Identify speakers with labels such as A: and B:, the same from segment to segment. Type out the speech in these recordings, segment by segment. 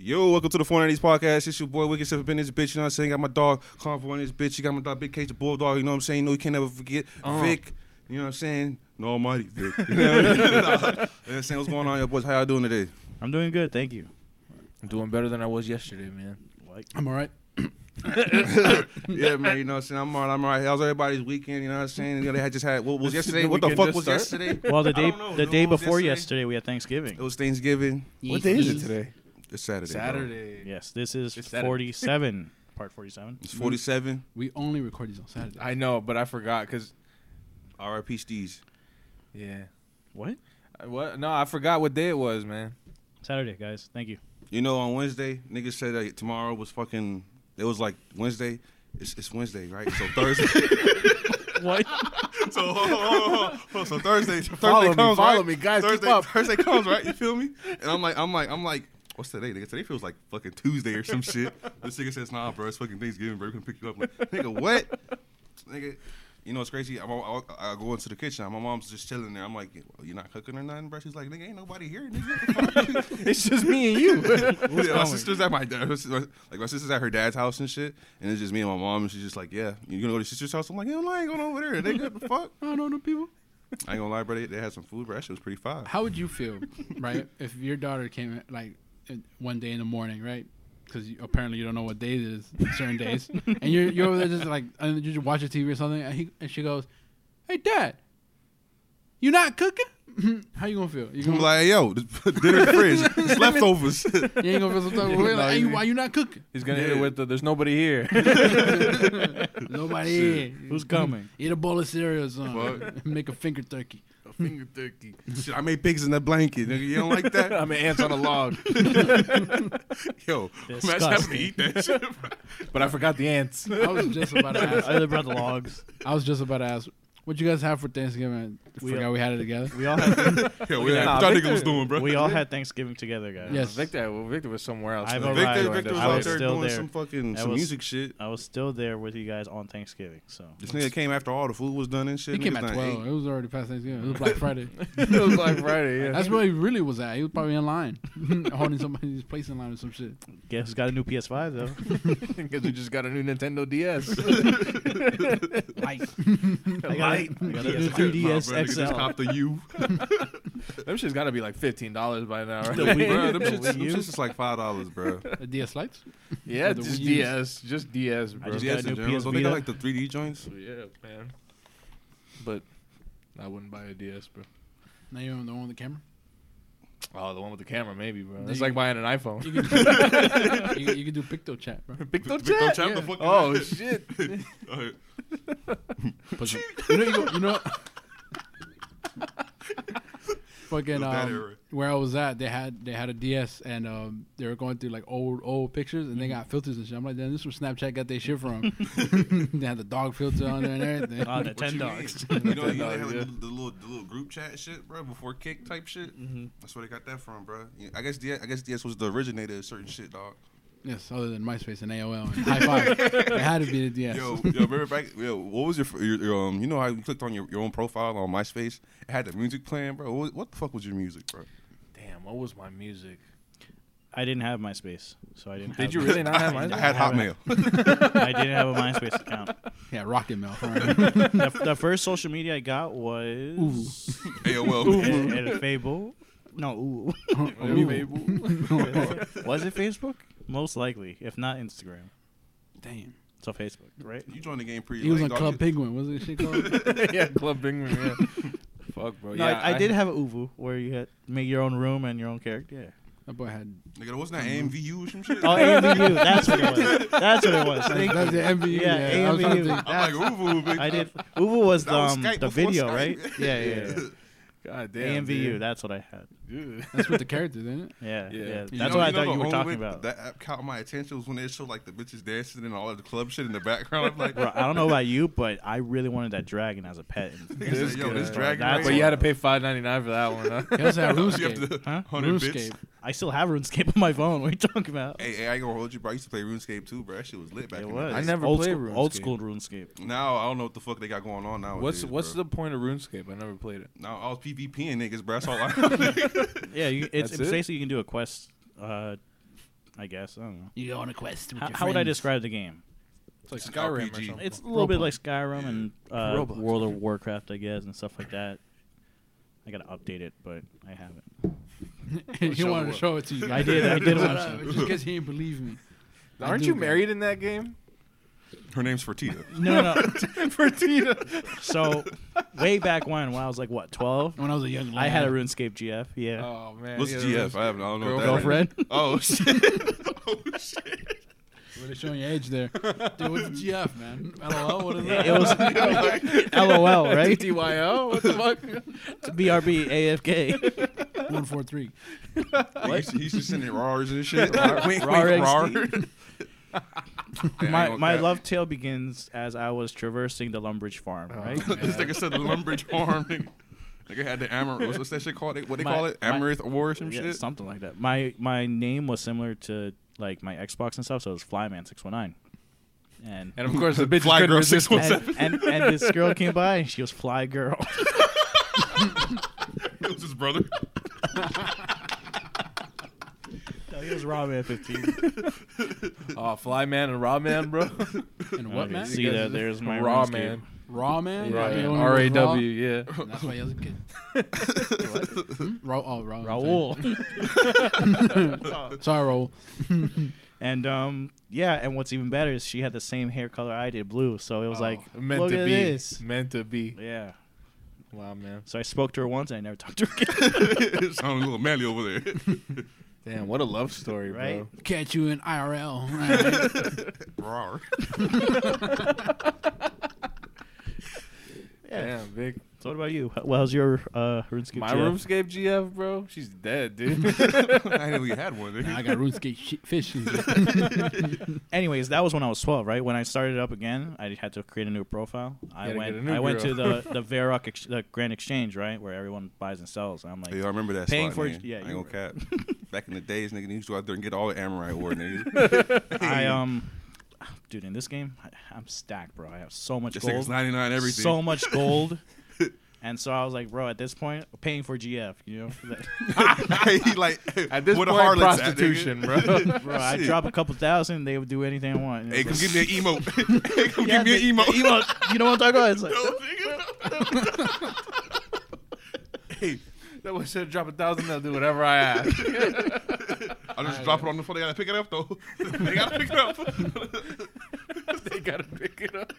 A: Yo, welcome to the 490s podcast. It's your boy Wicked Stuff up in this bitch. You know what I'm saying? Got my dog Convo in this bitch. You got my dog Big Cage the Bulldog. You know what I'm saying? No, you can't ever forget
B: Uh-huh.
A: Vic. You know what I'm saying? No Almighty Vic. You know what I mean? You know what I'm saying? What's going on, y'all boys? How y'all doing today?
C: I'm doing good, thank you.
B: I'm doing better than I was yesterday, man.
C: Like,
D: I'm all right.
A: Yeah, man. You know what I'm saying? I'm all right. I'm all right. How's everybody's weekend? You know what I'm saying? You know, they had just had, what was yesterday?
B: The
A: What the
B: weekend
A: fuck
B: just
A: was
B: started?
A: yesterday?
C: well, the
A: I
C: day
A: don't know.
C: the
A: No,
C: day
A: what was
C: before
A: yesterday?
C: yesterday we had
A: It
C: Thanksgiving.
A: was Thanksgiving.
B: What day is it today?
A: It's Saturday. bro.
B: Saturday.
C: Yes, this is
B: It's Saturday.
C: 47, part 47.
A: It's 47.
D: We only record these on Saturday.
B: I know, but I forgot because
A: R.I.P. Steez.
B: yeah,
C: What?
B: Uh, what? No, I forgot what day it was, man.
C: Saturday, guys. Thank you.
A: You know, on Wednesday, niggas said that tomorrow was fucking. It was like Wednesday. It's, it's Wednesday, right? So Thursday.
C: What?
A: so hold on, hold on, hold on, hold on. So Thursday, Thursday
B: Follow me,
A: comes,
B: follow
A: right?
B: me, guys, keep
A: Thursday,
B: up.
A: Thursday comes, right? You feel me? And I'm like, I'm like, I'm like, what's today? Nigga, today feels like fucking Tuesday or some shit. This nigga says, nah, bro, it's fucking Thanksgiving, bro. We can pick you up. I'm like, nigga, what? Nigga, you know it's crazy. I'm, I'll, I'll go into the kitchen. My mom's just chilling there. I'm like, you're not cooking or nothing, bro. She's like, nigga, ain't nobody here, nigga. What the fuck?
B: It's just me and you.
A: yeah, my sister's at my dad, like my sister's at her dad's house and shit, and it's just me and my mom, and she's just like, "Yeah, you gonna go to your sister's house?" I'm like, "Hell no, I ain't going over there. They good the fuck."
D: I don't know the people.
A: I ain't gonna lie, bro. They, they had some food, bro. That shit was pretty fire.
D: How would you feel, right, if your daughter came in, like in- one day in the morning, right? Because apparently you don't know what day it is, certain days, and you're you're over there just like and you just watch your TV or something, and he and she goes, "Hey, Dad, you not cooking? Mhm. How you gonna feel? You
A: I'm
D: gonna
A: like, "Yo, just put dinner in the fridge, it's leftovers."
D: you ain't gonna feel some type of way,
B: No,
D: like, hey,
B: you-
D: why you not cooking?
B: He's gonna hit
A: Yeah.
B: it with the. There's nobody here.
D: Nobody. here.
C: Who's coming?
D: Eat a bowl of cereal or something. Make a finger turkey.
B: Finger turkey.
A: shit, I made pigs in that blanket, nigga. You don't like that?
B: I'm an ants on a log,
A: Yo,
C: Disgusting.
A: I'm having to eat that shit. Bro.
B: but I forgot the ants.
D: I was just about to ask.
C: I brought the logs.
D: I was just about to ask, what you guys have for Thanksgiving? I
C: We
D: forgot
C: all-
D: we had it together.
C: We all had
A: Yo, what
B: Nah,
A: y'all niggas
B: Victor-
A: was doing, bro?
C: we all had Thanksgiving together, guys.
D: Yes.
B: Victor. Well, Victor was somewhere else.
C: I've
A: Victor,
C: arrived.
A: Victor was
C: I
A: out
C: was
A: there
C: still
A: doing
C: there.
A: some fucking
C: I
A: some
C: was-
A: music shit.
C: I was still there with you guys on Thanksgiving, so
A: This nigga came after all the food was done and shit.
D: It came
A: Niggas
D: at
A: done
D: twelve.
A: ate.
D: It was already past Thanksgiving. It was Black Friday.
B: it was like Friday. Yeah.
D: That's where he really was at. He was probably in line, holding somebody's place in line or some shit.
C: guess who's got a new PS5 though?
B: because we just got a new Nintendo DS.
C: Light. I got,
B: Light.
C: a- I got a
A: Nah, bro, nigga
C: 3DS
A: Just
C: XL.
A: copped the U.
B: Them shit's gotta be like fifteen dollars by now, right?
C: The Wii-
A: Bro, them
C: The
A: shits,
C: Wii
A: them
C: U?
A: shits is like five dollars, bro.
D: The DS lights.
B: yeah,
D: Or the
B: just
D: Wii
B: DS,
D: Us.
B: just DS, bro.
C: just
A: DS
C: got a
A: in
C: new
A: general.
C: PS
A: Don't they got
C: Vita.
A: like the 3D joints?
B: yeah, man. But I wouldn't buy a DS, bro.
D: Now you remember the one with the camera.
B: Oh, the one with the camera, maybe, bro.
D: There
B: It's
D: you
B: like
D: go.
B: buying an iPhone.
D: You could, you, could- you could do picto chat, bro.
B: Picto
A: Vic, don't
B: chat.
A: tap
D: yeah.
A: the fucking-
B: Oh shit!
A: Alright.
D: Put some- you know, you, go, you know.
A: It was
D: Fucking
A: that
D: um,
A: era.
D: where I was at, they had they had a DS and um, they were going through like old old pictures and
A: Mm-hmm.
D: they got filters and shit. I'm like, damn, this is where Snapchat got their shit from. they had the dog filter on there and everything.
C: On the
A: What
C: ten
A: you
C: dogs.
A: mean? You know, you know
B: Ten
A: they have like,
B: dogs, yeah.
A: the, the little the little group chat shit, bro, before kick type shit.
C: Mm-hmm.
A: That's where they got that from, bro. Yeah, I guess DS, I guess DS was the originator of certain shit, dog.
D: Yes, other than MySpace and AOL and High Five. it had to be the DS.
A: Yo, yo, remember back? Yo, what was your, fir- your, your um? You know how you clicked on your, your own profile on MySpace? It had the music playing, bro. What, what the fuck was your music, bro?
B: Damn, what was my music?
C: I didn't have MySpace, so I didn't.
B: Did
C: have
B: you
C: my-
B: really not have
A: I,
B: mine?
A: had Hotmail.
C: I didn't have a MySpace account.
D: Yeah, Rocket Mail. alright.
C: The, the first social media I got was
A: AOL.
C: and, and Fable. No, ooh. was it Facebook? Most likely, if not Instagram.
D: Damn.
C: So Facebook, right?
A: You joined the game pretty
D: He was
A: late,
D: on
A: dog.
D: Club Penguin. What was that shit called?
B: yeah, Club Bingman. Yeah. Fuck, bro.
C: No,
B: yeah,
C: I, I did have a Uvu where you had make your own room and your own character.
D: that boy had.
A: Nigga, wasn't that
C: Mm-hmm.
A: AMVU or some shit?
C: Yeah. Oh, AMVU. That's what it was. That's what it was. Thank
D: That's the
C: you.
D: MVU.
C: Yeah,
D: I was trying to
C: AMVU.
D: think.
A: I'm like, ooh, big
C: I did. Uvu was the,
A: That was
C: um,
A: Skype
C: the
A: before
C: video,
A: Skype.
C: right? Yeah, yeah, yeah.
B: God damn.
C: AMVU. That's what I had.
B: dude.
D: That's with the characters, isn't it?
C: Yeah, yeah.
B: Yeah.
C: That's
B: You
C: what
A: know-
C: I
A: know
C: thought you
A: the
C: were
A: only
C: talking
A: way
C: about.
A: That app caught my attention was when they showed like the bitches dancing and all of the club shit in the background. I'm like,
C: Bro, I don't know about you, but I really wanted that dragon as a pet.
A: niggas said,
B: This
A: yo, this
B: guy.
A: dragon.
C: That's
A: Right
B: But you had to pay five ninety nine for that one. Huh?
D: He also had
A: You have
D: RuneScape.
A: to
C: Huh?
A: 100 bits.
D: RuneScape.
C: I still have RuneScape on my phone. What are you talking about?
A: Hey, hey, I ain't gonna hold you, bro. I used to play RuneScape too, bro. That shit was lit back
C: It
A: in
C: was.
A: the
B: I
A: day.
B: never
C: old
B: played
C: school, Old
B: RuneScape.
C: school RuneScape.
A: Now I don't know what the fuck they got going on now.
B: What's what's the point of RuneScape? I never played it.
A: the now? I was PvPing niggas, bro. That's all I.
C: Yeah, you, it's,
B: That's
C: it's
B: it?
C: basically you can do a quest. Uh, I guess. I don't know.
D: You go on a quest. With
C: How,
D: your
C: how would I
D: friends.
C: describe the game?
B: It's like
A: It's an
B: Skyrim or
A: RPG.
B: something.
C: It's a little bit
D: Roblox.
C: like Skyrim and uh,
B: Roblox.
C: World of Warcraft, I guess, and stuff like that. I gotta update it, but I haven't.
D: he
A: Show
D: wanted
A: up.
D: to show it to you. guys.
C: I did- I did
D: Shut
C: watch
D: up,
C: it.
D: Just in case he didn't believe me. I
B: Aren't
D: do
B: you
D: get it.
B: married in that game?
A: Her name's Fertita.
C: No, no.
B: Fertina.
C: so way back when, when I was like what twelve,
D: When I was a young lad,
C: I had a RuneScape GF. Yeah.
B: Oh man.
A: What's
B: yeah,
A: GF?
B: those-
A: I haven't. I don't know. what that is.
C: Girlfriend.
A: Oh shit. oh shit.
D: Really showing your age there, dude. What's the GF, man? LOL. What is
C: Yeah,
D: that?
C: it was LOL, right?
B: DTYO? What the fuck?
C: BRB AFK.
D: one four three.
A: He used, to, he used to send it rars and shit. Rar, wink, wink,
C: Rar
A: rar.
C: XD.
A: Yeah, I ain't
C: my
A: gonna
C: my
A: cap.
C: love tale begins as I was traversing the Lumbridge farm, right?
A: Oh. this nigga said the Lumbridge farm. nigga. Nigga had the amaranth. What's that shit called? What they
C: My-
A: call it?
C: my-
A: Amaranth War or some
C: Yeah,
A: shit?
C: something like that. My my name was similar to like my Xbox and stuff, so it was Flyman six one nine. And
B: And of course, the bitch
A: Fly
B: couldn't
A: girl
B: resist.
A: 616.
C: and, and and this girl came by and she was Fly Girl.
A: it was his brother.
C: no, he was Raw Man fifteen.
B: Oh, Fly Man and Raw Man, bro.
D: And what
C: Okay,
D: man?
C: See that? There's my
B: Raw
C: RuneScape.
B: Man.
D: Raw man.
B: Raw
D: You
B: Man.
D: know when it was
B: R A
D: raw?
B: W. Yeah.
D: That's why he was a kid. Raw. Oh, raw.
C: Raul.
D: Sorry, Raul.
C: and um, yeah. And what's even better is she had the same hair color I did, blue. So
A: Oh,
C: it was like
B: Oh, meant
C: look
B: to
C: at
B: be.
C: this.
B: Meant to be.
C: Yeah.
B: Wow, man.
C: So I spoke to her once, and I never talked to her again.
A: Sounded a little manly over there.
B: Damn, what a love story,
C: Right?
B: bro.
D: Catch you in IRL. All right.
A: Rar.
C: yeah.
B: Damn, big.
C: So what about you? How- Well, how's your uh, RuneScape?
B: My
C: GF?
B: RuneScape GF, bro. She's dead, dude.
A: I knew we had one.
D: Nah,
A: Nigga.
D: I got RuneScape shit fish.
C: Anyways, that was when I was 12, right? When I started up again, I had to create a new profile. I
B: gotta get a
C: went
B: new
C: I went to
B: girl.
C: the the Varrock ex- the Grand Exchange, right? Where everyone buys and sells. And I'm like,
A: Yeah, I remember that
C: Paying
A: spot,
C: for-
A: man.
C: yeah,
A: I
C: you
A: ain't gonna
C: were-
A: cap. Back in the days, nigga, they used to go out there and get all the Amorite War, nigga.
C: I um dude, in this game, I, I'm stacked, bro. I have so much
A: This
C: gold.
A: nigga's 99 everything.
C: So much gold. and so I was like, bro, at this point, paying for GF, you know?
A: he like,
B: At this
A: what a
B: point,
A: harlot's
B: prostitution,
A: at, nigga.
B: bro.
C: bro, I
A: Shit.
C: drop a couple thousand, they would do anything I want. And
A: Hey, come
C: it's
A: give me an emote. hey, come
C: like, yeah,
A: give me an
C: the-
A: emote.
C: the emote. You know what I'm talking about? It's like,
A: No, nigga, no. hey,
B: that one should drop a thousand. They'll do whatever I ask.
A: I'll just drop it on the floor. They gotta pick it up though. they gotta pick it up.
B: they gotta pick it up.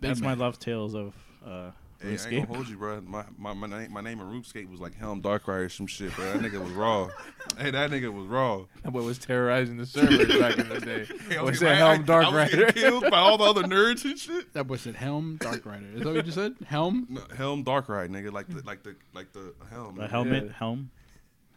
C: that's my love tales of uh
A: Hey, I ain't
C: RuneScape.
A: gonna hold you, bro. My my my name, my name in RuneScape was like Helm Darkrai or some shit, bro. That nigga was raw. hey, that nigga was raw.
B: That boy was terrorizing the server back in the day.
A: Hey, I
B: was
A: getting-
B: that
A: I-
B: Helm Dark
A: I was getting
B: Rider?
A: killed by all the other nerds and shit.
D: that boy said Helm Dark Rider. Is that what you said? Helm?
A: No, Helm Darkrai, nigga, like the like the like the Helm.
C: A helmet,
B: Yeah.
C: helm.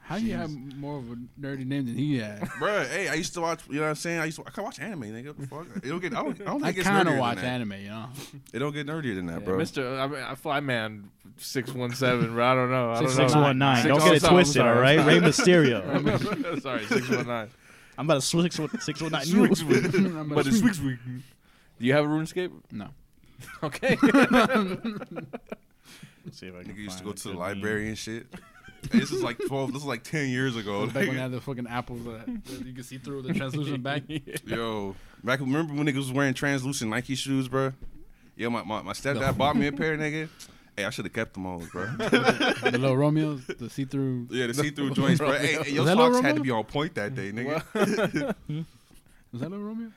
D: How do you have more of a nerdy name than he had?
A: Bruh, hey, I used to watch. You know what I'm saying? I used to. I can watch anime, nigga. What the fuck? It don't get. I don't. I don't
D: I
A: think it's
D: kind
A: nerdier
D: of watch
A: than that.
D: anime, you know.
A: It don't get nerdier than that,
B: Yeah,
A: bro.
B: Mr. I mean, I Flyman 617, bro. I don't know. I don't know.
C: 619. Don't get it
B: 617,
C: twisted, all
B: sorry.
C: right? Rey Mysterio.
B: Sorry, 619.
C: I'm about to switch 619 you.
D: I'm gonna-
B: but it's six week. Do you have a RuneScape?
D: no.
B: Okay.
C: See if I can
A: Nigga used to
C: find
A: go
C: a
A: to the
C: good
A: library and shit. Hey, this is like twelve. This is like ten years ago.
D: Back when
A: nigga.
D: they had the fucking apples that that you could see through the translucent back.
A: Yo, back remember when niggas was wearing translucent Nike shoes, bro? Yo, my, my, my stepdad bought me a pair, nigga. Hey, I should have kept them all, bro.
D: the little Romeos, the see through.
A: yeah, the see-through joints, bro. Hey, hey, your
D: Was that Lil
A: socks had to
D: Romeo?
A: be on point that day, nigga.
D: Was that little Romeo?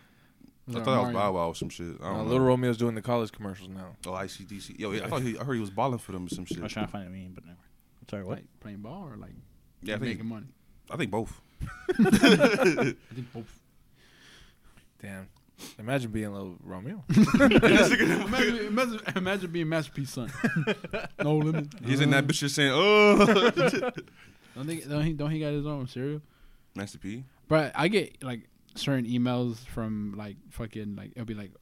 A: I thought I was Bow Wow or some shit. I
B: Uh,
A: don't
B: Little
A: know.
B: Romeo's doing the college commercials now.
A: Oh, ICDC. Yo, I thought he, I heard he was balling for them or some shit.
C: I was trying to find a meme, but never. Sorry, what?
D: Like playing ball or like
A: Yeah, I think,
D: making money?
A: I think both.
D: I think both.
B: Damn. Imagine being Little Romeo.
D: imagine, imagine, imagine being masterpiece son. no limit.
A: He's in
D: Uh.
A: that bitch just saying, oh.
D: Don't, think, don't he? Don't he got his own cereal?
A: Master P.
D: But I get like certain emails from like fucking like it'll be like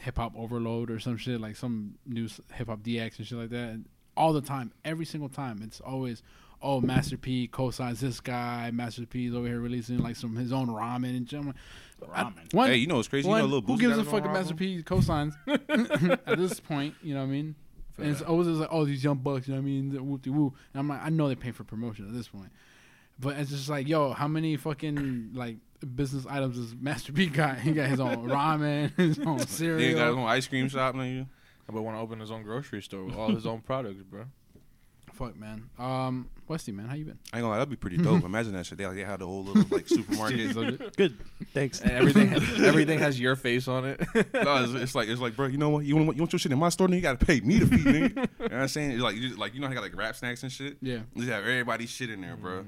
D: hip hop overload or some shit like some new hip hop DX and shit like that. And all the time, every single time, it's always oh Master P co-signs this guy. Master P is over here releasing like some his own ramen and shit. I'm like, I-
C: Ramen.
D: one-
A: Hey, you know what's crazy?
D: one,
A: you know, little
D: who
A: Boosie
D: gives
A: got
D: a
A: his own
D: fuck if Master
A: album?
D: P co-signs at this point? You know what I mean? And it's always like, oh, these young bucks, you know what I mean? Whoop de woo. And I'm like, I know they're paying for promotion at this point. But it's just like, yo, how many fucking like business items does Master B got? He got his own ramen, his
A: He ain't
D: own
A: got his
D: cereal.
A: own ice cream shop, nigga.
B: But want to open his own grocery store with all his own products, bro.
D: Fuck, man. Um, Westy, man, how you been?
A: I ain't gonna lie, that'd be pretty dope. Imagine that shit. They, like, they had the whole little like supermarket. no,
D: Subject-
C: Good. Thanks.
B: And everything, everything has your face on it.
A: it's, it's like it's like, bro, you know what? You want you want your shit in my store, nigga? You gotta pay me to feed, nigga. you know what I'm saying? It's like you just, like you know how they got like rap snacks and shit.
D: Yeah.
A: Just have everybody's shit in there, bro.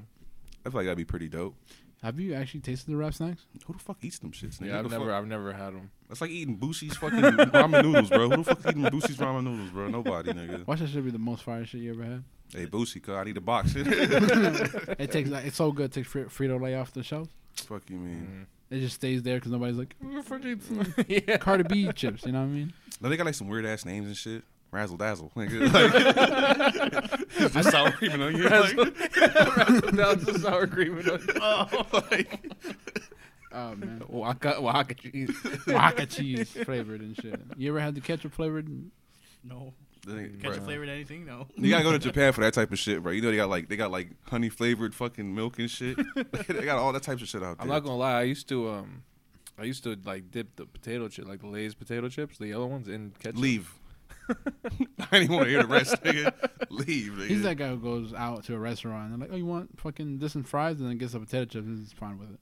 A: I feel like that'd be pretty dope.
D: Have you actually tasted the wrap snacks?
A: Who the fuck eats them shits, nigga?
B: yeah,
A: Who the
B: I've never,
A: fuck-
B: I've never had them.
A: That's like eating Boosie's fucking ramen noodles, bro. Who the fuck eating Boosie's ramen noodles, bro? Nobody, nigga.
D: Watch that should be the most fire shit you ever had.
A: Hey, Boosie, cuz I need a box.
D: It takes like it's so good. It takes Fri- Frito Lay off the shelf.
A: fuck you mean?
B: Mm.
D: It just stays there because nobody's like "Mm,
B: yeah.
D: Cardi B chips. You know what I mean?
A: No, they got like some weird ass names and shit. Razzle dazzle, nigga. Like, it's just sour cream and onion. Like,
B: That's the sour cream and onion.
A: like,
D: Oh man,
B: Waka, Oaxaca cheese.
D: Oaxaca cheese flavored and shit. You ever had the ketchup flavored?
E: No.
A: the nigga,
E: Ketchup
A: bruh.
E: flavored anything? No.
A: You gotta go to Japan for that type of shit, bro. You know they got like they got like honey flavored fucking milk and shit. they got all that types of shit out there.
B: I'm not gonna lie. I used to, um, I used to like dip the potato chip, like the Lay's potato chips, the yellow ones, in ketchup.
A: leave. I didn't even want to hear the rest, nigga. Leave, nigga.
D: He's that guy who goes out to a restaurant and like, oh, you want fucking this and fries, and then gets a potato chip and is fine with it.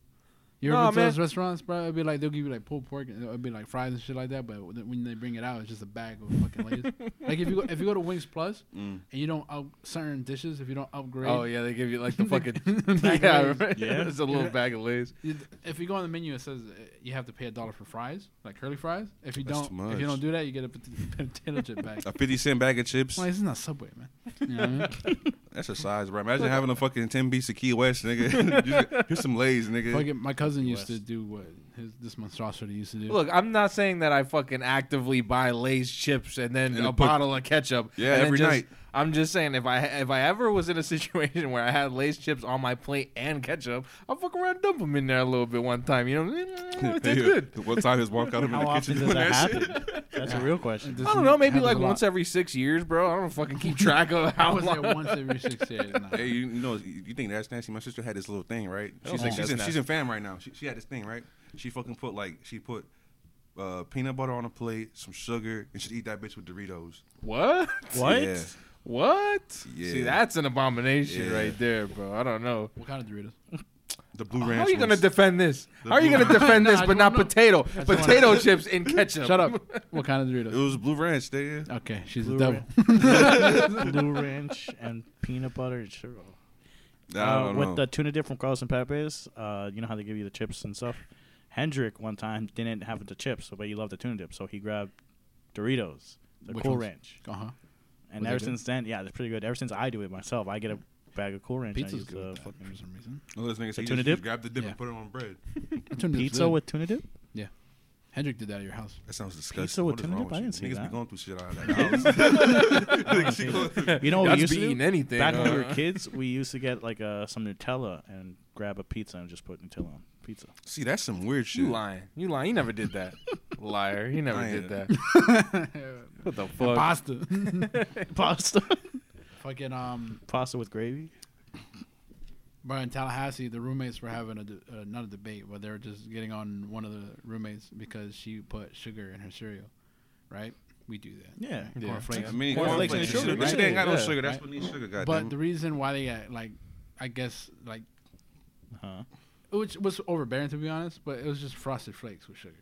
D: You ever
B: Nah,
D: been to
B: man.
D: those restaurants, bro? It'd be like they'll give you like pulled pork and it'd be like fries and shit like that. But when when they bring it out, it's just a bag of fucking Lay's. like if you go, if you go to Wings Plus
A: Mm.
D: and you don't up, certain dishes, if you don't upgrade,
B: Oh yeah, they give you like the fucking
D: Bag
B: yeah,
D: of Lay's.
B: right?
C: Yeah.
B: it's a little
D: Yeah.
B: bag of Lay's.
D: You- If you go on the menu, it says uh, you have to pay a dollar for fries, like curly fries. If you
A: That's too
D: don't, if you
A: much.
D: don't do that, you get a pot- potato chip bag.
A: a 50 cent bag of chips.
D: Why this is not Subway, man? You know what I mean?
A: That's a size, bro. Imagine having a fucking 10 piece of Key West, nigga. Just- Here's some Lays, nigga.
D: Fucking- my cousin used to
C: West.
D: do what his this monstrosity used to do.
B: Look, I'm not saying that I fucking actively buy Lay's chips and then
A: And
B: a
A: put-
B: bottle of ketchup.
A: Yeah,
B: and then
A: every
B: just-
A: night.
B: I'm just saying if I if I ever was in a situation where I had Lay's chips on my plate and ketchup, I'll fuck around and dump them in there a little bit one time. You know, Mm, it tastes good.
A: One time his mom got him in
C: How
A: the
C: often
A: kitchen
C: does
A: doing
C: that
A: that, shit.
C: happen? That's a real question.
D: This
B: I don't know, maybe
D: happens
B: like
D: a lot.
B: once every six years, bro. I don't fucking keep track of
D: I
B: how
D: was
B: long.
D: there once every six years. Nah.
A: Hey, you, you know, you think that's nasty? My sister had this little thing, right? She's,
B: Oh.
A: like, she's, in,
B: That's
A: she's in fam right now. She, she had this thing, right? She fucking put like she put uh, peanut butter on a plate, some sugar, and she'd eat that bitch with Doritos.
B: What?
C: What?
A: Yeah.
B: What? See,
A: Yeah.
B: that's an abomination
A: Yeah.
B: right there, bro. I don't know.
D: What kind of Doritos?
A: The blue
B: How
A: ranch.
B: are you gonna
A: ones.
B: defend this?
A: The
B: How are you
A: blue-
B: gonna defend
D: No,
B: this,
D: I
B: but
D: don't
B: not
D: know.
B: potato?
D: just wanna-
B: Potato chips and ketchup.
D: Shut up. What kind of Doritos?
A: It was blue ranch, nigga.
D: Okay, she's
C: Blue
D: a devil.
C: Blue ranch and peanut butter and sugar.
A: I
C: uh,
A: don't
C: with
A: know.
C: the tuna dip from Carlos and Pepe's, uh, you know how they give you the chips and stuff. Hendrick one time didn't have the chips, but he loved the tuna dip, so he grabbed Doritos, the
D: Which
C: Cool
D: ones?
C: Ranch,
D: Uh huh.
C: and
D: Was it
C: ever
D: good?
C: since then, yeah, it's pretty good. Ever since I do it myself, I get a bag of Cool Ranch. and I
D: Pizza's
C: use
D: good
C: the
D: with that
C: fucking
D: for some reason.
A: Oh, this nigga said
C: the
A: you
C: tuna
A: just- you
C: dip?
A: grab the dip
D: Yeah.
A: and put it on bread.
C: pizza with tuna dip.
D: Hendrick did that at your house.
A: That sounds disgusting.
C: Pizza with
A: What is
C: tuna
A: wrong
C: dip? I
A: you?
C: didn't
A: Niggas
C: see that.
A: be going through shit out of that house.
C: You know what we
B: That's
C: used
B: be
C: to
B: eating
C: do?
B: anything.
C: Back when we
B: uh,
C: were kids, we used to get like uh, some Nutella and grab a pizza and just put Nutella on pizza.
A: See, that's some weird shit.
B: You lying. You lying. You never did that. Liar. You never did
A: Lying.
B: that. What the fuck?
D: Pasta.
C: Pasta,
D: Fucking um,
C: pasta with gravy.
D: But in Tallahassee, the roommates were having a de- uh, not a debate, but they were just getting on one of the roommates because she put sugar in her cereal, right? We do that.
C: Yeah.
D: right?
B: Yeah.
D: Cornflakes.
A: I mean,
C: Cornflakes
A: cornflakes
C: and
A: and
C: sugar,
A: sugar. That
C: right?
A: shit ain't got no
B: Yeah.
A: sugar. That's what needs sugar.
D: But
A: Goddamn.
D: the reason why they got like, I guess like,
C: Uh-huh.
D: which was overbearing to be honest, but it was just frosted flakes with sugar.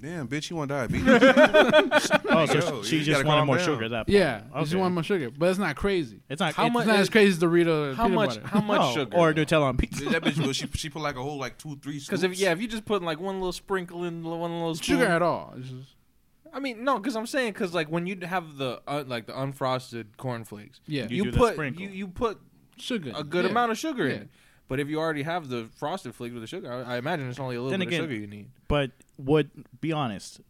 A: Damn, bitch, you want diabetes?
C: Oh, so
A: Yo,
C: she
A: you
C: just
A: gotta
C: wanted
A: calm
C: more
A: down.
C: sugar. At that point.
D: Yeah, okay. just
C: Okay.
D: want more sugar, but it's not crazy.
C: It's not.
B: Oh, How
C: it's-
B: much-
D: It's not as crazy as Dorito. or
B: How
D: peanut
B: much?
D: butter.
B: How much
C: no,
B: sugar?
C: or Nutella on pizza?
A: that bitch, was- she she put like a whole like two three.
B: Because if yeah, if you just put like one little sprinkle in, one little spoon,
D: sugar at all? It's just,
B: I mean, no, because I'm saying because like when you have the uh, like the unfrosted cornflakes,
D: yeah,
C: You
B: you,
C: do the
B: put
C: sprinkle.
B: you, you put
D: sugar.
B: a good
D: yeah.
B: amount of sugar in
D: Yeah.
B: it. But if you already have the frosted flakes with the sugar, I, I imagine it's only a little
C: Then
B: bit
C: again-
B: of sugar you need.
C: But would be honest,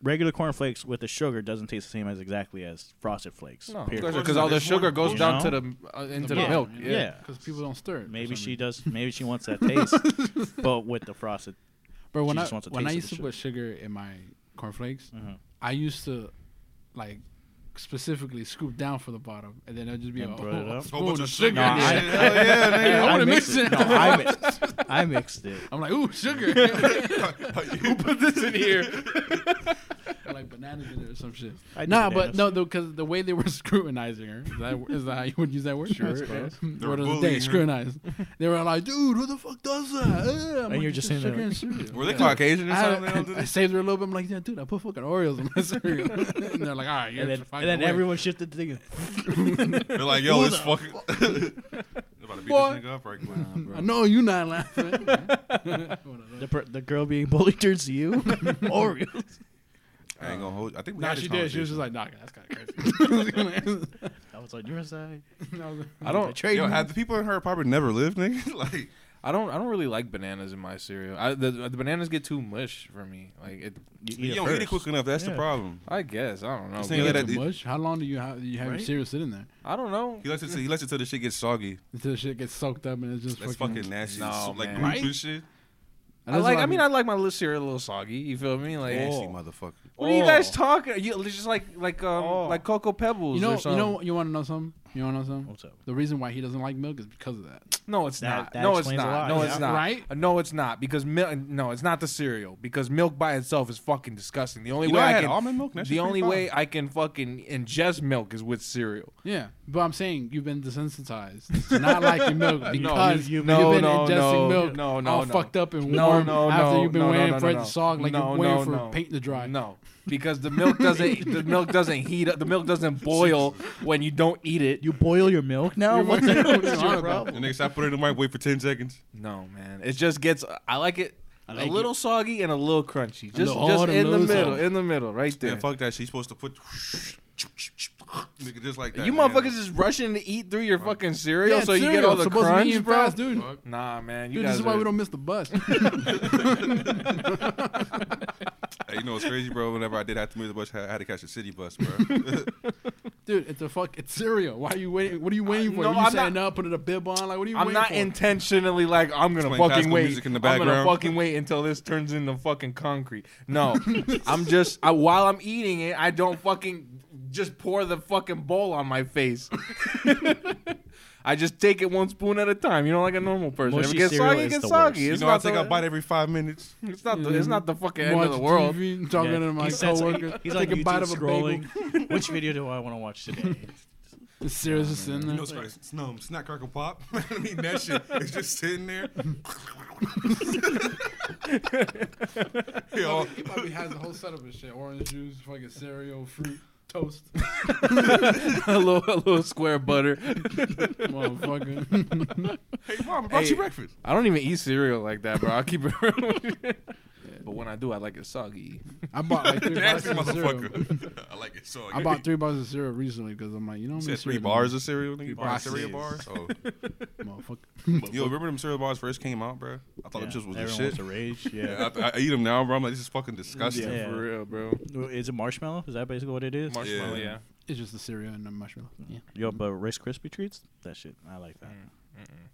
C: regular cornflakes with the sugar doesn't taste the same as exactly as frosted flakes.
B: No,
C: period.
A: course
B: because all the
A: It's more-
B: sugar goes
C: you
B: down
C: know?
B: to the uh, into the
C: Yeah.
B: milk. Yeah.
C: Yeah.
D: because people don't stir. it for
C: Maybe
D: some
C: she
D: reason.
C: does. Maybe she wants that taste, but with the frosted.
D: But when
C: She
D: I
C: just wants a
D: when I
C: taste of
D: used
C: the
D: to put sugar in my cornflakes,
C: Mhm.
D: I used to like specifically scoop down for the bottom, and then it'd just be
C: And
D: a
C: put it
D: whole
C: up?
D: spoon
A: whole bunch
D: of
A: of sugar.
D: sugar.
C: Nah,
A: and
C: I-
A: shit. Hell yeah, nigga.
C: I
D: wanna
C: mixed
D: mix it.
C: No, I mixed. I mixed it.
D: I'm like, ooh, sugar.
B: Who put this in here?
D: Or, like bananas in it or some shit.
C: I did
D: nah, but
C: bananas.
D: no, because the way they were scrutinizing her, is that, is that how you would use that word? Sure.
C: suppose.
D: Word of the
A: bullying
D: day,
A: her.
D: scrutinized. They were like, dude, who the fuck does that? Uh, I'm
C: And you're
D: like,
C: just sitting
D: "It's sugar
C: there
D: and cereal."
A: Were they Caucasian or
D: I,
A: something? They
D: I,
A: don't do
D: I
A: this?
D: saved her a little bit. I'm like, yeah, dude, I put fucking Oreos in my cereal. and they're like, all right, you're
C: And then,
D: fucking
C: and then
D: away."
C: everyone shifted to thinking,
A: They're like, yo,
D: Who
A: it's
D: the
A: fucking. They're about to beat
D: Boy.
A: this nigga up right now.
C: nah, bro.
D: I know you not laughing.
C: The, per- the girl being bullied turns to you. Oreos.
A: I ain't gonna hold. I think we
D: nah,
A: had this
D: she did. She was
A: conversation.
D: just like, nah, that's kind of crazy.
C: I was on your side.
D: I was like,
B: I don't.
C: Trade
A: Yo, have the people in her apartment never lived, nigga? like,
B: I don't. I don't really like bananas in my cereal. I, the, the bananas get too mush for me. Like it.
A: you don't eat it quick enough. That's
C: Yeah.
A: the problem.
B: I guess I don't know.
A: This
B: but
A: thing
D: "Is
A: like
B: it-
A: that-
D: that too much? How long do you have you have your
C: Right?
D: cereal sitting there
B: I don't know.
A: He lets it. Till, he lets it till the shit gets soggy.
D: until the shit gets soaked up and it's just
A: That's
D: fucking,
A: fucking nasty.
B: No,
A: It's like
B: man.
A: goop
D: Right?
A: and shit.
B: I like. I mean, I like my little cereal a little soggy. You feel me? Like.
C: Oh.
A: Nasty motherfucker.
B: What are you guys
C: Oh.
B: talking? You it's just like like um
C: Oh.
B: like cocoa pebbles
D: you know,
B: or
D: you
B: something.
D: know, you want to know something? You want to know something?
C: What's up?
D: The reason why he doesn't like milk is because of that.
B: no, it's not.
C: That- that
B: no, it's
C: explains a
B: not.
C: lot.
B: No,
C: Yeah.
B: it's not.
D: Right?
B: No, it's not because milk. No, it's not the cereal because milk by itself is fucking disgusting. The only
A: You
B: way
A: know, I
B: I
A: had
B: can
A: almond milk. and that
B: the
A: shit's
B: only
A: pretty
B: way I can fucking ingest milk is with cereal.
D: Yeah, but I'm saying you've been desensitized to not liking milk because
C: you-
D: you, have
B: no,
D: been
B: no,
D: ingesting
B: no,
D: milk
B: no, no,
D: all
B: no.
D: fucked up and
B: No,
D: warm
B: no,
D: after
B: no,
D: you've been
B: no, no,
D: waiting
B: no,
D: for it
B: no.
D: to sog like
B: No,
D: you're waiting
B: no,
D: for
B: no.
D: paint to dry.
B: No, because the milk doesn't the milk doesn't heat up. The milk doesn't boil when you don't eat it.
C: You boil your milk now?
D: You're
C: What
D: wondering
C: the-
D: what
C: what's
D: you're
C: your
D: on about.
C: problem?
A: And niggas, I put it in the microwave for ten seconds.
B: No, man. It just gets. I like it
C: like
B: a little soggy and a little crunchy. Just,
D: little
B: just
D: hard and
B: in
D: a
B: the
D: little
B: middle.
D: soft.
B: In the middle, right there.
A: And fuck that. She's supposed to put. Nigga, just like that.
B: you
A: man.
B: motherfuckers is rushing to eat through your fucking cereal
D: Yeah,
B: so you get
D: cereal.
B: all the
D: Supposed to be
B: crunch,
D: eating
B: bro.
D: fast, dude.
B: Nah, man. You
D: Dude,
B: guys
D: this is why
B: are-
D: we don't miss the bus.
A: Hey, you know what's crazy, bro? Whenever I did have to move the bus, I had to catch a city bus, bro.
D: Dude, it's a fuck. It's cereal. Why are you waiting? What are you waiting for?
B: no,
D: Are you
B: I'm
D: setting up, putting a bib on? Like, what are you
B: I'm
D: waiting
B: not
D: for?
B: intentionally like I'm gonna
A: Playing
B: fucking
A: classical
B: wait.
A: music in the
B: I'm gonna
A: background.
B: fucking wait until this turns into fucking concrete. No, I'm just I, while I'm eating it, I don't fucking just pour the fucking bowl on my face. I just take it one spoon at a time. You know, like a normal person. if
C: Mushy
B: it gets
C: cereal
B: soggy, it
C: is
B: gets
C: the
B: soggy.
C: worst. Mm-hmm.
A: you
B: It's
A: know, I
B: not
A: take
B: the,
A: a bite every five minutes.
B: It's not the it's not the fucking end
D: Watch
B: of the world.
D: TV, talking
C: Yeah,
D: to my
C: he sets-
D: coworker.
C: He's like
D: taking a bite of a bagel.
C: scrolling. Which video do I want to watch today?
D: The cereal's
B: Oh,
D: just sitting
A: You know
D: there.
A: what's crazy? It's numb. It's not crackle pop. I mean, that shit is just sitting there. Yo,
D: He probably has the whole setup of shit: orange juice, fucking cereal, fruit, toast.
B: a little a little square butter.
D: Motherfucker.
A: hey, mom, I brought
B: Hey.
A: you breakfast.
B: I don't even eat cereal like that, bro. I keep it. real with you. But when I do, I like it soggy.
D: I bought like three
A: Nasty
D: boxes of cereal.
A: motherfucker. I like it so.
D: I bought three boxes of cereal recently because I'm like, you know, how
A: You
D: many
A: said three
D: cereal-
A: bars of cereal. Nigga, you bought
D: boxes.
A: cereal bars. Oh,
D: motherfucker.
A: yo, remember them cereal bars first came out, bro? I thought them shit was the
C: everyone
A: shit.
C: wants to rage. Yeah.
A: Yeah, I, I eat them now, bro. I'm like, this is fucking disgusting.
C: Yeah.
B: for real, bro.
C: Is it marshmallow? Is that basically what it is?
B: Marshmallow,
A: Yeah.
B: yeah.
D: It's just the cereal and the mushroom. Yeah.
C: Yo, but Rice Krispie treats? That shit. I like that.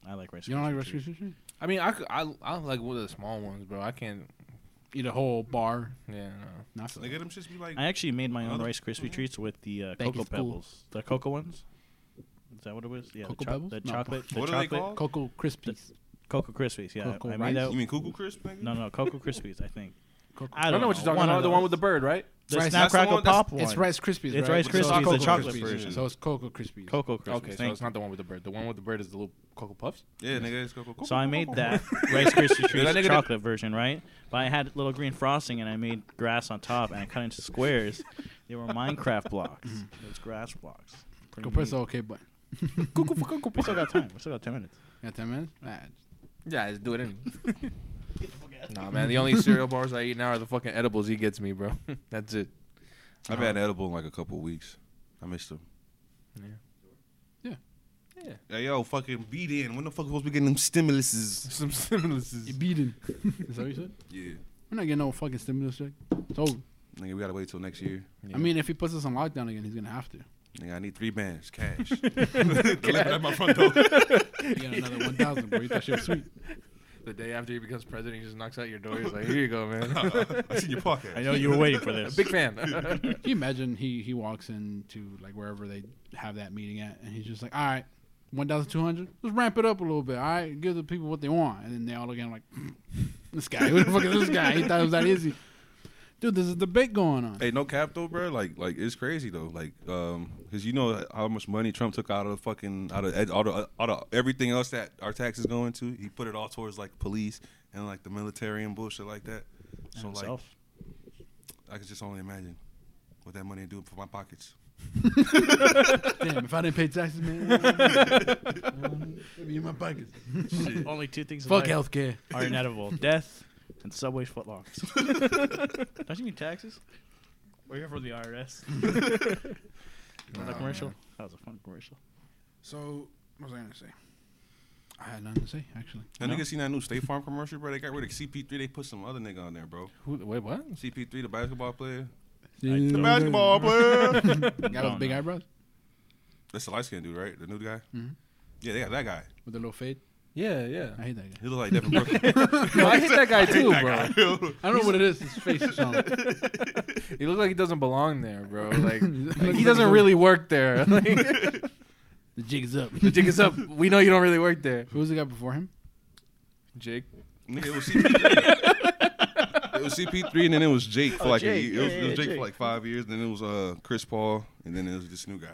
C: I like Rice
D: You don't like
C: Krispie
D: Rice
C: treats.
D: Krispies?
B: I mean, I, could, I I like one of the small ones, bro. I can't.
D: Eat a whole bar.
B: Yeah, no.
D: Not so.
A: Nigga, them shits be like.
C: I actually made my own
A: Another-
C: Rice Krispie treats with the uh,
D: Thank
C: Cocoa
D: you, school.
C: Pebbles. The Cocoa ones? Is that what it was? Yeah,
D: Cocoa
C: the,
D: Pebbles?
C: the
D: No.
C: chocolate. The
A: What are they
C: chocolate
A: called?
D: Cocoa Krispies.
C: Cocoa Krispies, yeah.
D: Cocoa
C: I
D: Rice?
C: made that.
A: You mean Cuckoo Crisp, nigga?
C: No, no, Cocoa Krispies, I think.
D: Cocoa-
C: I don't,
B: know what you're talking
C: one
B: about.
C: of
B: The one
C: those.
B: with the bird, right?
C: The
D: Rice-
C: Snap
A: that's the
C: Crackle
A: one- that's-
C: Pop one.
D: It's Rice Krispies.
C: It's Rice
D: right? So
C: Krispies,
A: Cocoa
C: the chocolate
A: Krispies.
C: version.
D: So it's Cocoa Krispies.
C: Cocoa Krispies.
B: Okay, so
C: thank
B: it's not the one with the bird. The one with the bird is the little cocoa puffs.
A: Yeah, nigga, it's Cocoa.
C: So I made that Rice Krispie
A: Dude, that nigga
C: treats chocolate version, right? But I had little green frosting and I made grass on top and I cut into squares. They were Minecraft blocks. It was grass blocks. Pretty
D: Mm-hmm. Go press the
C: neat.
D: OK button.
C: We still got time. We still got ten minutes.
D: Got 10 minutes? Nah.
B: Yeah, let's do it. In. nah, man. The only cereal bars I eat now are the fucking edibles he gets me, bro. That's it.
A: I've had edible in like a couple weeks. I missed them.
D: Yeah.
B: Yeah.
A: Hey, yo, fucking beat in. When the fuck supposed to be getting them stimuluses?
B: Some
D: You
B: stimuluses.
D: beaten. Is that what you said?
A: Yeah.
D: We're not getting no fucking stimulus check. It's over.
A: Nigga, we gotta wait till next year.
D: I mean, if he puts us on lockdown again, he's going to have to.
A: Nigga, I need three bands, cash. Delivered at my front door.
D: You got another 1,000, bro. You thought shit was sweet.
B: the day after he becomes president, he just knocks out your door. He's like, "Here you go, man."
A: I seen your pocket.
C: I know you were waiting for
B: A
C: this.
B: big fan.
D: Can you imagine he he walks into like wherever they have that meeting at, and he's just like, "All right, one thousand two hundred. Let's ramp it up a little bit. All right, give the people what they want, and then they all again like, "Hmm, this guy, who the fuck is this guy? He thought it was that easy. Dude, there's a debate going on.
A: Hey, no cap though, bro. Like, like it's crazy though. Like, um, cause you know how much money Trump took out of the fucking out of ed- all the all the everything else that our taxes go into. He put it all towards like police and like the military and bullshit like that. So like,
C: himself.
A: I could just only imagine what that money would do for my pockets.
D: Damn, if I didn't pay taxes, man, it'd be in my pockets.
A: Shit.
C: Only two things in
D: Fuck
C: life
D: healthcare.
C: are inedible: death and Subway footlongs. Don't you mean taxes? We're here for the IRS. Remember that commercial? That was a fun commercial.
D: So, what was I gonna say? I had nothing to say actually.
A: That
C: No.
A: nigga seen that new State Farm commercial, bro. They got rid of CP3. They put some other nigga on there, bro.
B: Who, wait, what?
A: CP3, the basketball player.
C: The
A: Basketball player.
D: guy with the
C: Don't
D: big
C: know.
D: eyebrows
A: That's the light skinned dude, right? The new guy.
B: Mm-hmm.
D: Mhm.
A: Yeah, they got that guy.
D: with the little fade.
B: Yeah, yeah.
D: I hate that guy.
A: He look like Devin Booker.
B: No, I hate that guy too, bro.
D: I don't know what it is. His face is on.
B: He looks like he doesn't belong there, bro. Like, like, he
D: like-
B: doesn't really work there. Like,
D: The jig is up.
B: the jig is up. We know you don't really work there,
D: Who was the guy before him?
B: Jake.
A: Nigga, it was CP3. it was CP3, and then it was Jake for
C: Oh,
A: like
C: Jake.
A: A, year. it was,
C: Yeah,
A: it was
C: yeah,
A: Jake,
C: Jake.
A: for like five years. Then it was uh Chris Paul, and then it was this new guy.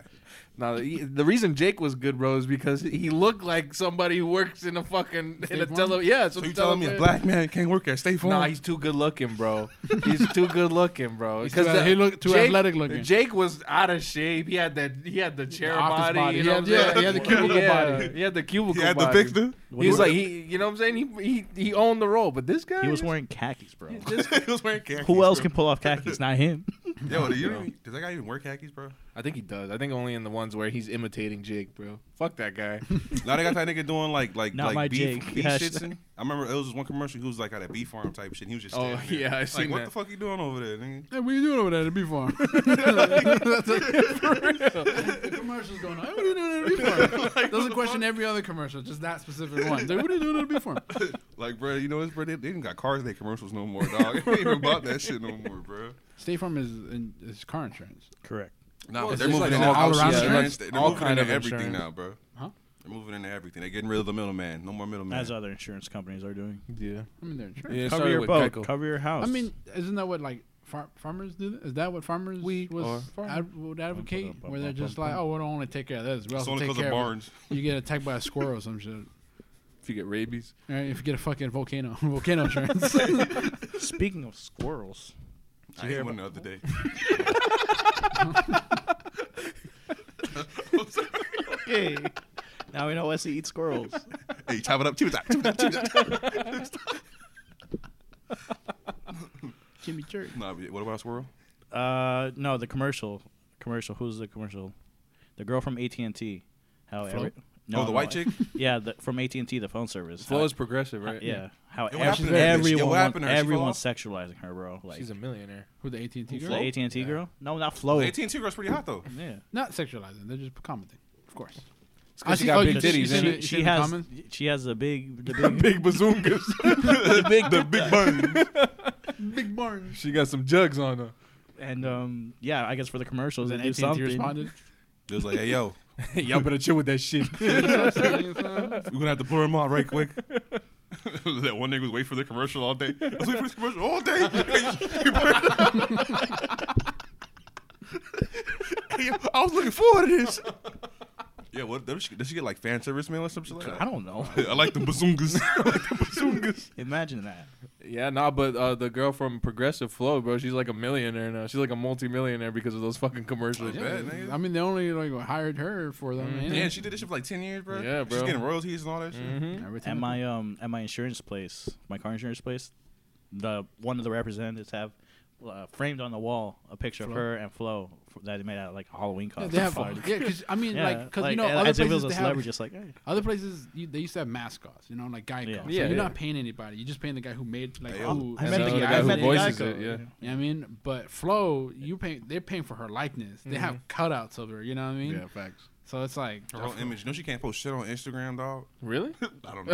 B: Now the, the reason Jake was good, bro, is because he looked like somebody who works in a fucking in a
D: State
B: tele.
D: Farm?
B: Yeah, so
A: So you telling me a black man can't work at State Farm?
B: Nah, he's too good looking, bro. he's too good looking, bro.
D: He's too
B: the-
D: ath- he look- too athletic looking.
B: Jake was out of shape. He had that. He had the chair
D: office
B: body.
D: body.
B: You
D: He
B: know
D: had-
B: what I'm
D: yeah,
B: saying?
D: he had the cubicle
B: Yeah,
D: body.
B: He had the cubicle.
A: he had the
B: body.
A: picture.
C: When
B: He was
C: wor-
B: like, he, you know what I'm saying? He, he he owned the role, but this guy.
C: he was
B: is-
C: wearing khakis, bro.
B: he's just-
A: he was wearing khakis.
C: Who else
A: bro.
C: can pull off khakis? Not him.
A: Yo, do you even, does that guy even wear khakis, bro?
B: I think he does. I think only in the ones where he's imitating Jake, bro. Fuck that guy.
A: Now they got that nigga doing like like
C: Not
A: like
C: my
A: beef,
C: Jake.
A: beef
C: Hashtag-
A: shits. and- I remember it was this one commercial. He was like at a beef farm type shit. and He was just
B: Oh,
A: standing there.
B: yeah, I
A: like,
B: seen
A: what
B: that.
A: the fuck you doing over there, nigga?
D: Hey, what are you doing over there at the bee farm? the commercial's going on. Hey, what are you doing at the bee farm? That's a question every other commercial, just that specific one. It's Like, what are you doing at the bee farm?
A: Like, bro, you know it's bro. They, they even got Cars Day commercials no more, dog. they ain't even bought that shit no more, bro.
D: State Farm is in, is car insurance.
C: Correct.
A: Nah,
B: Well,
A: but
B: it's
A: they're
B: just
A: moving
B: like
A: into
B: all
A: all
D: around
A: around
B: insurance.
A: They're
B: All
A: moving
B: kind
A: into
B: of
A: everything
B: insurance.
A: now, bro.
D: Huh?
A: They're moving into everything. They're getting rid of the middleman. No more middleman.
C: As other insurance companies are doing.
B: Yeah.
D: I mean, they're insurance.
B: yeah
C: Cover
B: started
C: your
B: with
C: boat.
B: Geico.
C: Cover your house.
D: I mean, isn't that what like far- farmers do? Is that what farmers
B: We are
D: was ad- would advocate?
C: bum, bum,
D: Where they're
C: bum,
D: just
C: bum,
D: like,
C: bum.
D: oh, we don't want to take care of this.
A: it's
D: We also
A: only
D: take
A: because of
D: care of,
A: Barnes.
D: you get attacked by a squirrel or some shit.
B: If you get rabies.
D: All right, if you get a fucking volcano, volcano insurance.
C: speaking of squirrels,
A: I
C: hear
A: had one the other day. I'm sorry.
C: okay. Now we know Wesley eats squirrels.
A: hey, chop it up. Chop it up. Chop it up. Chop it up.
C: Jimmy Jerk.
A: nah, but what about a squirrel?
C: Uh, no, the commercial. Commercial. Who's the commercial? The girl from AT and T. How
D: Flo?
C: every-
A: oh,
C: no,
A: the
C: no,
A: white chick.
C: Yeah, the, from AT and T, the phone service.
B: Flo
C: How-
B: is progressive, right?
C: Yeah. How
A: Yo,
C: ev-
A: what happened to her? Yo, what
C: everyone,
A: happened to her? She fell
C: everyone's
A: off?
C: sexualizing her, bro. Like
B: She's a millionaire.
D: Who the AT and T
C: the
D: girl?
C: AT and T girl? No, not Flo.
A: AT and T girl's pretty hot though.
C: yeah.
D: Not sexualizing. They're just commenting. Of course.
B: It's 'cause
D: I
B: she
D: see-
B: got
D: oh,
B: big
D: you see-
B: titties.
D: you
B: isn't
D: see-
B: it?
C: She,
D: in
C: she
D: the
C: has
D: comments?
C: she has the big the big,
B: big bazungas.
A: the big bun.
D: Big barn.
B: she got some jugs on her.
C: and um yeah I guess for the commercials
D: Then
C: they did
D: AT and T
C: something.
D: responded.
A: It was like, hey yo,
B: Y'all better chill with that shit.
A: we're gonna have to blur him out right quick. that one nigga was waiting for the commercial all day. I was waiting for this commercial all day. Hey, yo, I was looking forward to this. Yeah, what does she, does she get like fan service mail or something like that?
C: I don't know.
A: I like the bazungas. I like the bazungas.
C: Imagine that.
B: yeah, nah, but uh, the girl from Progressive Flow, bro, she's like a millionaire now. She's like a multimillionaire because of those fucking commercials.
A: Oh,
D: Yeah,
A: Bad, nigga.
D: I mean, they only like hired her for them.
C: Mm-hmm.
B: Mhm.
D: ain't
A: Yeah,
D: it?
A: she did this shit for like ten years, bro.
B: Yeah,
A: She's
B: bro.
A: getting royalties and all that shit.
B: hmm
D: Everything.
C: At my um at my insurance place, my car insurance place, the one of the representatives have uh, framed on the wall a picture
D: Flo?
C: of her and Flo f- that they made out of, like a Halloween
D: Yeah,
C: costume.
D: they have.
C: party.
D: Yeah, because I mean,
C: Yeah,
D: like 'cause like, because you know,
C: a-
D: other
C: as if it was
D: places
C: a
D: they
C: celebrity,
D: have.
C: just like hey.
D: Other places you, they used to have mascots, you know, like Geico.
C: Yeah.
D: Yeah. So
B: Yeah,
D: you're
B: yeah.
D: not paying anybody. You're just paying the guy who made, like,
A: Hey, yo.
D: who.
C: I
D: and
C: met the
D: so
B: the
C: guy.
B: guy
C: I
B: who
C: met the guy.
B: voices it, yeah.
D: You know what I mean? But Flo, you pay. They're paying for her likeness. They have cutouts of her. You know what I mean?
B: facts.
D: So it's like
A: Her whole image. No, she can't post shit on Instagram, dog.
B: Really?
A: I don't know.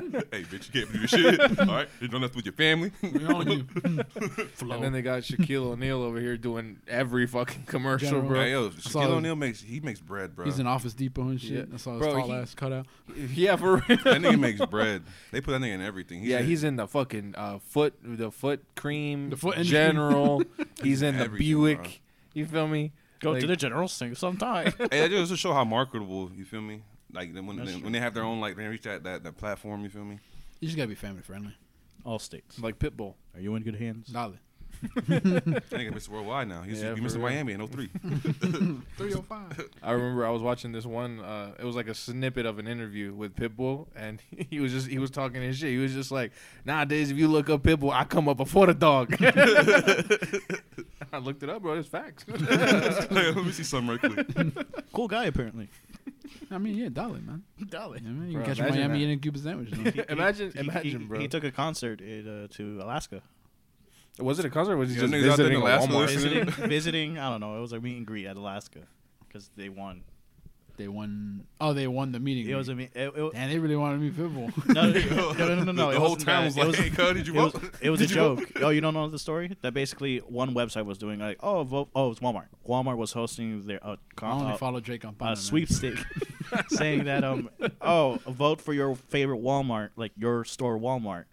A: hey, bitch, you can't do this shit. All right, you don't have to with your family.
D: We own you.
B: And then they got Shaquille O'Neal over here doing every fucking commercial,
D: General.
A: Hey,
B: bro.
A: yo,
D: saw
A: Shaquille
D: him.
A: O'Neal makes he makes bread, bro.
D: He's in Office Depot and shit.
B: Yeah.
D: I saw his
B: Bro,
D: tall
B: he-
D: ass cutout.
B: Yeah, for real.
A: That nigga makes bread. They put that nigga in everything.
B: Yeah, he's in the fucking uh, foot, the foot cream,
D: The foot industry.
B: general. he's in the
A: Everything,
B: Buick.
A: bro.
B: You feel me?
C: Go
B: Like-
C: to the general sing sometime.
A: Hey, that just to show how marketable. You feel me? Like then when
C: That's
A: then,
C: true.
A: when they have their own like they reach that, that that platform. You feel me?
D: You just gotta be family friendly.
C: All states.
B: Like Pitbull.
C: Are you in good hands?
D: Dolly.
A: That nigga missed worldwide now. He's,
B: Yeah,
A: he
B: for
A: missed
B: real.
A: Miami in 03.
D: 305.
B: I remember I was watching this one. Uh, it was like a snippet of an interview with Pitbull, and he was just he was talking his shit. He was just like, nowadays if you look up Pitbull, I come up before the dog. I looked it up, bro. It's facts.
A: Let me see something right quick.
C: Cool guy, apparently.
D: I mean, yeah, Dolly, man.
C: Dolly.
D: Yeah, man. You
B: Bro,
D: can catch a
B: imagine
D: Miami
B: that.
D: eating a Cuban sandwich. you know?
B: imagine, imagine,
C: he,
B: bro.
C: He took a concert in, uh, to Alaska.
B: was it a concert? Or was he
A: Yeah,
B: just
A: niggas out there in
B: visiting a
A: Alaska
B: Walmart?
A: listening.
C: Visiting, visiting, I don't know. It was a meet and greet at Alaska because they won.
D: they won. Oh, they won the meeting.
C: It was a
D: a,
C: meet. It, it,
D: and they really wanted to meet Pitbull.
C: no, no, no, no, no, no, no.
A: The
C: it
A: whole
C: wasn't
A: town
C: that.
A: was
C: It
A: like, "Hey, cuz, did you
C: it was,
A: vote?"
C: it was a
A: Did you vote?
C: joke. Oh, you don't know the story? That basically one website was doing like, oh, vote, oh, it's Walmart. Walmart was hosting their uh,
D: I only
C: con- uh,
D: follow Drake on
C: uh,
D: Banana.
C: sweepstake, saying that um, oh, vote for your favorite Walmart, like your store Walmart,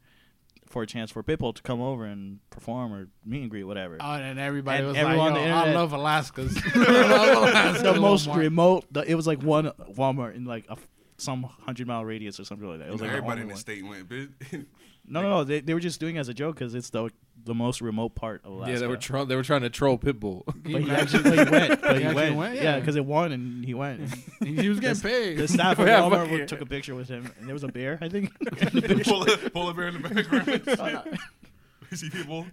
C: for a chance for people to come over and perform or meet and greet, whatever.
D: Oh, and everybody
C: And
D: was
C: everyone
D: like,
C: on
D: Yo,
C: the
D: I
C: internet-
D: love Alaska's. I love Alaska.
C: the most
D: Walmart.
C: remote. The, it was like one Walmart in like a f- some hundred mile radius or something like that. It was like the
A: Everybody
C: only
A: in the
C: one.
A: state went, bitch.
C: No, no, no. They, they were just doing it as a joke because it's the the most remote part of Alaska.
B: Yeah, they were tro- they were trying to troll Pitbull.
C: But he
D: Yeah.
C: actually but he went. But
D: He
C: he,
D: actually
C: went.
D: went,
C: Yeah,
D: yeah.
C: because it won and he went.
D: He he was getting paid.
C: The staff at
B: Yeah,
C: Walmart
B: fuck
C: were-
B: yeah.
C: took a picture with him, and there was a bear, I think.
A: pull, a, pull a bear in the background. You see people?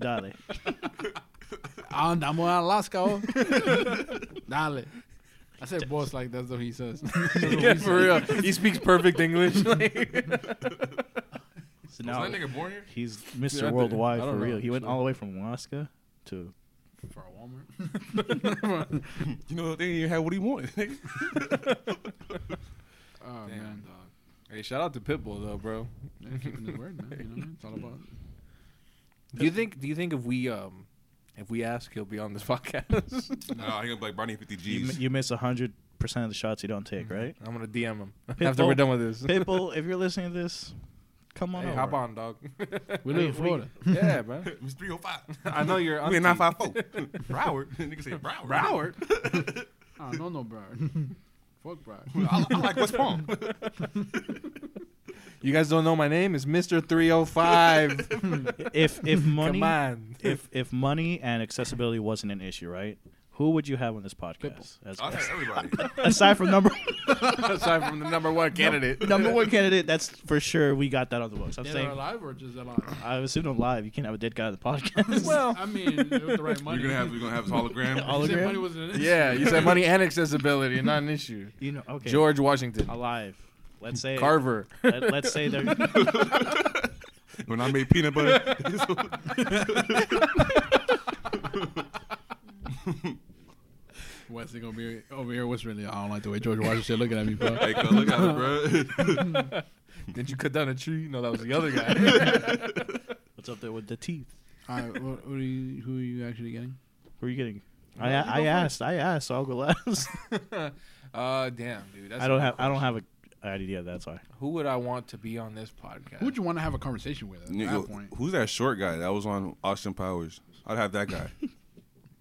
C: Dolly.
D: And I'm on Alaska. oh. Dale. I said boss like that's what he says.
B: yeah, for real. He speaks perfect English.
C: So
A: Was
C: now
A: that nigga born here?
C: he's
B: I
C: Mr.
B: think-
C: Worldwide
B: I
C: for
B: don't know,
C: real. He went
B: actually.
C: all the way from Alaska to.
D: For a Walmart.
A: You know, they didn't even have what he wanted. nigga.
D: Oh man.
B: hey, shout out to Pitbull though, bro.
D: Yeah, keeping his word, man. You know what I mean? It's all about
B: Do you think? Do you think if we um, if we ask, he'll be on this podcast?
A: nah, he gonna be like Barney 50
C: You, mi-
A: G's.
C: you miss 100% of the shots you don't take, right?
B: I'm gonna DM him after
C: Pitbull.
B: we're done with this.
C: People, if you're listening to this, come on
B: Hey,
C: over.
B: hop on, dog.
D: We live in Florida.
B: yeah, man.
A: It was 305.
B: I know you're.
A: We
B: auntie.
A: in 954. Broward. Nigga said Broward.
B: Broward.
D: I don't know no Broward. Fuck Broward.
A: I, I like West Palm.
B: You guys don't know my name. It's Mister 305.
C: If if money
B: Come on.
C: if if money and accessibility wasn't an issue, right? Who would you have on this podcast? As
A: I had
C: guests?
A: everybody.
C: aside from number
B: Aside from the number one candidate.
C: number one candidate, that's for sure. We got that on the books. I'm
D: Dead or
C: saying
D: alive or just alive?
C: I assume I'm live. You can't have a dead guy on the podcast.
B: Well,
D: I mean, with the right
A: You're
D: money.
A: gonna have, you're gonna have his hologram.
C: Holo-
D: You said
C: hologram?
D: money was an issue.
B: yeah, you said money and accessibility, not an issue.
C: you know, okay.
B: George Washington,
C: alive. Let's say
B: Carver.
C: Let, let's say they're
A: when I made peanut butter.
D: Wesley gonna be over here whispering. I don't like the way George Washington looking at me, bro.
A: hey, cuz, look at it, bro.
B: Did you cut down a tree? No, that was the other guy.
C: what's up there with the teeth.
D: All right, what, what are you, who are you actually getting?
C: Who are you getting? I I asked. I asked. So I'll go last.
B: uh, damn, dude. That's
C: I don't have. I don't have a an idea. That's why.
B: Who would I want to be on this podcast?
D: Who would you want to have a conversation with at
A: Nigga,
D: that point?
A: Who's that short guy that was on Austin Powers? I'd have that guy.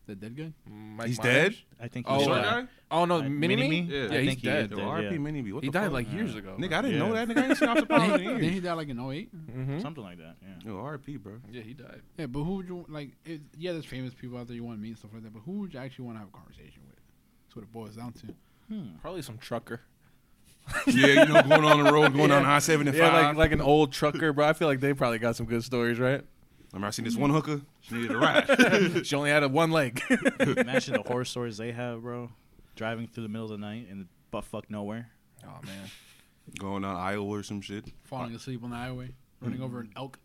D: The dead guy?
B: Mike
A: He's
B: Myers?
A: dead?
C: I think.
B: Oh,
C: he's
A: short
B: uh,
A: guy?
B: Oh no,
C: Like
B: Mini Me.
C: Mini-Me?
A: Yeah.
B: yeah,
A: I
B: he's
C: think he
B: dead.
C: is.
A: Yo,
C: Dead,
A: RP
C: yeah.
A: Mini Me. What
B: He
A: the
B: died
A: fuck?
B: like years ago.
A: Nigga, I didn't
C: Yeah.
A: know that. Nigga, I ain't seen Austin Powers in
D: Didn't he
A: years.
D: die like in 08?
B: hmm
C: Mm-hmm. something like that. Yeah.
A: Yo, RP, bro.
B: Yeah, he died.
D: Yeah, but who would you like? It, yeah, there's famous people out there you want to meet and stuff like that. But who would you actually want to have a conversation with? That's what it boils down to.
B: Probably some trucker.
A: yeah, you know, going on the road, going down I seventy five.
B: Yeah, like like an old trucker, bro. I feel like they probably got some good stories, right?
A: Remember, I seen this one hooker. She needed a ride.
B: she only had a one leg.
C: Imagine the horror stories they have, bro. Driving through the middle of the night in the butt fuck nowhere.
B: oh man.
A: going down Iowa or some shit.
D: Falling asleep on the
A: mm.
D: highway, running over an elk.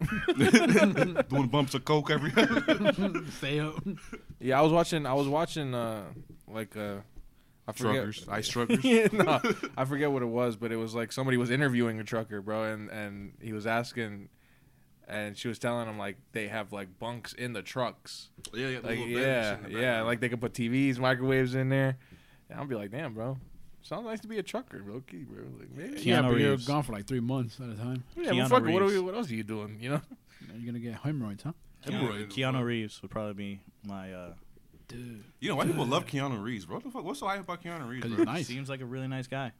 A: Doing bumps of coke every.
D: Stay up.
B: Yeah, I was watching. I was watching uh like uh I forget.
A: Truckers. Ice truckers.
B: Yeah, no, I forget what it was, but it was like somebody was interviewing a trucker, bro, and and he was asking, and she was telling him like they have like bunks in the trucks,
A: yeah, yeah, the
B: like
A: little bed and
B: yeah,
A: shit in the
B: yeah,
A: back.
B: like they could put TVs, microwaves in there, and I'll be like, damn, bro, sounds nice to be a trucker, low key, bro. Like, maybe,
C: Keanu
B: yeah,
D: yeah, but you're
C: Reeves.
D: gone for like three months at a time.
B: yeah, but
C: Keanu
B: fuck, what are
C: Reeves.
B: we, what else are you doing, you know?
D: You're gonna get hemorrhoids, huh?
C: Keanu,
A: Hemorrhoid.
C: Keanu Reeves would probably be my. Uh,
D: Dude,
A: You know, white people love Keanu Reeves, bro. What the fuck? What's so hype about Keanu Reeves,
D: 'Cause
A: bro?
D: he's nice.
C: Seems like a really nice guy.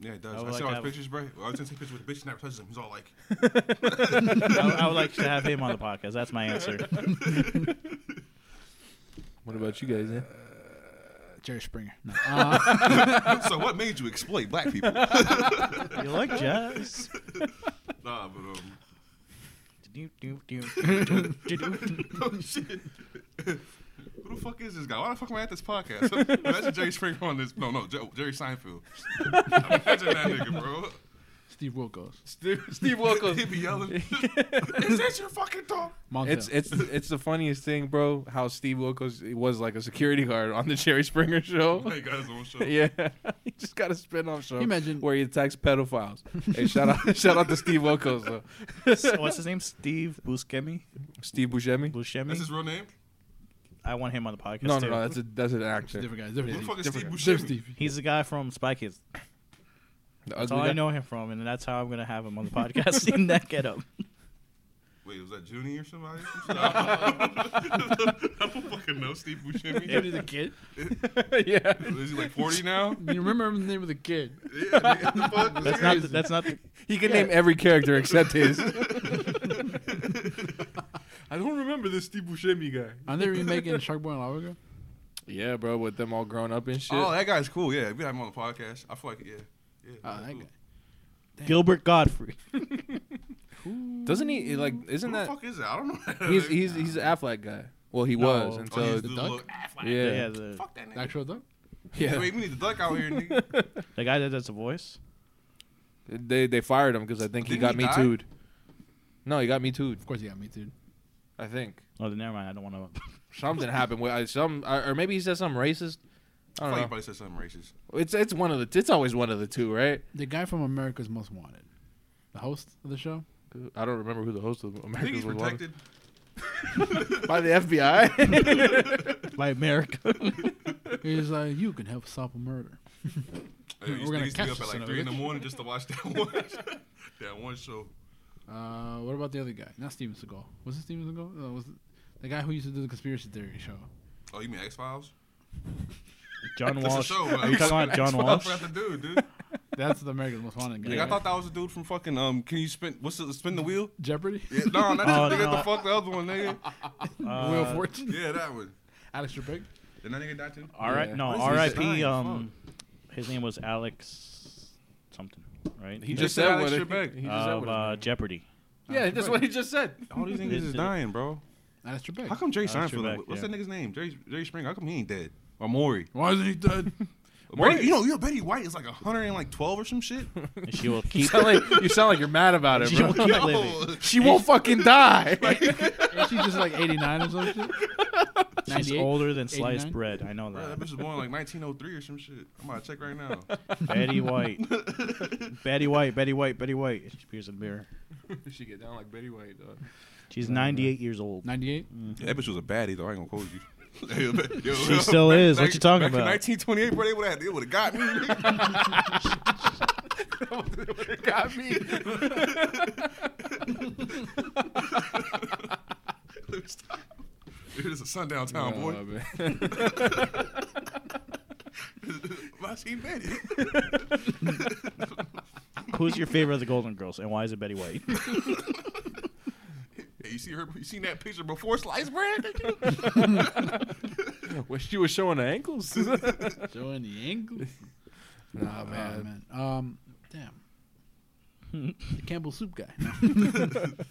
A: Yeah, it does.
C: I
A: I,
C: would
A: see
C: like
A: all
C: to
A: his pictures,
C: have-
A: bro. I was gonna take pictures with the bitch and never touches him. He's all like,
C: I, I would like to have him on the podcast. That's my answer.
B: What about you guys?
D: Jerry Springer. No. Uh,
A: so what made you exploit black people?
C: You like jazz?
A: nah, but um,
C: Do, do, do, do, do, do.
A: oh shit. Who the fuck is this guy? Why the fuck am I at this podcast? Imagine Jerry Springer on this. No, no, Jer- Jerry Seinfeld. Imagine that nigga, bro.
D: Steve Wilkos.
B: Steve, Steve Wilkos.
A: He be yelling. is this your fucking dog?
D: Montel.
B: It's it's it's the funniest thing, bro. How Steve Wilkos was like a security guard on the Jerry Springer show.
A: Hey guys, on show.
B: Yeah, he just got a spin-off show.
D: Imagine-
B: where he attacks pedophiles. hey, shout out, shout out to Steve Wilkos though.
C: So what's his name? Steve Buscemi?
B: Steve Buscemi.
A: That's
C: Buscemi?
A: his real name.
C: I want him on the podcast.
B: No, no,
C: too.
B: no. That's a that's an actor.
D: different guys.
A: Who the
D: Different,
A: fuck
D: guys.
A: is Steve
D: different,
A: Buscemi?
D: Steve.
C: He's the guy from Spy Kids.
B: The
C: That's
B: ugly
C: all I
B: guy.
C: know him from, and that's how I'm gonna have him on the podcast in that get up.
A: Wait, was that Junie or somebody? I don't fucking know Steve Buscemi.
D: a kid.
B: yeah,
A: Is he like 40 now?
D: You remember the name of the kid?
A: Yeah, nigga, the fuck?
C: That's not. The, that's not. The,
B: he can name every character except his. I don't remember this Steve Buscemi guy.
D: Aren't they remaking Sharkboy and Lava Girl?
B: Yeah, bro, with them all grown up and shit.
A: Oh, that guy's cool. Yeah, we had him on the podcast. I feel like, yeah. yeah
D: Oh,
A: he's
D: that
A: cool.
D: guy.
C: Gilbert Godfrey.
B: Doesn't he like? Isn't
A: Who the
B: that
A: fuck is that? I don't know. that
B: he's
A: nigga.
B: he's he's an Affleck guy? Well, he
C: No.
B: was
C: Oh,
A: oh,
B: until
A: he's
D: the
A: the
D: duck?
A: look.
B: yeah.
C: Yeah, the,
A: Fuck that
D: The
A: nigga.
D: actual duck?
B: yeah.
A: Wait, we need the duck out here, nigga.
C: the guy that does the voice.
B: They they fired him because I think he
A: Didn't
B: got
A: he
B: me
A: die?
B: tooed. No, he got me tooed.
D: Of course, he got me, dude.
B: I think
C: Oh, then never mind. I don't want to.
B: something happened with I, some, or or maybe he said something racist.
A: I thought
B: I
A: you
B: don't know.
A: probably said something racist.
B: It's it's one of the. It's always one of the two, right?
D: The guy from America's Most Wanted, the host of the show.
B: I don't remember who the host of
A: I think
B: America's
A: he's
B: was on.
A: protected.
B: by the FBI.
C: By America.
D: He's like, you can help stop a murder.
A: Hey, these
D: We're gonna
A: niggas
D: catch
A: be up
D: this
A: at
D: son
A: like
D: of a
A: three in the
D: bitch.
A: morning just to watch that one. that one show.
D: Uh, what about the other guy? Not Steven Seagal. Was it Steven Seagal? No, was it the guy who used to do the conspiracy theory show?
A: Oh, you mean X Files?
C: John
A: That's a
C: Walsh.
A: show.
C: Are you talking about John
A: I
C: Walsh?
A: forgot the dude, dude.
D: That's the America's Most Wanted guy.
A: Like, I thought that was a dude from fucking um. Can you spin? What's the spin the wheel?
D: Jeopardy.
A: Yeah, no, not that
C: Mm-hmm. Oh,
A: nigga.
C: no.
A: The fuck the other one, nigga.
C: Uh,
D: Will Fortune.
A: Yeah, that one.
D: Alex Trebek.
A: Did that nigga die too?
C: All right,
B: Yeah.
C: no,
A: What is he
C: R.I.P.
A: saying?
C: Um, his name was Alex something, right?
B: he
A: They
B: just
A: said
B: said
A: Alex
B: what. it-
A: Trebek.
B: He just said
C: of
B: what.
C: uh,
B: it-
C: Jeopardy.
B: Yeah, that's what he just said.
A: All these niggas is
C: Dude.
A: dying, bro.
D: Alex Trebek.
A: How come Jerry
C: Uh,
A: Seinfeld?
C: Trebek,
A: what's
C: yeah.
A: that nigga's name? Jerry Jerry Springer. How come he ain't dead? Or Maury?
D: Why isn't he dead?
A: Betty, you know, you know, Betty White is like 112 or some shit.
C: And she will
B: You
C: keep.
B: sound like you sound like you're mad about it,
C: she will
B: bro.
C: keep living.
B: She won't fucking die.
D: Isn't she just like 89 or something?
C: She's
D: 98?
C: older than sliced
D: 89?
C: bread. I know
A: Bro, that
C: that.
A: bitch was born like 1903 or some shit. I'm about to check right now.
C: Betty White. Betty White. Betty White. Betty White. She appears in the mirror.
B: she get down like Betty White. Dog.
C: She's 98 years old.
D: 98.
A: Yeah, that bitch was a baddie though. I ain't gonna quote you. Yo, yo,
C: She
A: yo,
C: still is. What you talking
A: back in
C: about?
A: 1928, bro. They would have. They would have got me.
B: got me.
A: Let me stop. Dude, It's a sundown town, boy. My team Betty.
C: Who's your favorite of the Golden Girls, and why is it Betty White?
A: Hey, you see her? You seen that picture before sliced bread?
B: When she was showing her ankles.
D: Showing the angles.
B: nah,
D: Oh, man. man. Um, damn. the Campbell soup guy.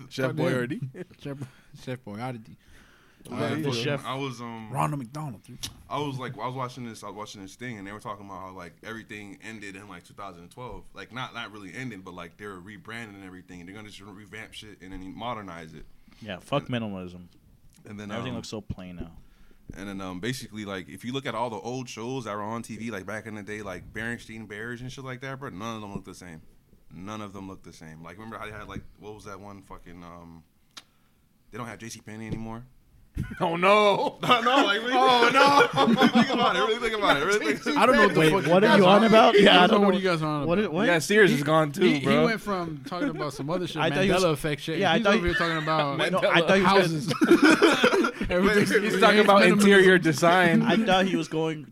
B: Chef Boyardee.
D: Chef, Chef Boyardee.
A: I,
B: you
A: was,
C: chef.
A: I was um.
D: Ronald McDonald. dude.
A: I was like, I was watching this, I was watching this thing, and they were talking about how like everything ended in like 2012, like not not really ending, but like they're rebranding everything, and they're gonna just revamp shit and then modernize it.
C: yeah, fuck minimalism.
A: And then
C: Everything
A: um,
C: looks so plain now.
A: And then um, basically, like, if you look at all the old shows that were on TV, like back in the day, like Berenstein Bears and shit like that, bro, none of them look the same. None of them look the same. Like, remember how they had, like, what was that one fucking, um, they don't have J.C. Penney anymore?
B: Oh no!
A: no, like, oh, no. think about it. Really think about it. Really think
D: I don't know what the
C: Wait,
D: fuck
C: what are
D: guys
C: you on about? Yeah, I
D: I
C: don't
D: don't know
C: know.
D: what you guys are on about.
C: What? it- what?
B: Yeah, Sears is gone too,
D: he, he
B: bro.
D: went from talking about some other shit,
C: I thought he was-
D: Mandela effect shit.
C: yeah, I
D: he's
C: thought
D: over
C: he-
D: here talking about
C: No, I thought he was gonna-
D: houses. Everything's-
A: He's
B: He's talking about
D: minimalism.
B: interior design.
C: I thought he was going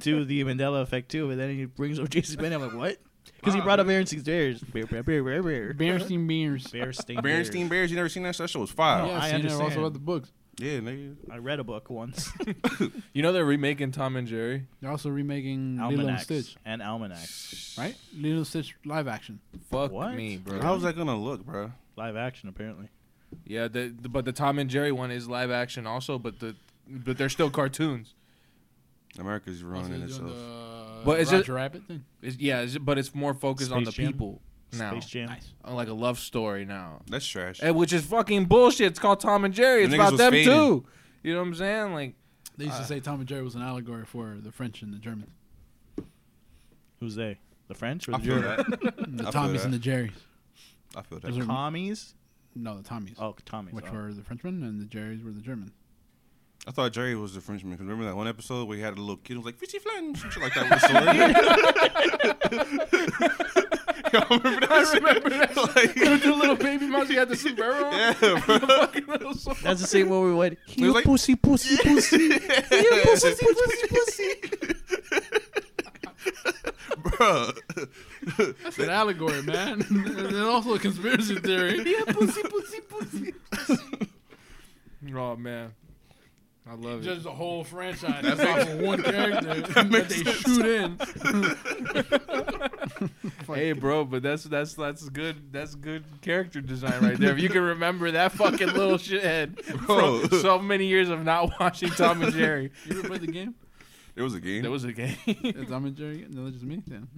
C: to the Mandela effect too, but then he brings up Jason Bennett. I'm like, what? Because he
A: Nah,
C: brought up Aaron Six Bears. Bear, bear, bear, bear, bear.
D: Berenstein Beers.
C: Berenstein.
A: Berenstein
C: Bears.
A: Bears, you never seen that? That show was fire.
D: yeah,
C: Oh, I
D: I've seen it. I've
C: understand.
D: also read the books.
A: Yeah, nigga.
C: I read a book once.
B: You know they're remaking Tom and Jerry.
D: They're also remaking Lilo and
C: Almanacs
D: Stitch,
C: and Almanac
D: right? Lilo and Stitch live action.
B: Fuck
C: What?
B: me, bro.
A: How's that gonna look, bro?
C: live action apparently.
B: Yeah, the, the, but the Tom and Jerry one is live action also, but the but they're still cartoons.
A: America's ruining itself.
D: uh,
B: But
D: but
B: is
D: is
B: it-
D: Roger Rabbit thing?
B: It's, yeah, it's, but it's more focused on the
C: Space Jam?
B: people now,
C: Space Jam.
B: Uh, like a love story now,
A: That's trash.
B: Eh, which is fucking bullshit. It's called Tom and Jerry. It's
A: The niggas
B: about
A: was
B: them
A: fading.
B: too. You know what I'm saying? Like
D: They used to say Tom and Jerry was an allegory for the French and the Germans,
C: Who's they? The French or
A: I
C: the
A: feel
C: Germans?
A: that.
D: the
A: feel
D: Tommies and
A: that.
D: the Jerrys.
A: I feel
D: Those
A: that.
D: are-
C: Commies?
D: No, the Tommies,
C: Oh, Tommies.
D: which
C: oh.
D: were the Frenchmen, and the Jerrys were the Germans.
A: I thought Jerry was the Frenchman. 'cause remember that one episode where he had a little kid who was like fishy flan, some shit like that with a sword. Y'all remember that? shit? Like,
B: the little baby mouse, he had the sombrero. on.
A: yeah, bro.
B: Fucking little so-
C: That's the same one we went.
A: It was
C: You
A: like-
C: pussy, pussy, pussy. You pussy, pussy, pussy.
A: bro.
D: That's an allegory, man, and also a conspiracy theory.
B: pussy, pussy, pussy. oh man, I love it.
D: Just a whole franchise that's off of one character that, they shoot in.
B: Hey, bro, but that's that's that's good. That's good character design right there. If you can remember that fucking little shithead
A: Bro.
B: from so many years of not watching Tom and Jerry,
D: You ever played the game?
A: There was a game.
B: there was a game.
D: Yeah, Tom and Jerry? No, that's just me. Then.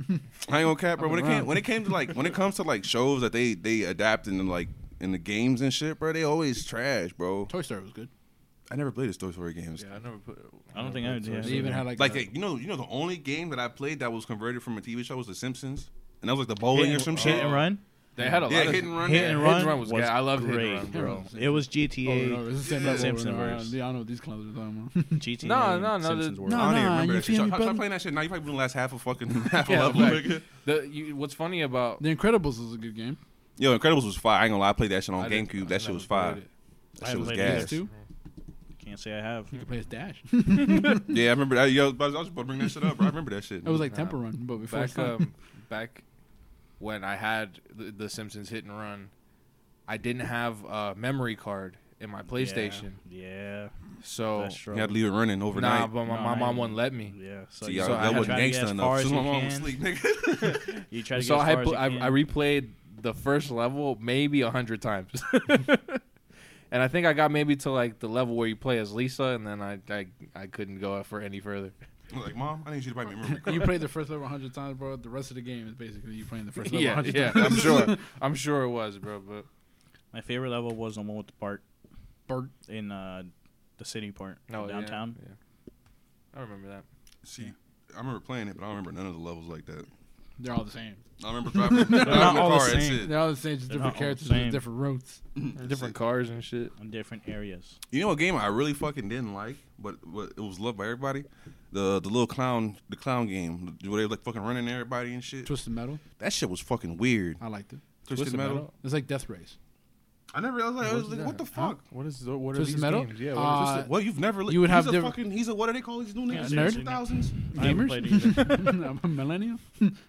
A: I ain't gonna cap, bro.
D: Up
A: When it
D: and
A: came
D: around.
A: when it came to like when it comes to like shows that they they adapt in like in the games and shit, bro, they always trash, bro.
D: Toy Story was good.
A: I never played the Toy Story games.
B: I never put.
C: I don't think I would.
D: They even had like,
A: Like
D: a-
A: hey, you know, you know, the only game that I played that was converted from a TV show was The Simpsons, and that was like the bowling or some
C: Hit
A: shit.
C: and run.
B: They had a lot
A: Yeah,
B: of
A: hit and run.
C: Hit
A: yeah.
C: and
B: Hit
C: run.
B: and Run was good. I loved Hit and
C: great,
B: Run,
C: bro.
D: bro.
C: It was
D: over
C: GTA.
D: and over. It's the same level. over and over.
C: Simpsonverse.
D: Yeah, I know these clowns are talking about.
C: GTA.
B: No,
C: and
B: no, no,
C: Simpsons
B: the-
C: were-
D: No,
A: I don't even
D: nah,
A: remember
D: you
A: that shit.
D: feel
A: Stop,
D: me,
A: stop
D: brother?
A: playing that shit now. You probably been the last half of fucking half a
B: Yeah,
A: level.
B: like-
A: nigga.
B: The, you, what's funny about
D: the Incredibles was a good game.
A: Yo, Incredibles was fire. I ain't gonna lie, I played that shit on
B: I didn't-
A: GameCube.
B: I
A: That shit
B: never
A: was fire.
B: played it.
A: That
C: I
A: shit was
C: played it
A: gas.
D: Gas too.
C: Can't say I have.
D: You could play as Dash.
A: Yeah, I remember that. Yo, I was I was about to bring that shit up. Bro. I remember that shit.
D: It was like
B: Nah.
D: Temple Run, but before
B: back
D: Sonic.
B: um, back when I had the, the Simpsons Hit and Run, I didn't have a memory card in my PlayStation,
C: Yeah.
B: so
C: That's true.
A: you had to leave it running overnight.
B: nah. But my,
C: No,
B: my
C: I
B: mom
C: didn't.
B: wouldn't let me.
C: Yeah. So,
A: See,
C: you,
A: I,
B: so
A: I,
B: I had
A: wasn't
C: tried to get
A: gangsta
C: as
A: enough.
C: far
A: Soon
C: as
A: my
C: you
A: mom was
C: can.
A: asleep, nigga.
C: you try to get
B: So
C: as
B: I,
C: far
B: pl- I,
C: as you
B: I
C: can.
B: replayed the first level maybe a hundred times, and I think I got maybe to like the level where you play as Lisa, and then I I, I couldn't go for any further.
A: I'm like, mom, I need you to buy me a memory card.
D: You played the first level 100 times, bro. The rest of the game is basically you playing the first level
B: yeah,
D: 100
B: yeah,
D: times.
B: I'm sure, I'm sure it was, bro. But
C: My favorite level was the one with Bart
D: Bart.
C: in uh, the city part
B: no, yeah,
C: downtown.
B: Yeah, I remember that.
A: See, I remember playing it, but I don't remember none of the levels like that.
D: They're all the same.
A: I remember driving, driving
C: not
A: the
C: all the
A: car. That's
C: same.
A: it.
D: They're all the same, just
C: They're not
D: different
C: all
D: characters
C: the same.
D: with different routes.
B: Different cars and shit.
C: In different areas.
A: You know a game I really fucking didn't like, but, but it was loved by everybody. The the little clown the clown game where they like fucking running everybody and shit.
D: Twisted Metal.
A: That shit was fucking weird.
D: I liked it.
A: Twisted, Metal.
D: It's like Death Race.
A: I never realized like, I was
B: What's
A: like, what the
B: that?
A: fuck?
B: What is the, what are
D: Twisted
B: these
D: Metal?
B: games? Yeah,
D: Uh,
B: what is
A: Twisted- well, you've never. Li-
D: you would
A: he's
D: have
A: a
D: diff-
A: fucking. He's a what do they call these new
C: Yeah,
A: niggas?
C: nerd.
A: Two thousands.
C: I haven't
D: Gamers?
C: played it either.
D: I'm a millennial.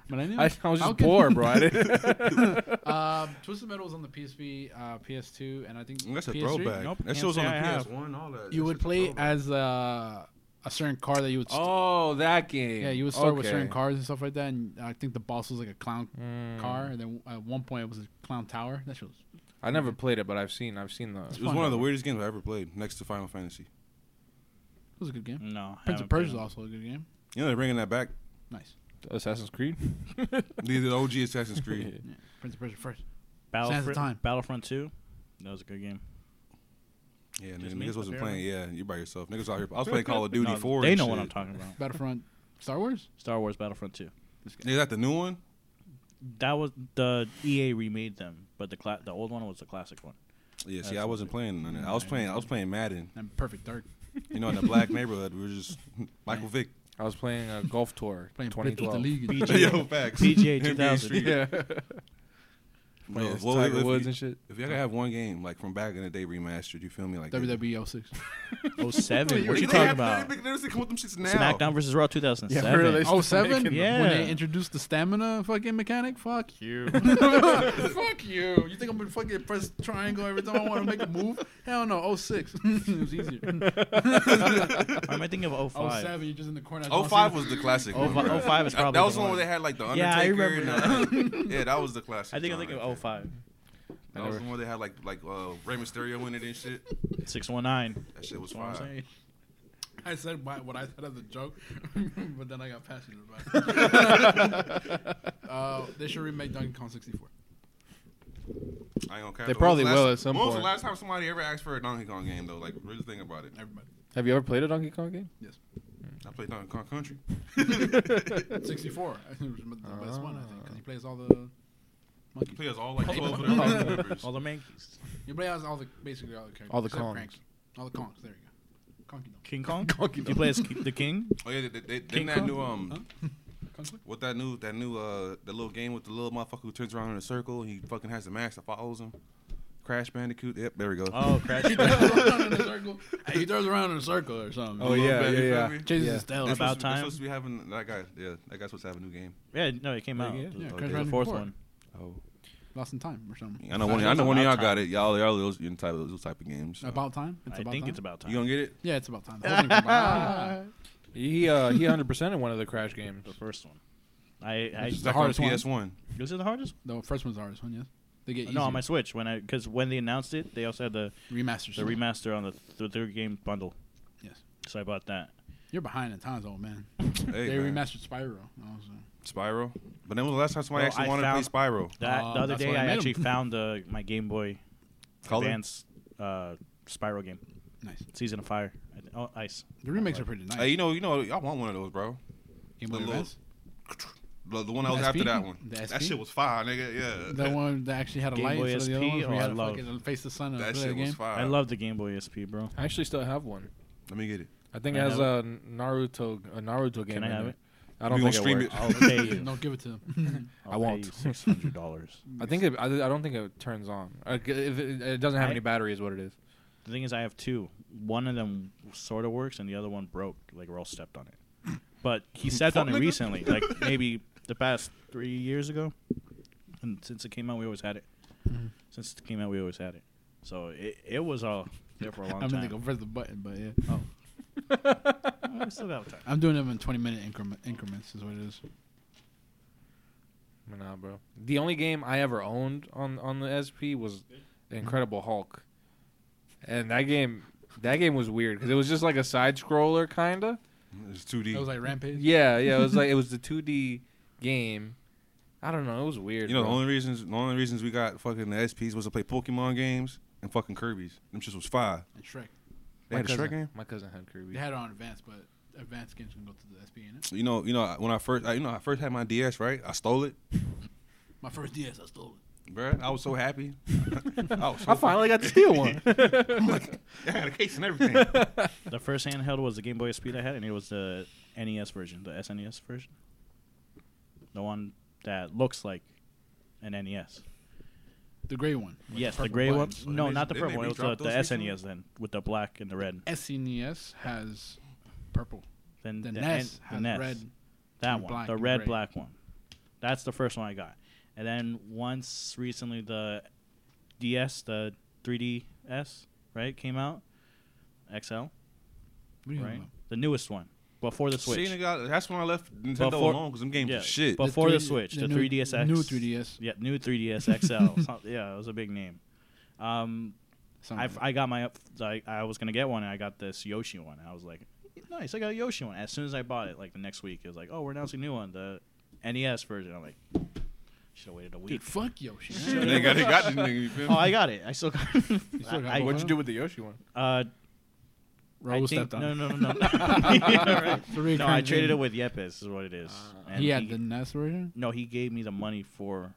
D: millennial.
B: this? I, I was
D: How
B: just
D: can-
B: bored, bro. I didn't-
D: Um, Twisted Metal was on the PSP, uh, PS2, and I think
A: That's a
D: PS3.
A: throwback.
C: Nope,
A: that
C: can't
A: shit was
C: say
A: on the
C: I have.
A: PS1. All that.
D: You
A: That
D: would
A: shit's a
D: play
A: throwback.
D: as uh, a certain car that you would. St-
B: oh, that game.
D: yeah, you would start with
B: Okay.
D: certain cars and stuff like that, and I think the boss was like a clown
C: Hmm.
B: Mm.
D: car, and then uh, at one point it was a clown tower. That shit was
B: I never played it, but I've seen I've seen
A: It
B: the.
A: was one of the weirdest games I ever played, next to Final Fantasy.
D: it was a good game.
C: No.
D: Prince of
C: haven't played
D: Persia is
C: it.
D: also a good game.
A: You know they're bringing that back.
D: Nice.
B: Assassin's Creed.
A: The, the OG Assassin's Creed.
D: Yeah. Prince of Persia first. Sands of
C: Battlefront,
D: Time.
C: Battlefront 2. That was a good game.
A: Yeah,
C: Just
A: nigga,
C: me,
A: niggas wasn't
C: apparently.
A: playing. Yeah, you by yourself. Niggas out here. I was playing Call of Duty
C: No,
A: 4.
C: they
A: and
C: know what
A: shit.
C: I'm talking about.
D: Battlefront, Star Wars.
C: Star Wars Battlefront 2.
A: Is that the new one?
C: That was the EA remade them, but the cla- the old one was the classic one.
A: Yeah, see,
C: That's
A: I wasn't playing. None of that. I was playing. I was playing Madden.
D: And Perfect Dark.
A: You know, in the black neighborhood, we were just Michael Vick.
B: I was playing a golf tour
D: Playing Blitz with the
B: 2012.
D: league.
C: BG.
A: Yo, facts.
C: PGA
A: NBA
C: 2000.
A: Street.
B: Yeah.
A: Bro,
B: Playing
A: well,
B: Tiger
A: if
B: Woods
A: you-
B: and shit.
A: If y'all could have one game like from back in the day remastered, you feel me? Like
D: WWE 06.
C: 07. What
A: They
C: you
A: have-
C: talking
A: They
C: about?
A: make- they come with them shits now.
C: SmackDown versus Raw 2007.
B: Yeah, really.
D: Oh seven?
C: making them.
D: When
C: Yeah.
D: they introduced the stamina fucking mechanic? Fuck you. Fuck you. You think I'm gonna fucking press triangle every time I want to make a move? Hell no. 06. it was easier.
C: Or am I thinking of 05?
D: 07, you're just in the corner.
A: Oh five was the classic.
C: Oh,
A: one,
C: fi-
A: bro.
C: oh, five is
A: That-
C: probably
A: that was
C: the
A: the one
C: one.
A: where they had like the Undertaker.
C: Yeah, I
A: And, uh, yeah, that was the classic.
C: I think I'm
A: genre.
C: thinking of 05.
A: That was the one where they had like like uh, Rey Mysterio in it and shit.
C: 619.
A: That shit was
C: That's what I'm
A: fire.
C: saying.
D: I said my, what I said as a joke, but then I got passionate about it. uh, they should remake Donkey Kong 64.
A: I ain't gonna cap
B: They
A: though.
B: probably
A: When was the last-
B: will at some
A: When was the
B: point.
A: last time somebody ever asked for a Donkey Kong game though? Like really think about it.
D: Everybody.
B: Have you ever played a Donkey Kong game?
A: I played Donkey Kong Country.
D: 64. I think it was the best one, I think, because he plays all the monkeys.
A: Players all like twelve of their family members.
C: All the Mankeys.
D: You play as all the basically all the characters.
B: All the
D: except
B: Kongs.
D: Crank. All the Kongs. There you go. Conky Dong.
C: King Kong? You play as Ki- the King?
A: Oh yeah, they, they, they, then
C: King
A: that
C: Kong?
A: new um,
D: Conflict?
A: what that new that new uh, the little game with the little motherfucker who turns around in a circle. and He fucking has the mask that follows him. Crash Bandicoot. Yep, there we go.
C: Oh, Crash.
D: he throws around in a circle. Hey, he throws around in a circle or something.
B: Oh,
A: Little
B: yeah,
A: Bad,
B: yeah,
A: you feel
B: yeah.
A: me?
D: Chases
B: Yeah.
D: his tail.
A: They're supposed
C: About
A: to- they're
C: Time.
A: supposed to be having that guy. Yeah, that guy's supposed to have a new game.
C: yeah, no, it came out.
B: Yeah,
D: Yeah,
C: It was
D: Crash
C: the
D: Bandicoot
C: fourth
D: four.
C: one.
A: Oh,
D: Lost in time or something.
A: I know one. I know one of y'all got it. Y'all, y'all those in type those type of games. so.
D: About time. It's
C: I
D: about
C: think
D: time.
C: it's about time.
A: You gonna get it?
D: Yeah, it's about time. The whole thing's about time.
B: He uh he 100 percent in one of the crash games.
C: the first one. I, I
D: Which is
A: It's
D: the
A: like on
D: hardest one.
A: PS One.
C: this is the hardest.
D: The first one's the hardest one. Yes. They get easier.
C: No, on my Switch when I because when they announced it, they also had the
D: remasters.
C: the remaster on the, the third game bundle.
D: Yes.
C: So I bought that.
D: You're behind in times, old man.
A: Hey,
D: they
A: man.
D: remastered Spyro. Oh, Also.
A: Spyro. But then was the last time somebody
C: No,
A: actually
C: I
A: wanted
C: found-
A: to play Spyro?
C: That
D: Oh,
C: the other
D: that's
C: day
D: why I
C: I
D: made 'em.
C: actually found uh, my Game Boy
A: Color?
C: Advance uh, Spiral game,
D: Nice.
C: Season of Fire. I th- Oh, Ice.
D: The remakes are pretty nice.
A: Hey, you know, you know, y'all want one of those, bro?
D: Game Boy
A: the little-
D: Advance.
A: The, the one that was
D: The
A: after
D: SP?
A: that one.
D: The
A: That
D: SP?
A: shit was fire, nigga. Yeah.
D: The one that actually had a
C: Game
D: light
C: Boy
D: instead of the
C: SP?
D: other ones. where
C: Oh,
D: you
C: I
D: had to
C: love-
D: fucking face the sun. and
A: that
D: play
A: shit
D: the game.
A: was fire.
C: I love the Game Boy SP, bro.
B: I actually still have one.
A: Let me get it.
B: I think it
C: I
B: has
C: have
B: a Naruto a Naruto game.
C: I
B: in
C: have
B: it?
C: it?
B: I don't
A: We gonna
B: think
A: stream
B: it works.
A: it.
C: I'll pay you.
D: No, give it to him.
C: I'll
B: I won't.
C: Six hundred dollars.
B: I think it, I, I don't think it turns on. Uh, g- if it, it doesn't have
C: I-
B: any battery, is what it is.
C: The thing is, I have two. One of them sort of works, and the other one broke. Like Roll stepped on it. But he stepped on it recently, like maybe the past three years ago. And since it came out, we always had it.
D: Mm-hmm.
C: Since it came out, we always had it. So it, it was all there for a long
D: I'm gonna
C: time.
D: go press the button, but yeah.
C: Oh. I still got time.
D: I'm doing them in 20 minute increment, increments, is what it is.
B: Nah, bro. The only game I ever owned on on the SP was the Incredible Hulk, and that game that game was weird because it was just like a side scroller kinda.
A: It's 2D.
D: It was like Rampage.
B: Yeah, yeah. It was like it was the 2D game. I don't know. It was weird.
A: you know, the
B: bro.
A: only reasons the only reasons we got fucking the SPs was to play Pokemon games and fucking Kirby's. Them shits was fire.
D: And Shrek.
A: They had a Shrek game.
B: my cousin had Kirby.
D: They had it on Advance, but Advance games can go to the SP in it.
A: You know, you know I- when I first, I, you know, I first had my DS, right? I stole it,
D: My first DS, I stole it.
A: bruh. I was so happy. I was so
B: I finally got to steal one.
A: I had a case and everything.
C: The first handheld was the Game Boy SP that I had, and it was the NES version, the SNES version. The one that looks like an E NES.
D: The gray one. with
C: yes, the
D: purple
C: gray one.
D: buttons.
C: No,
A: Didn't
C: not the
A: they-
C: purple one.
A: didn't
C: It was
A: they
C: the,
A: drop
C: the
A: those recently?
C: SNES then, with the black and the red.
D: SNES has purple.
C: Then
D: The,
C: the,
D: NES
C: N- the NES.
D: has red.
C: that
D: and
C: one,
D: black
C: the
D: and
C: red
D: gray.
C: black one. That's the first one I got. And then once recently the DS, the 3DS, right, came out. XL,
D: What do you
C: right?
D: know?
C: The newest one before the Switch.
A: See, nigga, that's when I left Nintendo
C: Before-
A: alone because them games
C: yeah,
A: was shit.
C: bef- Before the
D: 3D
C: Switch, the
D: new-
C: 3DSX.
D: New 3DS.
C: Yeah, new 3DS XL. Some- yeah, it was a big name. Um,
D: something
C: I,
D: like
C: I got my I, I was gonna get one and I got this Yoshi one. I was like, nice, I got a Yoshi E one. As soon as I bought it, like the next week, it was like, oh, we're announcing a new one, the NES version. I'm like, Should have waited a week.
D: Dude, fuck Yoshi.
A: And they got, they got this nigga. You feel
C: Oh,
A: me?
C: I got it. I still got. It.
D: still got
C: I,
D: it.
B: What'd you do with the Yoshi one?
C: Uh, I
D: Raul
C: think-
D: stepped on
C: No,
D: it.
C: no, no, no. Alright.
D: It's a recurring
C: No, I traded
D: thing.
C: it with Yepes. Is what it is. And
D: He had the NES version
C: No, he gave me the money for.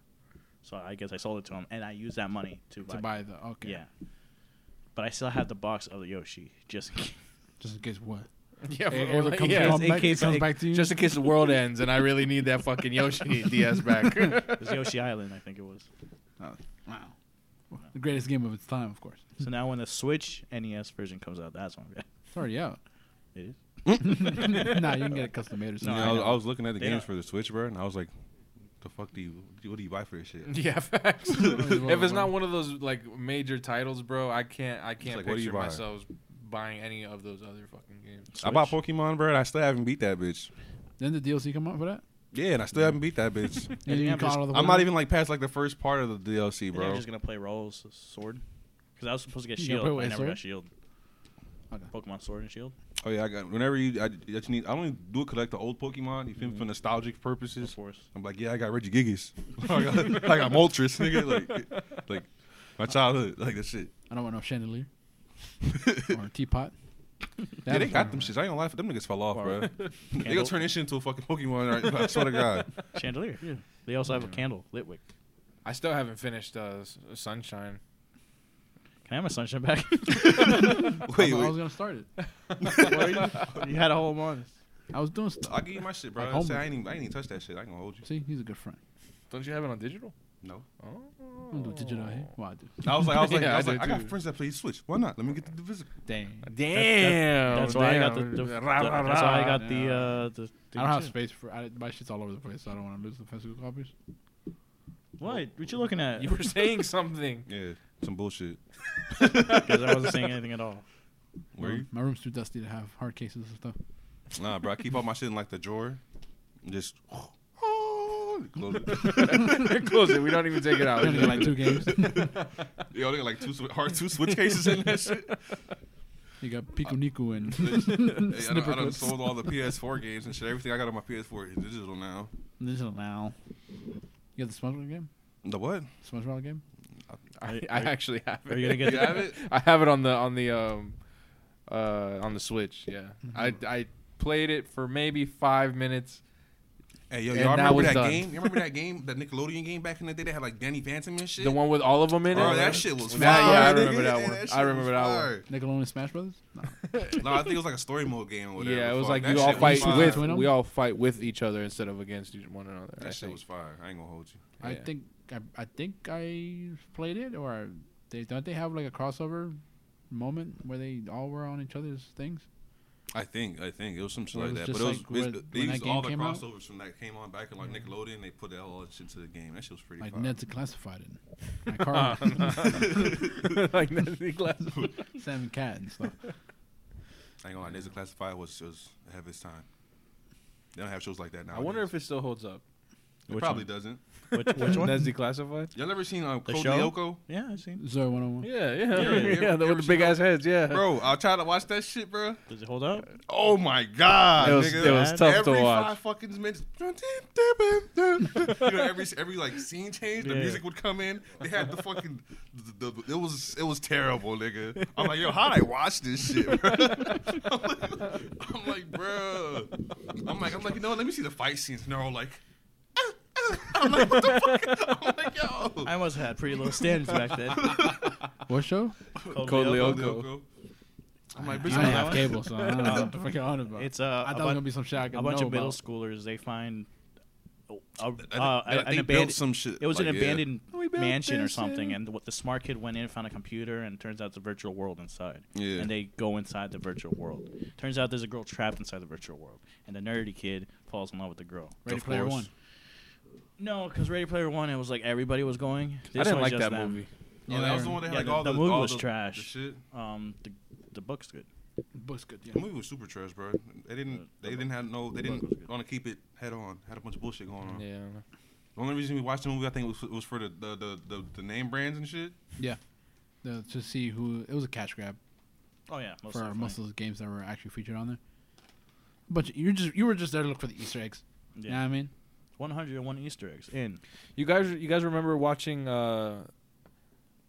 C: So I guess I sold it to him, and I used that money to buy.
D: to buy the okay.
C: Yeah. But I still have the box of the Yoshi, just in case.
D: Just in case what?
B: Yeah,
D: Hey, or the
B: yeah.
D: comes
C: in
D: back-
C: case
D: comes
C: it-
D: back to you.
B: just in case the world ends and I really need that fucking Yoshi DS back.
C: It was Yoshi Island, I think it was.
D: wow. The greatest game of its time, of course.
C: So now when the Switch NES version comes out, that's one.
D: It's already out.
C: It is.
D: nah, you can get it custom made or
A: You
D: something.
A: know, I, was, I was looking at the
C: They
A: games
C: are-
A: for the Switch, bro, and I was like, "The fuck do you? What do you buy for this shit?"
B: yeah, facts. if it's not one of those like major titles, bro, I can't. I can't
A: like, what do you
B: picture
A: buy?
B: myself buying any of those other fucking games.
A: I bought Pokemon, bro, and I still haven't beat that bitch.
D: Then the DLC come out for that.
A: Yeah, and I still haven't beat that bitch.
C: Yeah,
D: And you
C: yeah,
D: can
C: but
D: call it the
A: I'm
D: Wii.
A: not even like past like the first part of the DLC,
C: Bro.
A: bro.
C: I'm just gonna play Roll's sword because I was supposed to get
D: You
C: Shield.
D: gonna play
C: but I
D: with
C: never
D: sword?
C: got Shield.
D: Okay.
C: Pokemon Sword and Shield.
A: Oh yeah, I got whenever you I, that you need. I only do collect the old Pokemon. You feel me, for nostalgic
C: Of
A: purposes.
C: course.
A: I'm like, yeah, I got Reggie Gigas. I got, I got Moltres, nigga. Like, like my childhood, like that shit.
D: I don't want no chandelier
A: yeah,
D: or teapot.
A: they got them shits. I ain't gonna lie, them niggas fell off, bro. they gonna turn this shit into a fucking Pokemon. Right? I swear to God.
C: Chandelier. Yeah. They also have a candle, Litwick.
B: I still haven't finished uh, S- Sunshine.
C: Can I have my sunshine back?
A: Wait,
D: I
A: wait.
D: was gonna start it.
C: you had a whole month.
D: I was doing. St-
A: I'll give you my shit, bro.
D: Like
A: I, said,
D: homework.
A: I ain't even, I ain't even touch that shit. I ain't gonna hold you.
D: See, he's a good friend.
B: Don't you have it on digital?
A: No.
B: Oh,
D: I don't do digital. eh? Well, I do.
A: I was like, I was like,
B: Yeah,
A: I, was
B: I do
A: like, I got
B: too.
A: friends that play Switch. Why not? Let me get the physical.
D: Dang.
B: Damn.
C: That's why I got the.
B: Oh, damn.
C: the- the-
B: Rah, rah,
C: that's why I
B: rah.
C: got the. Uh, the, the
D: I don't have
C: shit.
D: space for I, my shit's all over the place. So I don't want to lose the physical copies.
C: What? What you looking at?
B: You were saying something.
A: Yeah, some bullshit.
C: Because I wasn't saying anything at all.
A: Were
D: my,
A: you?
D: my room's too dusty to have hard cases and stuff.
A: Nah, bro. I keep all my shit in like the drawer. And just. Close it.
B: Close it. We don't even take it
D: I
B: out.
D: only got like two games.
A: Yo, they got like two swi- hard two switch cases in that shit.
D: you got Pico Nico and
A: Uh, Hey, I, done,
D: Snipper
A: I done
D: Clips.
A: sold all the PS4 games and shit. Everything I got on my PS4 is digital now.
D: This is now. You got the SpongeBob game?
A: The what?
D: SpongeBob game?
B: I, I actually have it.
C: Are you gonna get
A: You
C: the-
A: have it?
B: I have it on the on the um uh on the Switch. Yeah, I I played it for maybe five minutes.
A: Hey, yo,
B: And
A: y'all
B: that
A: remember
B: was
A: that
B: done.
A: game? You remember that game, that Nickelodeon game back in the day? They had like Danny Phantom and shit.
B: The one with all of them in it.
A: Bro, that shit was
B: That-
A: fire.
B: yeah, I
A: nigga.
B: remember that one.
A: shit
B: I remember
A: was
B: that one.
A: fire.
D: Nickelodeon Smash Brothers? No.
A: No, I think it was like a story mode game or whatever.
B: yeah, it was
A: Fuck,
B: like
A: that
B: you
A: shit
B: all
A: was
B: fight
A: fire.
B: with.
D: Between 'em?
B: We all fight with each other instead of against each one another. I
A: That shit
B: think.
A: was fire. I ain't gonna hold you.
D: I
B: Yeah.
D: think I, I think I played it or they don't they have like a crossover moment where they all were on each other's things?
A: I think, I think it was some shit
D: Well,
A: like that.
D: it was
A: But
D: just
A: it was basi-
D: like when-
A: they
D: when that
A: used
D: game
A: all the
D: came out?
A: crossovers from that came on back in like Nickelodeon. They put that all that shit to the game. That shit was pretty
D: Like
A: fire.
D: Ned's classified it. Like Carl,
B: like Nancy Glass.
D: Sam and Cat and stuff.
A: I ain't gonna lie, Ned's Classified was was ahead of its time. They don't have shows like that now.
B: I wonder if it still holds up.
A: it
C: Which
A: probably
C: one?
A: doesn't.
C: Which, which one?
B: That's declassified.
A: Y'all ever seen uh,
C: The
A: Code
C: show?
A: Lyoko?
C: Yeah, I've seen.
D: Zoe 101.
B: Yeah, yeah,
A: Yeah,
B: yeah.
A: you ever- you
B: the,
A: ever
B: with the big ass heads. Yeah,
A: Bro, I tried to watch that shit, bro.
C: Does it hold up?
A: Oh my god,
B: it was
A: nigga.
B: it was
C: Bad.
B: tough to
A: every
B: watch.
A: five fucking minutes, you know, every every like scene change, the
C: Yeah.
A: music would come in. They had the fucking, the, the, it was it was terrible, nigga. I'm like, yo, how would I watch this shit? Bro? I'm, like, I'm like, bro, I'm like, I'm like, you know, what? let me see the fight scenes, and they're all like, "Ah, ah." I'm like, what the fuck? I'm like, yo,
C: I must have had pretty low standards back then.
D: What show?
B: Code Lyoko.
A: I'm like,
D: I
A: bitch,
D: don't
A: I'm
D: have
A: like-
D: cable, so I don't know what the fuck you're on about.
C: It's uh,
D: I
C: a,
D: thought it was
C: bun-
D: gonna be some shit I could
C: a bunch
D: know
C: of middle
D: about.
C: schoolers. They find a- a-
A: I
C: uh,
A: think-
C: an
A: they built
C: abandoned.
A: some shit.
C: It was
A: like,
C: an
A: yeah.
C: abandoned
B: We built
C: mansion or
B: this
C: something,
B: shit.
C: and what the smart kid went in, found a computer, and turns out it's a virtual world inside.
A: Yeah.
C: And they go inside the virtual world. Turns out there's a girl trapped inside the virtual world, and the nerdy kid falls in love with the girl.
D: Ready
A: Of
D: Player
A: course.
D: One.
C: No, because Ready Player One, it was like everybody was going.
B: I
C: This
B: didn't
C: one's
B: like
C: just
B: that
C: them.
B: movie.
A: Oh, that was the one that had
C: Yeah,
A: like
C: the-
A: all
C: the
A: the
C: movie
A: all
C: was
A: the-
C: trash.
A: The shit.
C: Um, the the book's good.
D: Book's good. Yeah.
A: The movie was super trash, bro. They didn't. They didn't have no. They didn't want to keep it head on. Had a bunch of bullshit going on.
B: Yeah,
A: The only reason we watched the movie, I think, was, was for the the, the the the name brands and shit.
D: Yeah. The- to see who it was a cash grab
C: Oh yeah, most
D: for
C: of
D: most of those games that were actually featured on there. But you just you were just there to look for the Easter eggs. You know
C: Yeah.
D: what I mean?
C: 101 Easter eggs in.
B: You guys, you guys remember watching uh,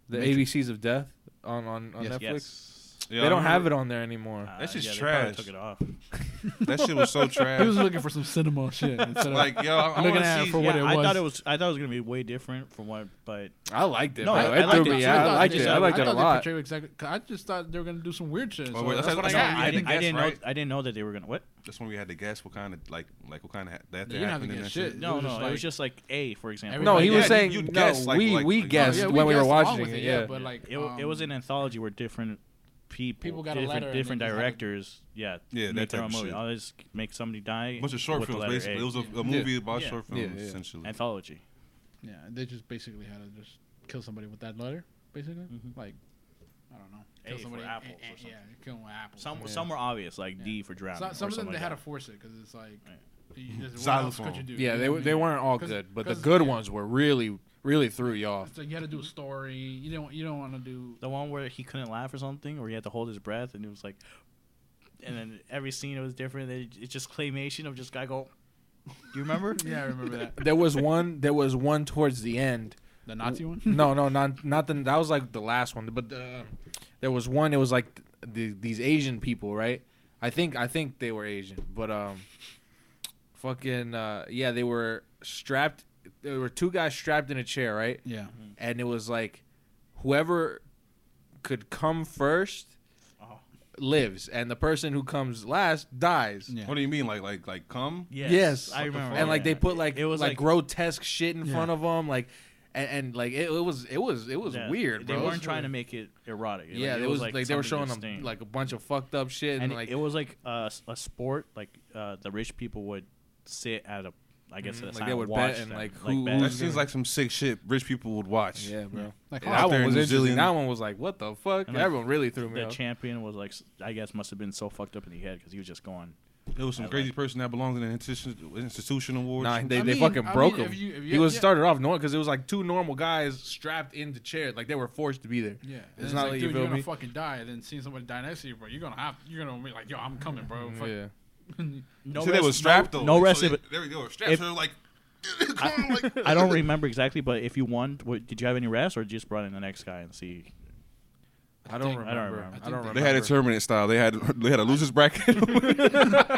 B: the
C: Matrix.
B: ABCs of Death on on, on
D: Yes.
B: Netflix?
C: Yes.
A: Yeah,
B: they
A: I
B: don't have
A: remember-
B: it on there anymore.
C: Uh,
A: That's just
C: they probably
A: trash.
C: Took it off.
A: That shit was so trash.
D: He was looking for some cinema shit. Instead of,
A: like, yo, I,
D: I'm
A: I
D: looking
A: want
D: at it
A: to see.
D: for what
C: yeah,
D: it
C: I thought
D: was.
C: it was. I thought it was gonna be way different from what. But
B: I liked Oh, it.
C: No,
B: bro.
C: I- I
B: it
C: liked
B: threw
C: it
B: me.
C: too.
B: out.
C: I
B: I liked it. I
C: thought
B: liked it
D: I
B: a
D: thought they
B: lot.
D: portrayed exactly. I just thought they were gonna do some weird shit.
A: Oh,
D: so
A: wait,
D: that's,
A: that's-
D: what I
A: that's
D: got.
A: all you
C: I
A: had to
C: didn't. I
A: guess,
C: didn't
A: right?
C: know. I didn't know that they were gonna. What?
A: That's when we had to guess what kind of like like what kind of ha- that
D: You
A: that
D: didn't have to
A: happened in
D: guess
A: that
D: shit.
A: shit.
D: It
C: No,
D: was
C: no.
D: just
C: it
D: like-
C: was just like A, for example.
B: No, he
D: Yeah,
B: was
D: you-
B: saying
A: you
B: no.
A: guessed, like-
B: we
A: like-
B: we
A: like-
B: guessed
A: Yeah,
D: we
B: when we were
D: guessed along
B: watching
D: with
B: it.
D: it,
B: Yeah.
D: yeah, but- like,
C: it, w- it
D: um,
C: was an anthology where different people,
D: people got a
C: different,
D: letter and they
C: different
D: just had to-
C: directors. Yeah,
A: Yeah,
C: make
A: that type
C: their own
A: of
C: movie.
A: shit.
C: Always make somebody die.
A: bunch of short
C: with the
A: films,
C: letter
A: basically.
C: A.
A: It was a, a
D: Yeah.
A: movie about
C: Yeah.
A: short
B: Yeah,
A: films,
B: yeah.
A: essentially.
C: anthology.
D: yeah, they just basically had to just kill somebody with that letter, basically.
C: Mhm.
D: Like, I don't know,
C: A
D: kill
C: for
D: somebody.
C: apples or
D: eh, eh,
C: something.
D: Yeah, kill them with apples.
C: Some
B: Yeah.
C: some were obvious, like D for drowning.
D: So, some
C: or
D: of them
C: something
D: they
C: like
D: had to
C: that.
D: force it because it's like,
C: Right.
D: you- there's- what else could you
A: Xylophone.
D: do?
B: Yeah,
D: You
B: they
D: know
B: were-
D: what I
B: they
D: mean?
B: weren't all
D: 'Cause-
B: good, but the
D: 'cause,
B: good
D: yeah.
B: ones were really really threw you off.
D: So you had to do a story. You don't you don't want to do.
C: The one where he couldn't laugh or something, or he had to hold his breath, and it was like, and then every scene it was different. They, it's just claymation of just guy go. Do you remember?
D: Yeah, I remember that.
B: There was one. There was one towards the end.
D: The Nazi one.
B: No, no, not not the, that was like the last one. But uh, there was one. It was like the, these Asian people, right? I think I think they were Asian, but um, fucking uh, yeah, they were strapped. There were two guys strapped in a chair, right?
D: Yeah.
B: And it was like whoever could come first
C: Oh.
B: lives, and the person who comes last dies.
D: Yeah.
A: What do you mean, like like like come?
C: Yes,
B: Yes.
C: I
A: What the
C: remember.
A: fuck?
B: and like
C: yeah.
B: they put like
C: it was
B: like,
C: like
B: grotesque shit in
D: Yeah.
B: front of them, like and, and like it, it was it was it was
C: yeah,
B: weird.
C: They
B: bro.
C: weren't trying to make it erotic.
B: Yeah,
C: it
B: it was like, they were showing
C: something
B: them
C: distinct.
B: like a bunch of fucked up shit and,
C: and
B: like
C: it was like a, s- a sport. Like uh, the rich people would sit at a, I guess,
B: Mhm,
C: at a
B: like,
C: sign
B: they
C: and
B: would bet
C: watch
B: and,
C: them,
B: like, who-
C: bet.
B: who's
A: That seems like some sick shit rich people would watch.
B: yeah, bro.
D: Like oh,
B: Yeah,
D: how-
B: that
A: out there
B: one
A: in
B: was
A: New
B: interesting.
A: Zealand.
B: That one was like, what the fuck?
C: And, like,
B: Everyone really threw me
C: the
B: off.
C: champion was like, s- I guess, must have been so fucked up in the head because he was just going.
A: It was some
C: I
A: crazy
C: like-
A: person that belonged in an institution, institution award.
B: Nah, they,
D: I
B: they
D: mean-
B: fucking
D: I
B: broke
D: mean,
B: him.
D: if you- if you-
B: he was
D: yeah.
B: started off normal because it was like two normal guys strapped into chairs, like they were forced to be there.
D: Yeah,
B: It's not like, you
D: dude,
B: feel
D: you're gonna
B: me?
D: fucking die, and then seeing somebody die next to you, bro. You're gonna have, you're gonna be like, yo, I'm coming, bro. Fuck.
B: Yeah,
C: No
A: so they were strapped
C: no,
A: though.
C: No rest.
A: So
C: if
A: they,
C: it-
A: they were strapped.
C: if-
A: so they were like, come on, like
C: I don't remember exactly, but if you won, what, did you have any rest or just brought in the next guy and see?
B: I don't
D: think-
B: remember.
C: I don't
B: I
C: remember.
B: don't remember.
A: They had a tournament style. They had they had a losers bracket.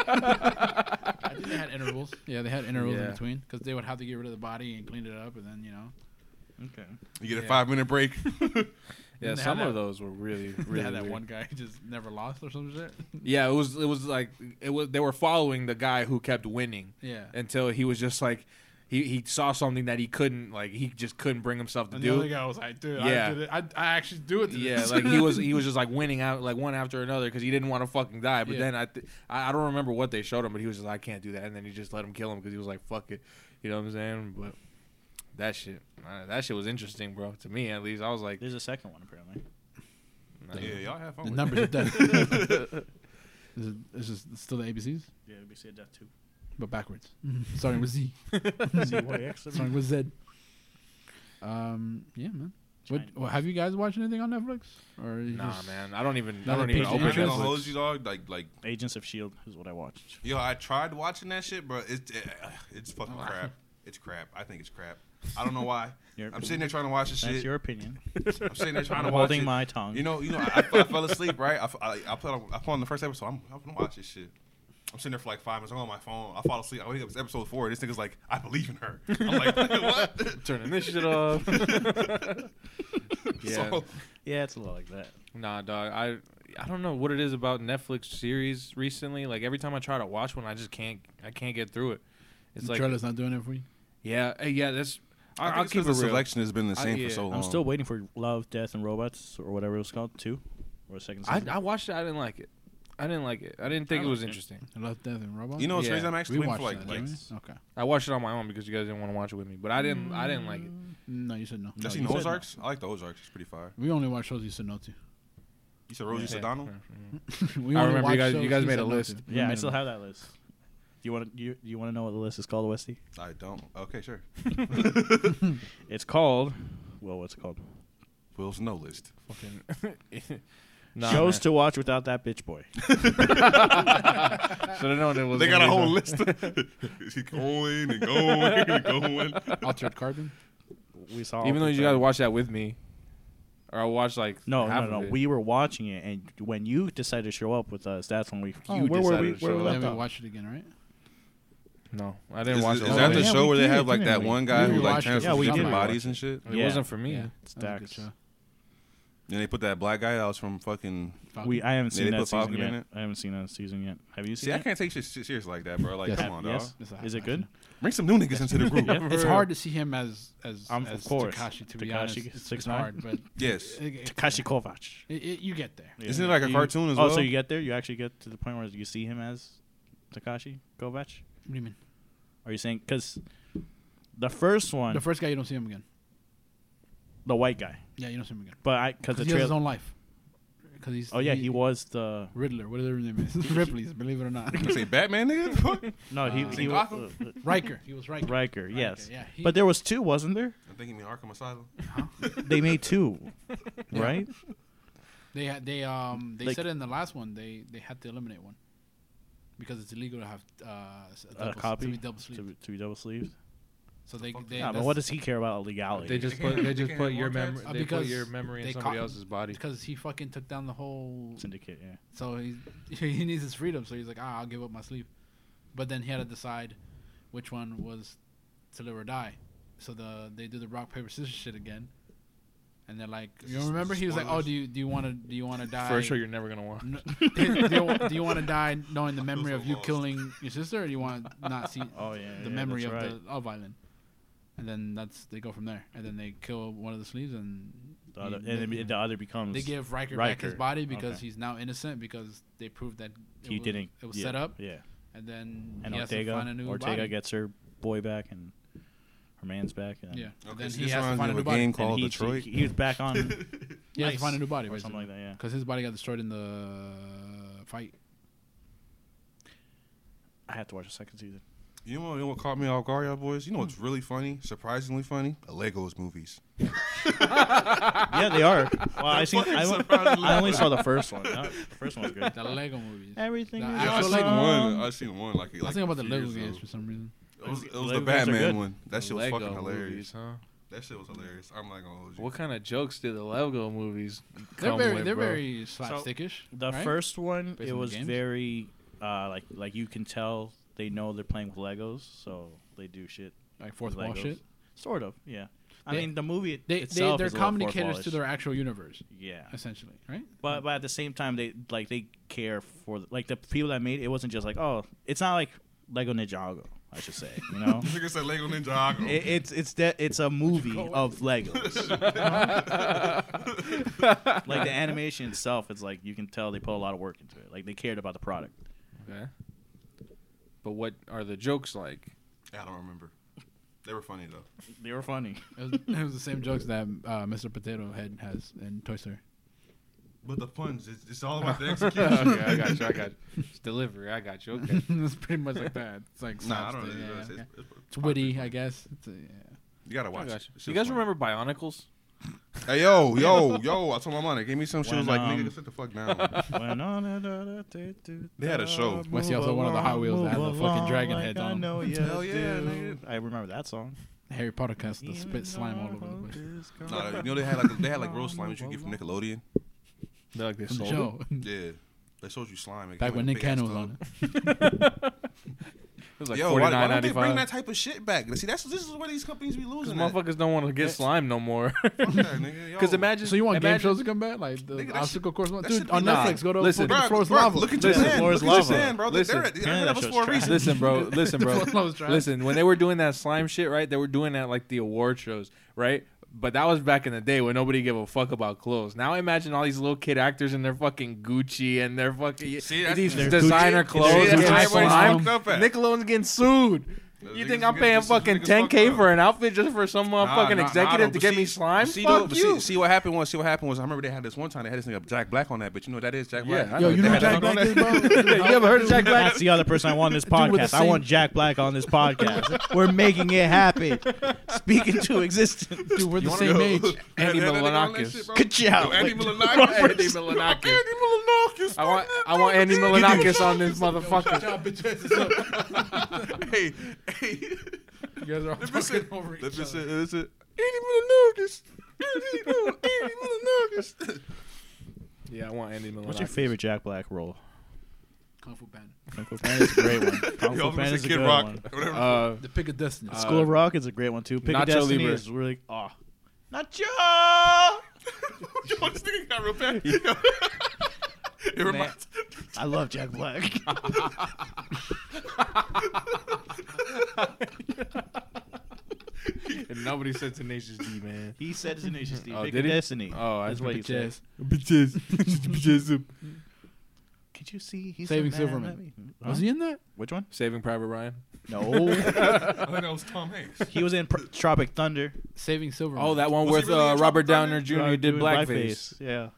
D: I think they had intervals. Yeah, they had intervals
B: Yeah.
D: in between because they would have to get rid of the body and clean it up, and then you know.
C: Okay.
A: you get a
D: Yeah.
A: five minute break.
B: Yeah,
D: They had
B: some
D: that-
B: of those were really,
D: They
B: really.
D: had that
B: weird.
D: one guy who just never lost or some shit.
B: Yeah, it was. It was like it was. They were following the guy who kept winning
D: Yeah.
B: until he was just like, he he saw something that he couldn't like. He just couldn't bring himself to
D: And
B: do.
D: the other guy was like, dude,
B: Yeah.
D: I did it. I, I actually do it. To
B: Yeah,
D: this.
B: like he was he was just like winning out like one after another because he didn't want to fucking die. But
D: Yeah.
B: then I th- I I don't remember what they showed him, but he was just like, I can't do that, and then he just let him kill him because he was like fuck it, you know what I'm saying? But that shit, uh, that shit was interesting, bro. To me at least, I was like,
C: There's a second one apparently.
B: nah.
A: yeah, y'all have fun.
D: the
A: with
D: numbers
A: that.
D: are dead. this is, this is still the ABCs,
C: Yeah, we said that too.
D: but backwards. Starting with Z. Starting with Z. Um. Yeah, man. What,
C: China.
D: well, have you guys watched anything on Netflix? Or you
B: nah,
D: just-
B: man, I don't even I
D: Another
B: don't even
D: page
A: I'm
B: open
A: not
D: interest.
A: gonna
D: Netflix.
A: hold
B: Netflix.
A: you, dog. Like like
C: Agents of Shield is what I watched.
A: Yo, I tried watching that shit, bro. It's it, it's fucking crap. It's crap. I think it's crap. I don't know why.
C: Your-
A: I'm sitting there trying to watch this
C: That's
A: shit.
C: your opinion.
A: I'm sitting there trying
C: I'm
A: to watch
C: holding
A: it.
C: my tongue.
A: You know, you know, I, I, I fell asleep, right? I, f- I, I put on, I put on the first episode. I'm, I'm gonna watch this shit. I'm sitting there for like five minutes. I'm on my phone. I fall asleep. I wake up. It's episode four. This nigga's like, I believe in her. I'm like, what?
B: Turning this shit off. yeah.
A: So,
C: yeah, it's a lot like that.
B: Nah, dog. I I don't know what it is about Netflix series recently. Like every time I try to watch one, I just can't I can't get through it. It's
D: the
B: like
D: trailer's not doing it for you.
B: yeah, eh, yeah. That's I,
A: I
B: I'll
A: think
B: keep
A: it's
B: it
A: 'cause
B: real.
A: the selection has been the
B: I-
A: same
B: yeah.
A: for so long.
C: I'm still waiting for Love, Death, and Robots or whatever it was called, two or a second
B: I,
C: season.
B: I watched it. I didn't like it. I didn't like it. I didn't think
C: I
B: it was
C: liked it.
B: interesting.
D: I Love Death and Robots.
A: You know, what's
B: Yeah.
A: crazy. I'm actually
D: we
A: waiting
D: watched
A: for like,
D: that.
A: like
D: didn't we? Okay.
B: I watched it on my own because you guys didn't want to watch it with me. But I didn't. I didn't like it.
D: No, you said no.
A: Just
C: you
A: seen
C: said no.
A: Ozarks. I like the Ozarks. It's pretty fire.
D: We only watch shows you said no to.
A: You said Rosie
B: Yeah.
A: O'Donnell.
D: we
B: I
D: only
B: remember you
D: watch
B: guys- you
D: shows
B: guys
D: he
B: made
D: said
B: a
D: no to.
B: list.
D: We
C: yeah,
D: made
C: I
D: a
C: still
D: list.
C: have that list. You want to you, you want to know what the list is called, Westy?
A: I don't. Okay, sure.
C: It's called. Well, what's it called?
A: Will's no list.
B: Fucking Nah,
C: Shows
B: man.
C: to watch without that bitch boy.
B: Should have known it was.
A: They got
B: gonna
A: a
B: be
A: whole
B: some-
A: list. Is he going and going and going?
D: Altered Carbon.
C: We saw.
B: Even
C: all
B: though
C: the
B: you guys
C: time.
B: watched that with me, or I watched like
C: No,
B: half
C: no, no.
B: of it.
C: We were watching it, and when you decided to show up with us, that's when we.
B: You
C: where were we?
B: decided to
C: Where
B: show
C: we
B: up.
D: Then
C: left
D: Oh, we
C: off?
D: watched it again, right?
B: No, I didn't
A: Is,
B: watch
A: is
B: it.
A: that
C: all the
A: the
C: way. Yeah,
A: show
C: we
A: where they
C: did,
A: have like
C: didn't
A: that
C: we?
A: one guy
D: We
A: who like
D: watched it.
A: transfers
C: Yeah, we
A: different
C: did.
A: bodies and shit?
B: It
C: Yeah.
B: wasn't for me.
D: Yeah, that was a good
C: Stacks.
D: show.
A: And they put that black guy that was from fucking.
D: Falcon.
C: We. I haven't
A: They
C: seen
A: didn't
C: that
A: put
C: season
A: Falcon in
C: yet.
A: it?
C: I haven't seen that season yet. Have you seen
A: See, I
C: it?
A: can't take shit shit serious like that, bro. Like,
D: Yes.
A: come on, dog.
C: Yes.
D: It's a
C: Is it
D: hot
C: good?
A: Bring some new niggas into the group.
C: Yeah.
D: It's hard to see him as as
C: I'm-
D: as
C: of course.
D: Takashi. To be
C: Takashi
D: honest,
C: is
D: it's, it's
C: 6'9"?
D: hard, but
A: Yes.
D: it, it,
C: Takashi Kovacs.
D: it- it- you get there.
A: Isn't it like a
D: You-
A: cartoon as
C: Oh,
A: well?
C: so you get there? You actually get to the point where you see him as Takashi Kovacs?
D: What do you mean?
C: Are you saying because the first one,
D: The
C: the,
D: first guy, you don't see him again.
C: white guy,
D: Yeah, you don't see him again.
C: but I because the
D: Because he has his
C: trailer.
D: own life. Because he's
C: Oh yeah, he was the
D: Riddler. Whatever his name is, Ripley's. Believe it or not,
A: You say Batman, nigga? The fuck? I
C: no he
D: Uh,
C: he was
A: Gotham?
C: uh, uh,
D: Riker. He was Riker.
C: Riker. Yes,
D: yeah, he-
C: but there was two, wasn't there?
A: think you mean Arkham Asylum.
C: They made two, right?
D: They had they um they
C: Like-
D: said it in the last one they they had to eliminate one because it's illegal to have uh, s- a
C: A
D: double,
C: copy
D: to be double
C: To,
D: sleeved.
C: be- to be double sleeved.
D: So they they
C: nah, but
D: that's-
C: what does he care about legality?
B: They just
A: They
B: put
A: can't-
B: they
A: they
B: just
A: can't
B: put
A: have
B: your
A: more
B: memory
A: text?
D: Uh,
B: they put
D: because
B: your memory in
D: they
B: somebody
D: caught-
B: else's body.
D: because he fucking took down the whole
C: syndicate. Yeah.
D: so he he needs his freedom so he's like ah I'll give up my sleeve, but then he had to decide which one was to live or die. So the they do the rock paper scissors shit again, and they're like
A: This
D: you
A: is
D: remember he was like
A: spoilers.
D: oh do you do you want to do you want to die
B: First show you're never gonna watch.
D: No, do, you, do you want to die knowing the memory
A: so
D: of you
A: lost.
D: killing your sister, or do you want to not see
C: Oh yeah.
D: the memory of the of Island? And then that's they go from there, and then they kill one of the sleeves, and
C: The other,
D: he-
C: and then
D: they,
C: the other becomes.
D: they give Riker, back his
C: Riker.
D: body because
C: Okay.
D: he's now innocent because they proved that it
C: he
D: was,
C: didn't.
D: It was
C: yeah,
D: set up,
C: Yeah.
D: and then
C: And
D: he has to
C: Ortega.
D: find a new
C: Ortega
D: body.
C: gets her boy back and her man's back. And
D: yeah, and
A: Okay,
D: then um,
A: so
D: he
A: this
D: has to
A: reminds
D: find
A: me
D: a new
A: of a game
D: body.
C: And
A: called
C: he,
A: Detroit.
C: He, he was back on
D: He has to find a new body,
C: or something like that. Yeah.
D: Because his body got destroyed in the fight.
C: I have to watch the second season.
A: You know, what- you know what caught me off guard, y'all boys? You know what's really funny? Surprisingly funny? The Legos movies.
C: yeah, they are. Well, I seen.
A: fucking
C: I, on-
A: surprisingly
C: I only saw the first one. No, the first one was good.
D: The Lego movies.
C: Everything.
D: No,
C: is
D: I
A: Yeah, I
D: feel
A: seen
D: like- um,
A: one.
D: uh,
A: I seen one. Like, like
D: I think about the
A: two
D: Lego
A: years
D: games
A: ago.
D: for some reason.
A: It was, it was
C: Lego
A: the
C: games are good.
A: Batman one. That shit was
B: Lego
A: fucking hilarious.
B: movies, huh?
A: That shit was hilarious. I'm like, oh,
B: What kind of jokes did the Lego movies
D: They're
B: come
D: very
B: with,
D: they're
B: bro?
D: very slapstickish.
C: The
D: right?
C: first one,
D: Based
C: it
D: on the
C: was
D: games?
C: very uh, like like you can tell they know they're playing with Legos, so they do shit.
D: like fourth
C: with
D: wall
C: Legos.
D: shit.
C: Sort of, yeah. I
D: They-
C: mean, the movie it,
D: They, they
C: itself
D: their
C: is a little
D: comedy
C: fourth
D: caters to
C: wallish.
D: their actual universe,
C: yeah.
D: essentially, right?
C: But but at the same time, they like they care for like the people that made it. It wasn't just like oh, it's not like Lego Ninjago, I should say. You know,
A: Nigga said Lego Ninjago.
C: it, it's it's that it's a movie of Legos. like the animation itself, it's like you can tell they put a lot of work into it. Like they cared about the product.
B: Okay. But what are the jokes like?
A: I don't remember. They were funny though.
C: They were funny.
D: It was, it was the same jokes that uh, Mr. Potato Head has in Toy Story.
A: But the puns, it's, it's all about the
B: okay,
A: execution.
B: I got you. I got you. It's delivery. I got you. Okay.
D: it's pretty much like that. It's like
A: Nah, I don't
D: slapstick,
A: really.
D: yeah,
A: it's,
D: okay.
A: it's- it's-
D: It's witty, I guess. It's a, yeah.
A: you gotta
B: I
A: watch.
B: got
A: it.
B: you.
A: It's
B: You
A: just
B: guys
A: funny.
B: remember Bionicles?
A: Hey yo, yo, yo! I told my mom they gave me some. She was
C: When,
A: like,
C: um,
A: "Nigga, sit the fuck down."
C: they
A: They had a show.
D: Wesley also one of the Hot Wheels that had the fucking dragon heads on
C: I
D: them.
C: know you
A: Hell yeah,
C: do.
A: nigga.
C: I remember that song.
D: Harry Potter cast the spit slime all over the place.
A: Nah, you know they had like they had like real slime that you get from Nickelodeon.
B: They're like they
D: From the
B: sold
D: show.
A: Yeah, they showed you slime. It came
D: Back
A: in
D: when
A: a
D: Nick
A: big ass
D: Cannon was
A: tub.
D: on it.
B: It was like
A: Yo,
B: forty
A: why, why
B: nine
A: don't
B: ninety
A: they bring
B: five.
A: that type of shit back? See, that's this is where these companies be
B: Because
A: losing. at.
B: motherfuckers don't want to get slime no more.
A: Fuck that, nigga.
B: Because
A: Yo.
B: imagine.
D: So you want
B: imagine,
D: game shows to come back, like the
A: Nigga, that
D: obstacle course? one?
A: that
D: Dude,
A: should be
D: on
A: nice.
D: Netflix, go to
B: Listen,
D: listen,
A: Bruh,
D: the floor's
A: bruh,
D: lava.
A: Look at your
B: Listen,
A: hand. Look
C: floor's
A: at your
C: lava.
A: hand, bro.
B: Listen.
A: They're at- they're
C: Yeah,
A: at
C: that
A: us
C: show's
A: for a
C: trash.
A: reason.
B: Listen, bro. Listen, bro.
D: Floor's lava trash.
B: Listen, when they were doing that slime shit, right? They were doing that like the award shows, right? But that was back in the day when nobody gave a fuck about clothes. Now imagine all these little kid actors in their fucking Gucci and their fucking
A: See, that's-
B: these
A: They're
B: designer
C: Gucci-
B: clothes.
C: they're
B: and
C: Gucci
B: slime.
A: slime.
B: Nickelodeon's getting sued. You think I'm paying fucking 10k for an outfit just for some uh, fucking executive to get me slime?
A: See, though,
B: Fuck
A: but
B: you.
A: See, see what happened was. See what happened was. I remember they had this one time. They had this thing up Jack Black on that, but you know what that is Jack
B: Yeah,
A: Black.
B: I
A: I
B: know
D: Yo, you
A: they
D: know who
A: had
D: Jack
A: that on
D: Black
A: that.
D: is, bro? you
B: ever heard of Jack Black?
C: That's the other person I want on this
D: with the
C: podcast. I
D: same-
C: want Jack Black on this podcast. We're making it happen. Speaking to existence.
D: Dude, we're the
A: wanna
D: same
A: go-
D: age.
B: Andy
A: They had that thing on that
B: Milanakis.
A: shit, bro.
C: Ka-chow.
A: Yo, Andy
C: Like,
A: Milanakis.
B: Andy
A: Yo,
B: Milanakis.
A: Andy Milanakis.
B: I want,
A: man,
B: I want
A: dude,
B: Andy
A: you-
B: Milanakis on this motherfucker.
A: Hey,
D: you
A: hey.
D: guys are all
A: Listen,
D: fucking over each other.
A: listen, listen. Andy Milanakis. Andy oh, Andy Milanakis.
B: Yeah, I want Andy Milanakis.
C: What's your favorite Jack Black role?
D: Kung Fu Panda.
C: Kung Fu Panda is a great one. Kung
A: Yo, I was gonna
C: Fu Panda is
A: say
C: a
A: Kid
C: good
A: Rock.
C: one.
A: Whatever.
B: Uh,
D: The Pick of Destiny.
C: School of Rock is a great one too. Pick
B: Nacho
C: of Destiny
B: Libre.
C: is really ah Nacho.
A: Yo, this nigga got real bad. Yo. It reminds.
C: I love Jack Black.
B: and nobody said Tenacious D, man.
C: he said his initials. Steve.
B: Oh,
C: Pick
B: did
C: of
B: he?
C: Destiny.
B: Oh, I
C: that's what he said.
D: Bitches.
B: Bitches. Bitches up.
C: Could you see? He's
D: Saving
C: a man
D: Silverman.
C: that we-
D: Was he in that?
C: Which one?
B: Saving Private Ryan.
C: No,
A: I think that was Tom Hanks.
C: he was in Pro- Tropic Thunder.
D: Saving Silver.
B: Oh, that one
A: Was he
B: with
A: really
B: uh,
A: in
B: Robert
A: Tropic
B: Downer
A: Thunder?
B: Jr.
C: Uh,
B: did
C: doing
B: blackface. Uh,
C: Yeah,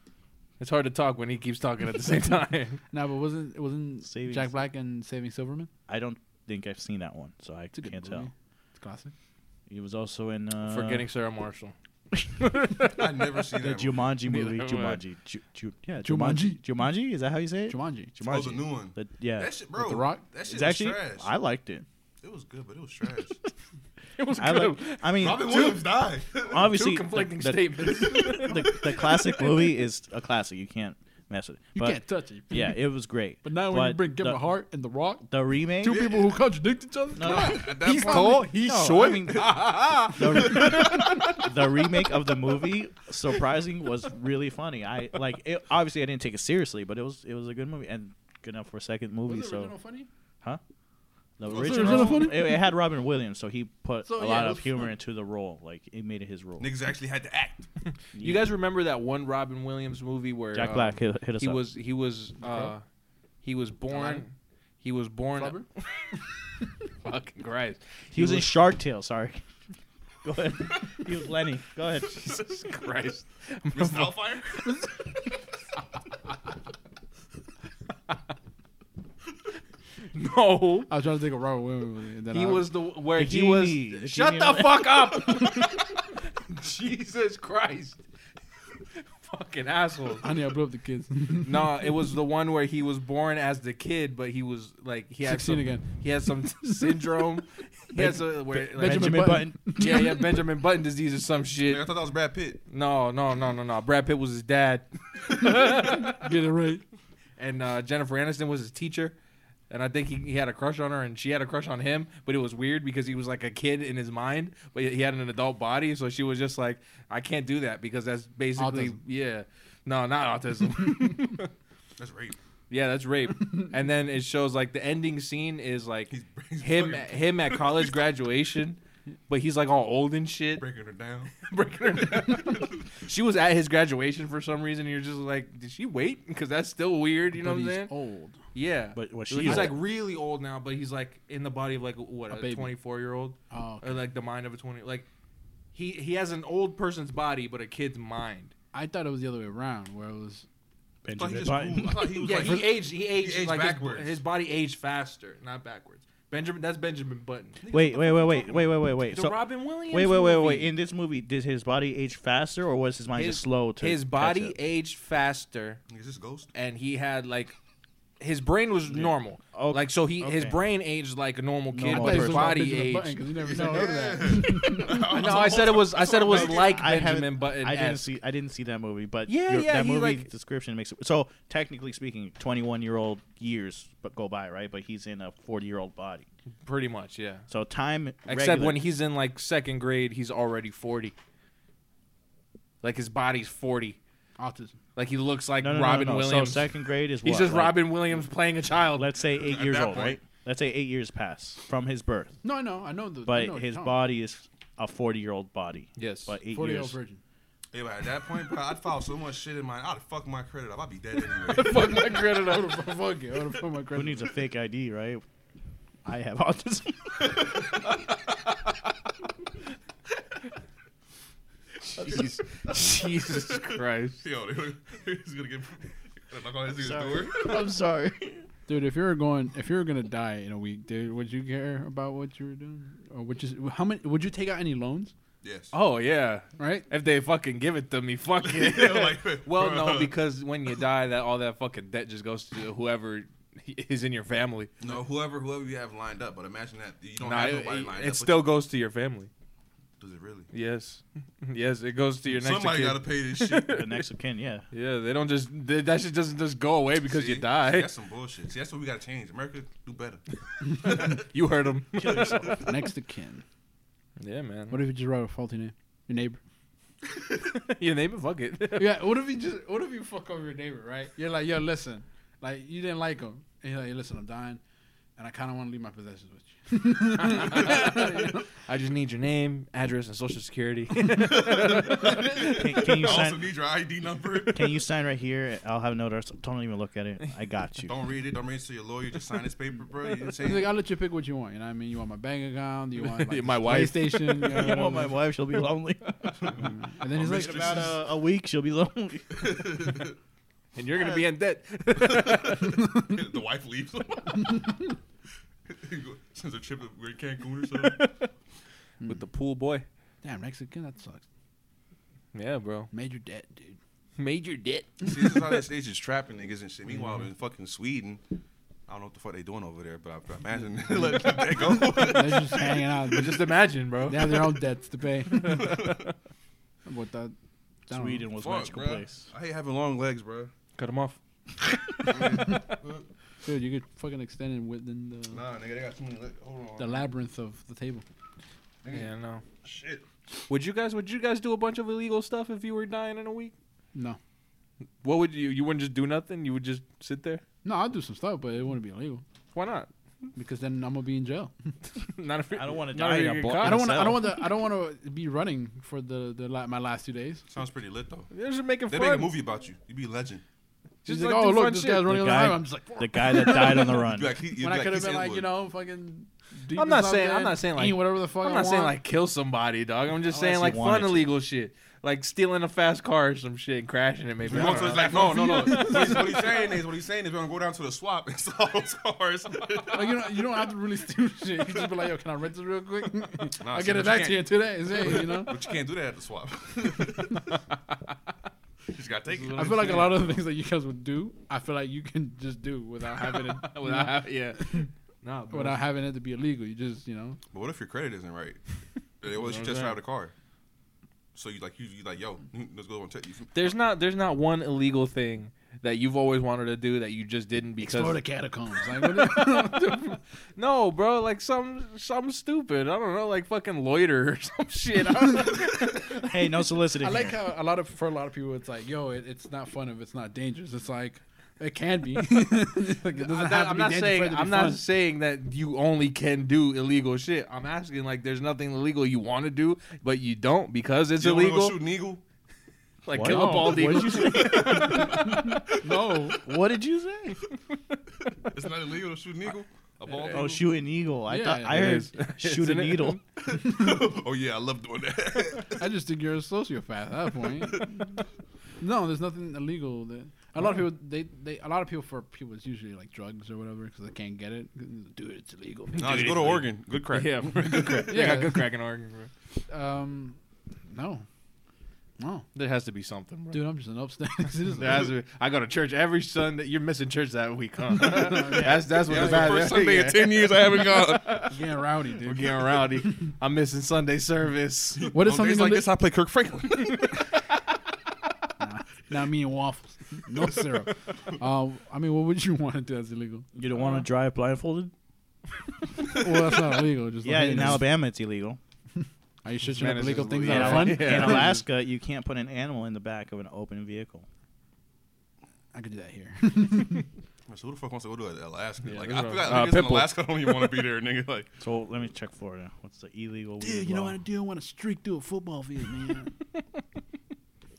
B: It's hard to talk when he keeps talking at the same time.
D: Nah, but wasn't wasn't
C: Saving
D: Jack
C: Sil-
D: Black and Saving Silverman?
C: I don't think I've seen that one, so I
D: It's a good
C: can't
D: movie.
C: tell.
D: It's classic.
C: He was also in uh,
B: Forgetting Sarah Marshall.
A: I never seen
C: the
A: that.
C: Jumanji
B: Neither
C: movie.
B: have I.
C: Jumanji. Ju- Ju- yeah,
D: Jumanji.
C: Jumanji. Jumanji. Is that how you say it?
D: Jumanji.
A: That was a new one.
C: But yeah,
A: That shit, bro.
D: The Rock?
A: That shit
C: it's actually
A: was trash.
C: I liked it.
A: it was good, but it was trash.
B: It was
C: I like. I mean,
A: Robin Williams died.
C: obviously
B: Two conflicting
C: the, the,
B: statements.
C: the, the classic movie is a classic. You can't mess with it.
D: You
C: But
D: can't touch it.
C: yeah, it was great.
D: But now when you bring Kevin
C: the,
D: Hart and The Rock,
C: the remake,
D: two people who contradict each other.
C: No,
D: come on.
A: At that
B: He's
A: point,
B: tall. He's
C: No, I
B: short.
C: mean, the, the remake of the movie, surprising, was really funny. I like. It, obviously, I didn't take it seriously, but it was it was a good movie and good enough for a second movie.
D: Was the
C: so
D: original funny?
C: the
A: Was the
C: original,
D: original funny?
C: it, it had Robin Williams, so he put
D: So,
C: a
D: yeah,
C: lot
D: it
C: of
D: was
C: humor
D: funny.
C: into the role. Like it made it his role.
A: niggas actually had to act.
B: You guys remember that one Robin Williams movie where
C: Jack
B: um,
C: Black hit, hit us
B: he
C: up.
B: was he was uh, he was born
D: Aladdin?
B: he was born
D: Flubber?
B: fucking Christ
C: He was in Shark Tale. Sorry. Go ahead. he was Lenny. Go ahead.
B: Jesus Christ
A: Miss Doubtfire.
B: no
D: I was trying to think of Robert Williams. movie, and then
B: he
D: I-
B: was the where
C: The
B: he
C: genie,
B: was
C: the
B: shut
C: genie
B: the
C: on-
B: fuck up Jesus Christ fucking asshole
D: Honey, I blew up the kids.
B: no it was the one where he was born as the kid but he was like he had
D: 16
B: some,
D: again.
B: he had some syndrome he had some, where, like,
D: Benjamin
C: Benjamin
D: Button.
C: Button.
B: yeah yeah Benjamin Button disease or some shit
A: Man, I thought that was Brad Pitt.
B: No, no, no, no, no. Brad Pitt was his dad,
D: Get it right.
B: and uh, Jennifer Aniston was his teacher. And I think he, he had a crush on her, and she had a crush on him. But it was weird because he was like a kid in his mind, but he had an adult body. So she was just like, "I can't do that because that's basically
D: Autism.
B: yeah, no, not autism.
A: That's rape.
B: yeah, that's rape." And then it shows like the ending scene is like
A: He's, he's
B: him
A: fucking
B: him at college graduation, but he's like all old and shit.
A: breaking her down.
B: breaking her down. she was at his graduation for some reason. And you're just like, did she wait? Because that's still weird. You know
D: But
B: what I'm
D: he's
B: saying?
D: old.
B: Yeah.
C: But was
B: he's
C: she old?
B: like really old now, but he's like in the body of like what
D: A
B: a,
D: baby.
B: 24 year old
D: Oh,
B: or like the mind of a 20. Like he he has an old person's body, but a kid's mind.
D: I thought it was the other way around, where it was
A: I thought he
C: Benjamin
A: just cool.
C: Button.
A: I thought he was
B: yeah,
A: like
B: he aged. He aged,
A: aged
B: like his-
A: backwards.
B: His, body aged faster, not backwards. Benjamin, that's Benjamin Button.
C: Wait, wait, wait, wait, wait, wait, wait, wait.
B: The
C: So,
B: Robin Williams.
C: wait, wait, wait, wait.
B: movie.
C: In this movie, did his body age faster, or was his mind
B: His-
C: just slow? To
B: his
C: catch
B: body
C: up?
B: aged faster
A: Is this Ghost?
B: and he had like his brain was normal.
C: Okay.
B: Like so he his
C: Okay.
D: brain
B: brain aged like a normal kid,
C: Normal
B: but his
C: person.
B: body aged.
D: because you never said no to that.
A: I
B: No, I said it was I said it was
A: That's what
B: like
C: I haven't-
B: Benjamin Button.
C: I didn't see. I didn't see that movie, but
B: Yeah,
C: your-
B: yeah,
C: that
B: he,
C: movie
B: like-
C: description makes it. So technically speaking, twenty-one year old years but go by, right? But he's in a forty-year-old body.
B: pretty much, yeah.
C: So time.
B: Except
C: regular-
B: when he's in like second grade, he's already forty. Like his body's forty.
D: Autism.
B: Like he looks like
C: no, no, no,
B: Robin
C: no, no.
B: Williams.
C: So second grade is
B: he's
C: what?
B: just
C: Like,
B: Robin Williams playing a child.
C: Let's say eight years
A: that
C: old,
A: point.
C: right? Let's say eight years pass from his birth,
D: No, I know, I know. The, I
C: but
D: know what
C: his
D: you're talking
C: body is a forty-year-old body.
B: yes.
C: But
D: about.
C: eight years.
D: forty-year-old virgin.
A: Anyway, at that point, bro, I'd file so much shit in mine. I'd fuck my credit up. I'd be dead anyway.
B: fuck my credit
D: I
B: up.
D: would have fuck it. I would have my
C: Who
D: credit.
C: needs a fake ID, right? I have autism.
B: Jeez, Jesus Christ.
A: Yo, he's gonna get knock on his
C: Sorry.
A: door.
C: I'm sorry.
D: Dude, if you were going, if you were gonna die in a week, dude, would you care about what you were doing, or would you? How many? Would you take out any loans?
A: Yes.
B: Oh yeah.
D: Right?
B: If they fucking give it to me, fuck it.
A: Yeah, like,
B: well,
A: bruh.
B: no, because when you die, that all that fucking debt just goes to whoever is in your family.
A: No, whoever whoever you have lined up, but imagine that you don't
B: Nah,
A: have
B: it,
A: Oh, nobody lined
B: it
A: up.
B: still goes to your family.
A: does it really?
B: Yes, yes, it goes to your next. of
A: Somebody
B: kin.
A: gotta pay this shit.
C: The next of kin, yeah.
B: Yeah, they don't just they, that shit doesn't just go away because
A: See?
B: you die.
A: That's some bullshit. See, that's what we gotta change. America, do better.
B: You heard them.
D: Next to kin.
B: yeah, man.
D: What if you just wrote a faulty name? Your neighbor.
B: your neighbor? Fuck it.
D: Yeah. What if you just? What if you fuck over your neighbor? Right? You're like, yo, listen, like you didn't like him, and you're like, yo, listen, I'm dying, and I kind of want to leave my possessions with you.
B: I just need your name, address, and social security.
C: Can, can you
A: I also
C: sign?
A: need your ID number.
C: Can you sign right here? I'll have no notes. Don't even look at it. I got you.
A: Don't read it. Don't read it to your lawyer. Just sign this paper, bro. You know what I'm
D: He's
A: saying?
D: like, I'll let you pick what you want. You know what I mean? You want my bank account? Do you want like,
B: My
D: this
B: wife.
D: PlayStation? You know,
C: You want my wife? She'll be lonely.
D: And then he's
A: My
D: like,
C: In about a, a week, she'll be lonely.
B: and you're gonna be in debt.
A: the wife leaves. Sends a trip to we're in Cancun or something.
B: With the pool boy.
D: damn, next to kin, that sucks.
B: Yeah, bro.
D: Major debt, dude.
B: Major debt.
A: See, this is how that stage is trapping niggas and shit. Meanwhile, in fucking Sweden, I don't know what the fuck they doing over there, but I, I imagine they let that go.
D: They're just hanging out. They're just
B: Just imagine, bro.
D: They have their own debts to pay. what that? I don't
C: Sweden was a
A: Fuck,
C: magical
A: bro.
C: place.
A: I hate having long legs, bro.
B: Cut him off.
D: know. Dude, you could fucking extend it within the
A: Nah, nigga, they got too many. Legs. Hold on.
D: the labyrinth of the table.
B: Yeah, no.
A: Shit.
B: Would you guys? Would you guys do a bunch of illegal stuff if you were dying in a week?
D: No,
B: What would you? You wouldn't just do nothing. You would just sit there.
D: no, I'll do some stuff, but it wouldn't be illegal
B: Why not?
D: because then I'm gonna be in jail.
B: not if
C: I don't wanna
B: not
C: die
B: if
C: in
B: you
C: a
B: get
C: blo-
B: caught.
D: I don't want. to. I
C: sell.
D: don't want to. I don't want to be running for the the la- my last two days.
A: Sounds pretty lit though.
B: They're just making
A: They
B: fun.
A: make a movie about you. You be a legend.
D: Just
B: Just
D: like,
B: like
D: oh
B: do
D: look,
B: fun
D: this
B: shit.
D: guy's running on
C: The
D: the
C: guy-
D: highway. I'm just like,
C: The guy that died on the
A: You
C: run.
A: be like, he, you
D: when
A: be
D: I
A: like,
D: could have
A: he's
D: been like,
A: Hitler.
D: you know, fucking. deep
B: I'm
D: or
B: not saying- I'm
D: something,
B: not saying, like-
D: eat whatever the fuck.
B: I'm
D: I
B: not saying
D: want.
B: like kill somebody, dog. I'm just
C: Unless
B: saying
C: you
B: like fun
C: wanted to.
B: illegal shit, like stealing a fast car or some shit and crashing it. Maybe.
A: You
B: I
A: want
B: don't
A: to-
B: know.
A: it's like, no, no, no. what, he's, what he's saying is, what he's saying is, we're gonna go down to the swap and sell those cars.
D: Like, you, don't, you don't have to really steal shit. You just be like, yo, can I rent this real quick? I'll
A: see,
D: get
A: but you
D: it back
A: can't-
D: to you in two days. Hey, you know?
A: But you can't do that at the swap. you just gotta take it.
D: I feel like a lot of the things that you guys would do, I feel like you can just do without having it you
B: Without,
D: know,
B: ha- yeah. Nah, bro.
D: without having it to be illegal. You just, you know.
A: But what if your credit isn't right? They always
B: What was
A: just
B: that?
A: drive the car. So you like you, you like yo, let's go on take you.
B: there's not there's not one illegal thing that you've always wanted to do that you just didn't because
D: Explore the catacombs. Like, what is-
B: no, bro, like some some stupid. I don't know, like fucking loiter or some shit. I don't know.
C: Hey, no soliciting.
D: I like
C: here.
D: how a lot of for a lot of people, it's like, yo, it, it's not fun if it's not dangerous. It's like it can be. Like, it
B: I'm
D: doesn't have
B: not,
D: to
B: I'm
D: be
B: not
D: dangerous
B: saying
D: for it to be
B: I'm not
D: fun.
B: saying that you only can do illegal shit. I'm asking like there's nothing illegal you want to do, but you don't because it's
A: You don't wanna go
B: illegal.
A: shoot an eagle?
B: Like
C: What?
B: kill
C: No.
B: a bald
C: What
B: eagle.
C: did you say?
D: No.
C: What did you say?
A: It's not illegal to shoot an eagle. A bald
C: Oh,
A: eagle?
C: shoot an eagle. I
D: Yeah,
C: thought I
D: it
C: heard
B: is.
C: shoot a
B: Isn't it?
C: needle.
A: oh yeah, I love doing that.
D: I just think you're a sociopath at that point. no, there's nothing illegal. That, a lot of people, they, they, a lot of people for people, it's usually like drugs or whatever because they can't get it. Dude, it's illegal.
A: nah, just go to Oregon. Good crack.
B: Yeah, bro, good crack. They
D: Yeah.
B: got good crack in Oregon, bro.
D: Um, no, no,
B: There has to be something, bro.
D: dude, I'm just an upstanding citizen.
B: There has to be- I go to church every Sunday. You're missing church that week, huh? That's that's what
A: Yeah,
B: the
A: it's the
B: bad
A: first Sunday in ten years I haven't gone.
D: Getting rowdy,
B: We're
D: dude.
B: getting rowdy. I'm missing Sunday service.
D: What is
A: On
D: something
A: days like
D: illi-
A: this? I play Kirk Franklin.
D: Not me and waffles, no syrup. Um, I mean, what would you want to do that's illegal?
C: You don't want to drive blindfolded?
D: Well, that's not illegal. Just
C: Yeah,
D: like,
C: in Alabama it's illegal.
D: Are you
B: This
D: searching
B: man
D: up
B: is
D: illegal
B: just
D: things
B: leaving.
D: that
C: In,
D: are
C: Al-
D: fun?
C: in
B: Yeah.
C: Alaska, you can't put an animal in the back of an open vehicle.
D: I could do that here.
A: So who the fuck wants to go to Alaska?
B: Yeah,
A: like
B: there's
A: I
B: a-
A: forgot
B: Uh,
A: niggas in
B: Pitbull.
A: Alaska don't even want to be there, nigga. Like
C: So let me check Florida. What's the illegal?
D: Dude,
C: weed
D: you know
C: law?
D: what I do? I want to streak through a football field, man.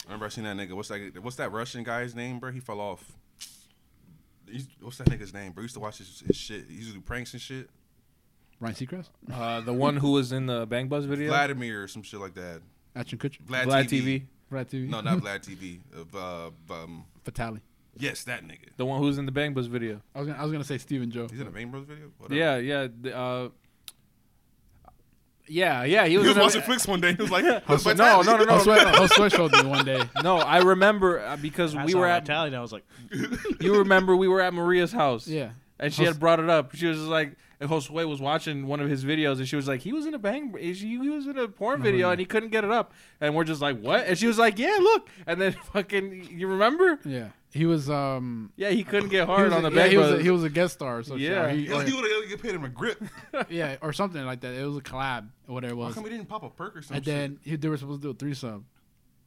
A: remember I seen that nigga. What's that? What's that Russian guy's name, bro? He fell off. He's, what's that nigga's name, bro? He used to watch his, his shit. He used to do pranks and shit.
D: Ryan Seacrest,
B: Uh, the one who was in the Bang Buzz video.
A: Vladimir or some shit like that.
D: Ashton Kutcher,
A: Vlad,
B: Vlad
A: TV.
B: TV.
D: Brad TV,
A: No, not Vlad TV. Uh, uh, um,
D: Fatale.
A: yes, that nigga.
B: The one who's in the Bang Buzz video.
D: I was gonna, I was gonna say Steven Joe.
A: He's in a Bang Brothers video. Whatever.
B: Yeah, yeah. The, uh, yeah, yeah. He
A: He
B: was,
A: was
B: in a-
A: watching Flix one day. He was like, "What's
B: no,
A: happening?"
B: no, no, no.
D: I'll swear, I'll swear showed me one day.
B: No, I remember uh, because
C: I
B: we
C: saw
B: were
C: that
B: at.
C: tally, and I was like,
B: You remember we were at Maria's house.
D: Yeah,
B: and she had brought it up. She was just like, and Josue was watching one of his videos, and she was like, he was in a bang, he he was in a porn video, and he couldn't get it up. And we're just like, what? And she was like, yeah, look. And then fucking, you remember?
D: yeah. He was um.
B: Yeah, he couldn't get
D: He
B: hard
D: was,
B: on
D: a,
B: the
D: yeah,
B: bang.
D: he, was a,
B: Brothers.
D: he was a guest star, or some shit, or
B: Yeah.
D: he-
A: He like,
D: or-
A: you would have get paid him a grip.
D: yeah, or something like that. It was a collab, or whatever it
A: How
D: was.
A: come he didn't pop a perk or something?
D: And then he, they were supposed to do a threesome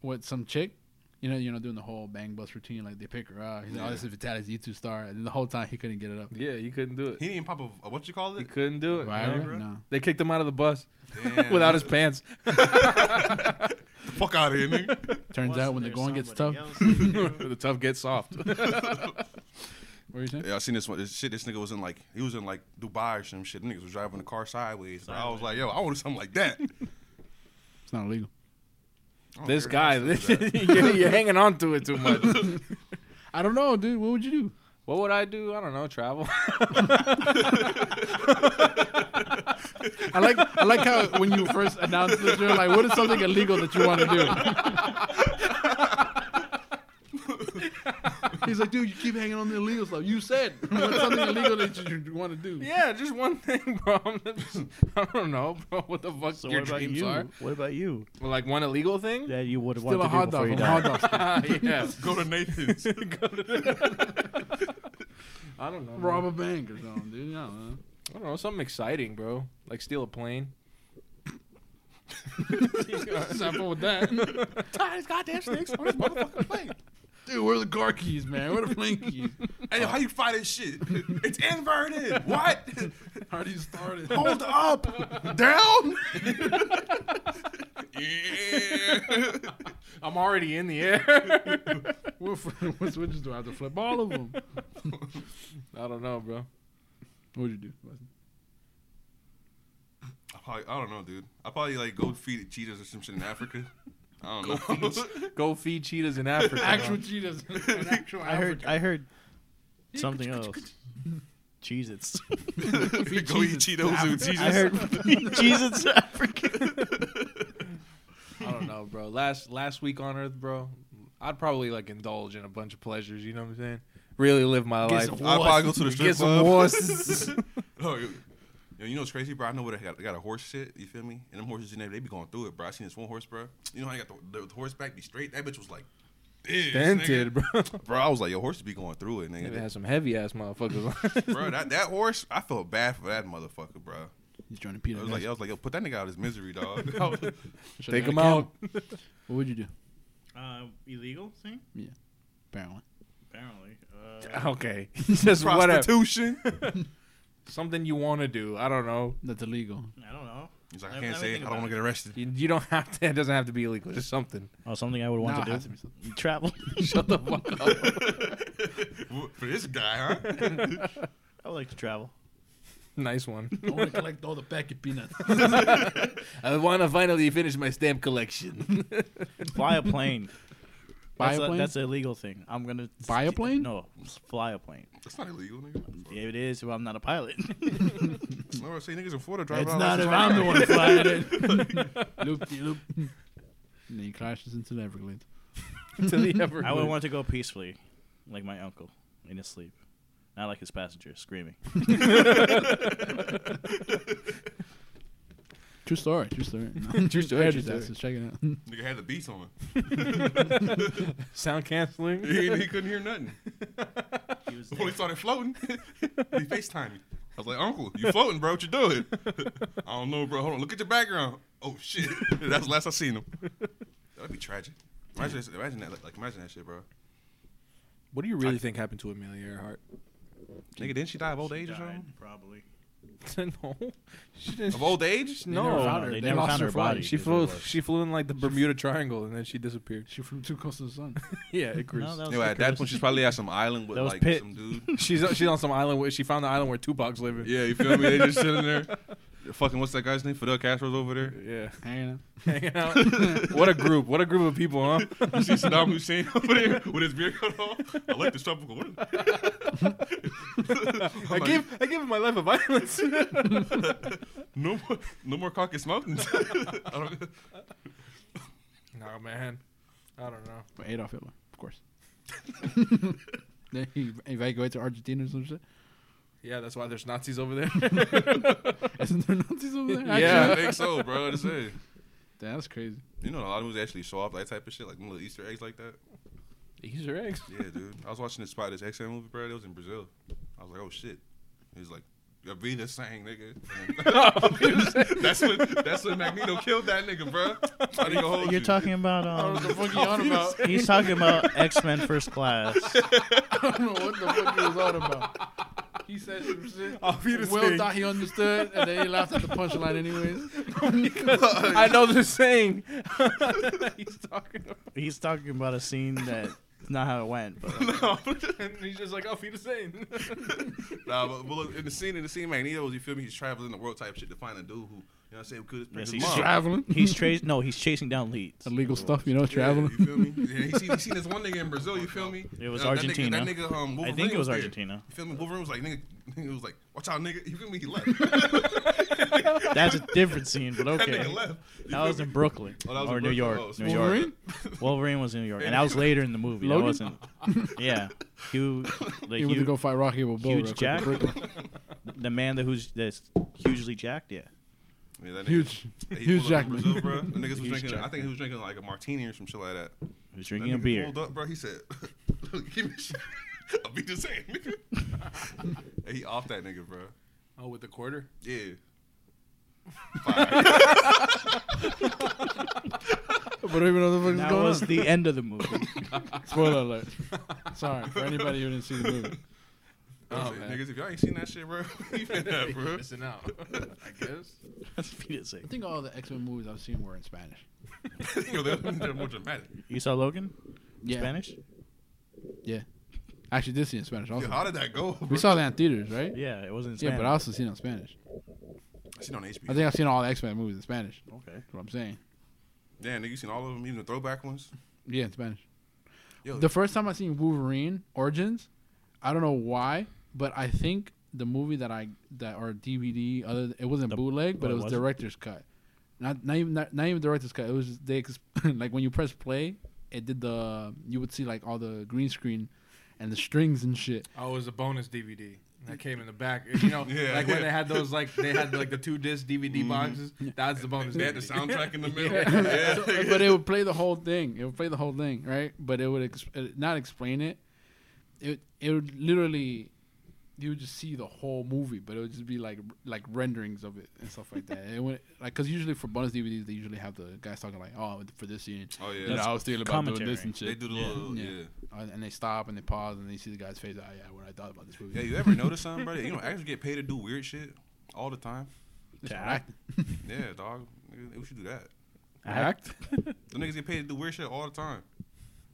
D: with some chick. You know, you know, doing the whole bang bus routine, like they pick her up. He's like, "Oh, this is Vitaly's YouTube star," and the whole time he couldn't get it up.
B: yeah, he couldn't do it.
A: He didn't even pop a, a what you call
B: He
A: it?
B: couldn't do it.
D: Viagra?
B: man.
D: No.
B: They kicked him out of the bus
A: Damn.
B: without his pants.
A: fuck out of here, nigga.
D: Turns out when the
C: "Wasn't
D: going
C: there
D: gets tough,
C: somebody else that you knew?"
B: the tough gets soft.
D: what are you saying?
A: Yeah, I seen this one. This shit, this nigga was in like he was in like Dubai or some shit. The niggas was driving the car sideways. But I was like, yo, I want something like that.
D: It's not illegal.
A: I don't
B: this
A: care.
B: guy,
A: That's that.
B: you're, you're hanging on to it too much.
D: I don't know, dude. What would you do?
B: What would I do? I don't know. Travel.
D: I like, I like how when you first announced this, you're like, "What is something illegal that you want to do?" He's like, "Dude, you keep hanging on the illegal stuff. You said what's something illegal that you, want to do?"
B: Yeah, just one thing, bro. I'm just, I don't know, bro. What the fuck
C: So
B: your
C: what about
B: dreams
C: you?
B: are?
C: What about you?
B: Well, like one illegal thing?
C: That you would want
D: Still
C: to
D: a
C: do
D: hot
C: before
D: dog.
C: you
D: From
C: die.
D: hot dog. stand.
B: Ah, yeah.
A: Go to Nathan's.
B: I don't know.
D: Rob
B: Bro.
D: a bank or something, dude. I don't know.
B: I don't know. Something exciting, bro. Like steal a plane.
D: Simple with that.
A: Tired as goddamn snakes on this motherfucking plane.
D: Dude, where are the car keys, man? Where are the plane keys?
A: Hey, how you find this shit? It's inverted. What?
D: How do you start it?
A: Hold up. Down. yeah.
B: I'm already in the air.
D: What, f- what switches do I have to flip? All of them. What
B: I don't know, bro.
D: would you do?
A: I, probably, I don't know, dude. I probably like go feed cheetahs or some shit in Africa. I don't know.
B: Go feed cheetahs in Africa.
D: Actual
B: bro.
D: cheetahs. An actual
C: I heard. I heard something else. Cheez Its.
A: go eat Cheetos and Cheetos.
C: I heard Cheez Its African.
B: I don't know, bro. Last last week on Earth, bro, I'd probably like indulge in a bunch of pleasures. You know what I'm saying? Really live my life.
A: I probably go to the strip
B: Get some
A: club.
B: horses.
A: Oh, yo, yo, you know what's crazy, bro? I know where they got, they got a horse shit. You feel me? And them horses in there, they be going through it, bro. I seen this one horse, bro. You know how you got the, the, the horse back be straight? That bitch was like, this,
B: Dented,
A: nigga.
B: bro.
A: bro. I was like, yo, horses be going through it,
B: It
A: nigga.
B: has some heavy ass motherfuckers. on it.
A: bro, that, that horse, I felt bad for that motherfucker, bro.
D: He's trying to
A: I
D: peanut.
A: was like, yo, I was like, yo, put that nigga out of his misery, dog. I was-
B: Take him out.
D: What would you do?
C: Uh, illegal thing?
D: Apparently.
C: Apparently. Uh,
B: Okay, just whatever.
A: Prostitution.
B: Something you want to do. I don't know.
D: That's illegal.
C: I don't know.
A: He's like,
C: Let
A: I
C: me-
A: can't
C: let me
A: say. it.
C: think
A: I
C: about
A: don't want to get arrested.
B: You, you don't have to. It doesn't have to be illegal. Just something.
C: Oh, something I would
D: Nah,
C: want
D: it has
C: to
D: to be something.
C: do. Travel.
B: Shut the fuck up.
A: for this guy, huh?
C: I would like to travel.
B: Nice one.
D: I want to collect all the packet peanuts.
B: I want to finally finish my stamp collection.
C: Fly a plane.
D: Buy
C: that's
D: a plane?
C: that's an illegal thing. I'm gonna
D: Buy a plane?
C: No, s- fly a plane.
A: That's not illegal, nigga.
C: If it is, well, I'm not a pilot.
A: No, I say niggas in Florida driving.
D: it's
A: out
D: not
A: of
D: if
A: license
D: I'm the one flying it. loop de loop. And then he crashes into the Everglades.
B: to the Everglades.
C: I would want to go peacefully, like my uncle, in his sleep, not like his passenger screaming.
D: True story. True story. No.
B: True story,
D: Air
B: true story.
D: disasters, Check it out.
A: Nigga had the beats on him.
B: sound canceling.
A: He, he couldn't hear nothing.
C: He was
A: When he
C: there.
A: started floating, he FaceTimed me. I was like, Uncle, you floating, bro. What you doing? I don't know, bro. Hold on. Look at your background. Oh, shit. That's the last I seen him. That'd be tragic. Imagine, this- imagine that. Like, imagine that shit, bro.
B: What do you really think happened to Amelia Earhart?
A: Nigga, didn't she die of old age or
C: Died,
A: something?
C: probably.
B: no, she didn't.
A: Of old age?
D: They never
B: No,
D: found her.
C: they
D: They,
C: never
D: lost
C: found
D: her,
C: her
D: flight.
C: body.
B: she
C: Is what it
B: flew.
C: was.
B: She flew in like the Bermuda Triangle, and then she disappeared.
D: She flew too close to the sun.
B: Yeah, it grew.
C: No, that was
A: Anyway, at that
C: Icarus.
A: point, she's probably at some island with,
C: That was
A: like,
C: Pitt.
A: some dude.
B: she's she's on some island where she found the island where Tupac's living.
A: Yeah, you feel me? They just sitting there. fucking what's that guy's name? Fidel Castro's over there.
B: Yeah.
D: Hanging out.
B: Hanging out. what a group. What a group of people, huh?
A: You see Saddam Hussein over there with his beard cut off. I like this tropical weather.
B: I
A: I'm like,
B: gave I gave him Oh my life of violence.
A: no more, no more Caucasus Mountains. I don't-
B: no man. I don't know.
D: But Adolf Hitler, of course. then he evacuates to Argentina or some shit.
B: Yeah, that's why there's Nazis over there.
D: Isn't there Nazis over there? actually?
A: I
B: Yeah.
A: think so, bro. That's it.
D: Damn, that's crazy.
A: You know, a lot of movies actually show off that type of shit, like little Easter eggs like that.
B: Easter eggs.
A: Yeah, dude. I was watching this spot this X Men movie, bro. It was in Brazil. I was like, oh shit. He was like, "Yeah, be the same, nigga. that's when that's when Magneto killed that nigga, bro. I didn't gonna hold
C: You're
A: you.
C: talking about
D: I don't know
C: um,
D: what the fuck you on about.
C: he's talking about X Men First Class.
D: I don't know what the fuck he was on about. He said some shit.
B: I'll be the
D: Will
B: same.
D: thought he understood, and then he laughed at the punchline anyways.
B: I know the saying. he's talking about.
C: He's talking about a scene that not how it went, but
B: and he's just like, I'll be the same.
A: Nah, but, but look, in the scene, in the scene, Magneto, you feel me? He's traveling the world type shit to find a dude who, you know what I'm saying, could have
C: Yes,
A: his
C: he's
A: mom.
C: tra-
D: Traveling.
C: he's tra- no, he's chasing down leads.
D: Illegal stuff, you know,
A: Yeah,
D: traveling.
A: you feel me? Yeah, he seen, he seen this one nigga in Brazil, you feel me?
C: It was
A: Uh, that nigga-
C: Argentina.
A: That nigga, um,
C: I
A: Wolverine
C: think it was
A: there.
C: Argentina.
A: You feel me? Wolverine was like, nigga, nigga was like, watch out, nigga. You feel me? He left.
C: That's a different scene, but
A: That
C: okay.
A: nigga left. You
C: That
A: feel
C: was
A: me?
C: in Brooklyn
A: Oh, that was
C: or
A: in
C: New
A: Brooklyn.
C: York.
A: Oh, so
C: New York.
D: Wolverine?
C: Wolverine was in New York, and that was later in the movie. That
D: Logan?
C: wasn't. Yeah, Hugh, the
D: He went to go
C: Hugh,
D: fight Rocky with Bull.
C: huge
D: real quick.
C: jack. the man that who's that's hugely jacked. Yeah,
A: Yeah, that nigga-
D: Huge.
A: He
D: Huge
A: pulled up in
D: Jackman.
A: Brazil, bro. The niggas was
C: Huge
A: drinking. I
C: Jackman.
A: think he was drinking like a martini or some shit like that. That
C: who's drinking a
A: nigga
C: beer.
A: Pulled up, bro. He said, "Give me shit. I'll be the same, nigga." And he off that nigga, bro.
B: Oh, with the quarter?
A: Yeah. Oh, Fire.
D: But I don't even know what the fuck
C: That
D: is going
C: was
D: on.
C: the end of the movie.
D: Spoiler alert. Sorry for anybody who didn't see the movie.
A: I
B: Oh,
A: said,
B: man.
A: niggas, if y'all ain't seen that shit, bro, leave that, bro.
B: Missing out. I guess.
C: That's what he did say.
D: I think all the X Men movies I've seen were in Spanish.
A: Yo, they're, they're more dramatic.
C: You saw Logan?
D: Yeah.
C: Spanish?
D: Yeah. I Actually, did see it in Spanish
A: Yo,
D: also.
A: how did that go? Bro?
D: we saw that in theaters, right?
C: Yeah, it wasn't in
D: Yeah,
C: Spanish.
D: but I also seen it in Spanish.
A: I seen on HBO.
D: I think I've seen all the X Men movies in Spanish. That's
C: okay.
D: what I'm saying.
A: Damn, nigga, you seen all of them, even the throwback ones.
D: Yeah, in Spanish.
A: Yo,
D: The first time I seen Wolverine Origins, I don't know why, but I think the movie that I that or DVD other th- it wasn't
C: The-
D: bootleg, but
C: oh,
D: it
C: it
D: was
C: wasn't?
D: director's cut. Not not even not, not even director's cut. It was just, they ex- like when you press play, it did the you would see like all the green screen and the strings and shit.
B: Oh, it was a bonus DVD. That came in the back. You know,
A: Yeah.
B: like when they had those, like, they had, like, the two disc DVD boxes. That's Mm-hmm. the bonus
A: they had the
B: DVD.
A: soundtrack in the middle.
B: Yeah.
A: Yeah.
D: So, but it would play the whole thing. It would play the whole thing, right? But it would ex- uh, not explain it. It it would literally you would just see the whole movie, but it would just be like like renderings of it and stuff like that. It went like because usually for bonus DVDs they usually have the guys talking like, oh, for this scene,
A: Oh yeah,
D: you know,
C: That's
D: I was thinking about doing this
C: commentary.
D: and
A: they
D: shit,
A: do the little
D: Yeah.
A: yeah.
D: Uh, and they stop and they pause and they see the guy's face. Oh yeah, what I thought about this movie.
A: Yeah, you ever notice something, bro? You know, actors get paid to do weird shit all the time.
D: It's
C: Yeah.
D: not acting.
A: Yeah, dog. Nigga, We should do that.
C: Act?
A: The niggas get paid to do weird shit all the time.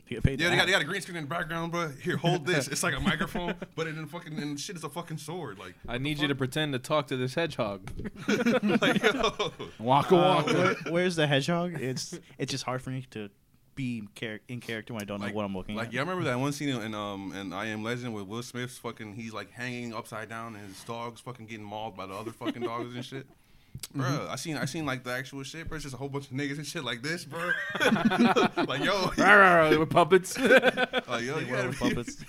C: He got paid
A: Yeah,
C: to
A: they got,
C: act.
A: they got a green screen in the background, bro. Here, hold this. It's like a microphone, but in the fucking and shit is a fucking sword. Like,
B: I need you to pretend to talk to this hedgehog.
A: like yo.
D: Walk a
C: Uh,
D: walk.
C: where, where's the hedgehog? It's it's just hard for me to be in, char- in character when I don't
A: Like,
C: know what I'm looking
A: like
C: at.
A: yeah, I remember that one scene in um in I Am Legend with Will Smith's fucking he's like hanging upside down and his dog's fucking getting mauled by the other fucking dogs and shit. Bro,
D: Mm-hmm.
A: I seen I seen like the actual shit, bro. It's just a whole bunch of niggas and shit like this, bro. like yo,
B: they were puppets.
A: like yo, you gotta be-
C: puppets.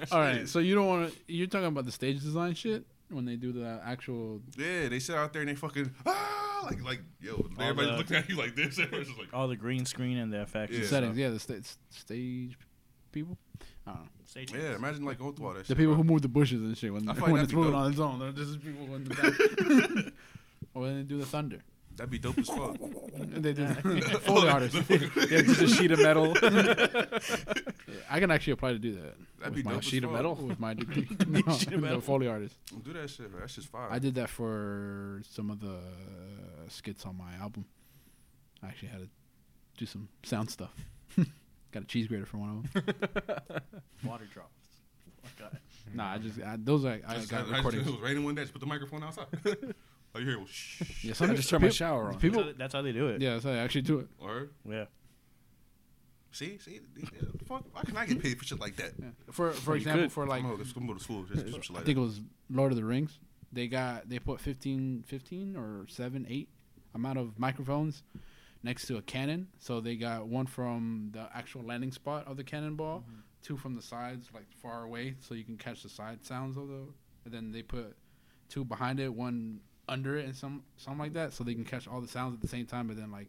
D: All right, so you don't want to. You're talking about the stage design shit when they do the actual
A: Yeah, they sit out there and they fucking ah, like like yo, everybody's
C: the-
A: looking at you like this. Everybody's just like,
C: All the green screen and the effects.
A: Yeah.
C: and
D: settings.
C: stuff.
D: Yeah, the sta- stage people. I don't know.
C: Stage
A: yeah, imagine like going through all that.
D: The
A: shit,
D: people
A: bro.
D: who move the bushes and shit when,
A: I find
D: when
A: that'd
D: it's
A: be
D: moving
A: dope.
D: on its own. They're just people in the back. or when they do the thunder.
A: that'd be dope as fuck.
D: And they do Foley artists.
B: yeah, just a sheet of metal.
D: I can actually apply to do that.
A: That'd
D: with
A: be
D: my,
A: dope as
B: sheet of
A: fuck.
B: metal.
D: With my degree. no,
C: Sheet of metal.
D: the Foley artist.
A: Do that shit, bro. That's just fire.
D: I did that for some of the uh, skits on my album. I actually had to do some sound stuff. Got a cheese grater for one of them.
C: Water drops. Okay.
D: Nah, I just I, those are I
A: I just
D: got
A: I just- it
D: recordings.
A: was raining one day. Just put the microphone outside. like, you hear, well, shh.
D: Yeah,
B: I
D: some
B: just turned my
D: peop-
B: shower on.
C: That's
D: People,
C: how, that's how they do it.
D: yeah, that's how they actually do it.
A: Or
C: Yeah.
A: see, see, yeah, fuck, why can I get paid for shit like that?
D: Yeah. For for
C: you
D: example,
C: could.
D: for like
A: I'm gonna, go- I'm gonna go to school. Just do some shit
D: I
A: like
D: think
A: that.
D: it was Lord of the Rings. They got they put 15, 15 or seven, eight amount of microphones next to a cannon. So they got one from the actual landing spot of the cannonball, two from the sides, like far away, so you can catch the side sounds of the. And then they put two behind it, one under it, and some something like that, so they can catch all the sounds at the same time. But then like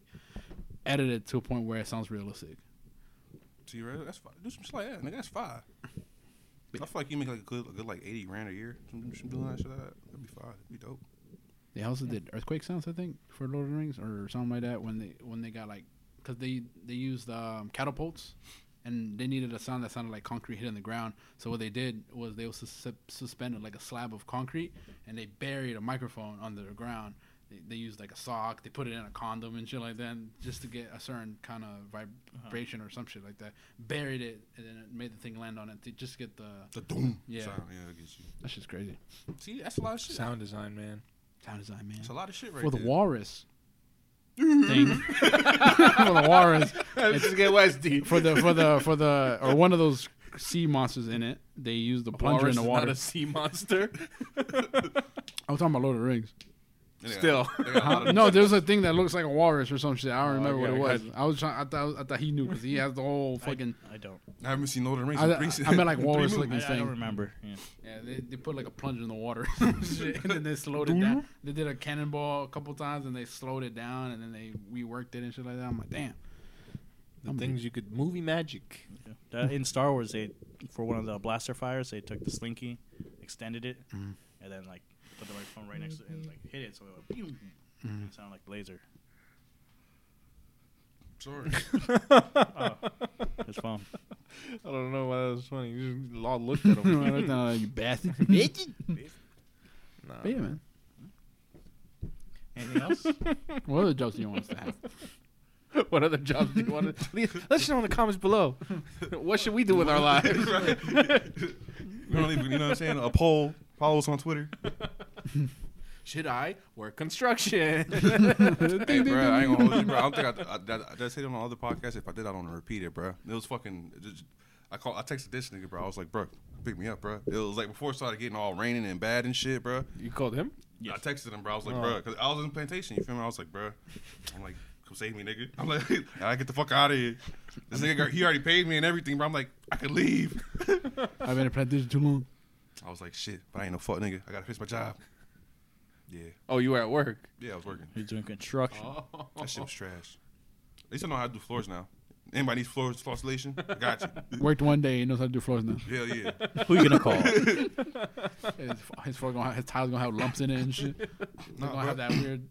D: edit it to a point where it sounds realistic.
A: See, right? That's fine. Do some shit like that, nigga. That's fine. I feel like you make like a good, a good like eighty grand a year. Some, some doing that shit. Like that. That'd be fine. That'd be dope.
D: They also did earthquake sounds, I think, for Lord of the Rings or something like that. When they when they got like, because they they used um, catapults, and they needed a sound that sounded like concrete hitting the ground. So what they did was they also sus- suspended like a slab of concrete, and they buried a microphone under the ground. They, they used like a sock. They put it in a condom and shit like that, and just to get a certain kind of vibration or some shit like that. Buried it and then it made the thing land on it. They just get the
A: The doom.
D: Yeah.
A: Sound. Yeah, I get you.
D: that's just crazy.
A: See, that's a lot of shit.
B: Sound design, man.
D: Sound design, man.
A: That's a lot of shit right
D: For the
A: there.
D: walrus thing. for the walrus. It's-
B: Let's get Westy.
D: for the for the for the or one of those sea monsters in it, they use the plunger in the water.
B: Not a sea monster.
D: I'm talking about Lord of the Rings.
A: They got-
B: Still.
A: they got a lot of-
D: No, there's a thing that looks like a walrus or some shit. I don't
B: Oh,
D: remember
B: okay,
D: what it was.
B: I
D: I was trying. I thought I thought he knew because he has the whole fucking.
C: I, I don't.
A: I haven't seen Lord of the Rings.
D: I-
A: in
D: I-
A: three-
D: I meant, like,
A: three
D: walrus
A: movies.
D: looking
C: I, I
D: saying-
C: don't remember. Yeah.
D: Yeah, they, they put like a plunger in the water and then they slowed it down. They did a cannonball a couple times and they slowed it down and then they reworked it and shit like that. I'm like, damn.
B: the things you could movie magic.
C: Yeah. That, in Star Wars, they for one of the blaster fires, they took the slinky, extended it, and then like put the microphone right next to it and like hit it, so it went pew. It sounded like laser.
A: Sorry.
C: Oh, his phone.
B: I don't know why that was funny. You just all looked at him.
D: you bastard. but
B: nah.
D: yeah, man.
C: Anything else?
D: What other jokes do you want us to have?
B: What other jobs do you want to? Let us know in the comments below. what should we do with our lives?
A: Right. We don't even- you know what I'm saying? A poll. Follow us on Twitter.
B: Should I work construction?
A: hey, bro, I ain't gonna hold you, bro. I don't think I, I, that- I, did I say it on the other podcast. If I did, I don't repeat it, bro. It was fucking. it just- I call. I texted this nigga, bro. I was like, bro, pick me up, bro. It was like before it started getting all raining and bad and shit, bro.
B: you called him?
A: I texted him, bro. I was like,
B: Oh.
A: bro, because I was in plantation. You feel me? I was like, bro, I'm like, come save me, nigga. I'm like, I get the fuck out of here. This nigga, he already paid me and everything, bro. I'm like, I could leave.
D: I've been in plantation too long.
A: I was like, shit, but I ain't no fuck nigga. I gotta fix my job. Yeah,
B: Oh, you were at work.
A: yeah, I was working.
C: He's doing construction.
A: That shit was trash. At least I know how to do floors now. Anybody needs floors floor installation? I got you.
D: Worked one day and knows how to do floors now.
A: Hell yeah.
C: Who you gonna call?
D: His, his floor gonna have, his tiles gonna have lumps in it and shit. They're
A: Nah,
D: gonna have
A: bro.
D: that weird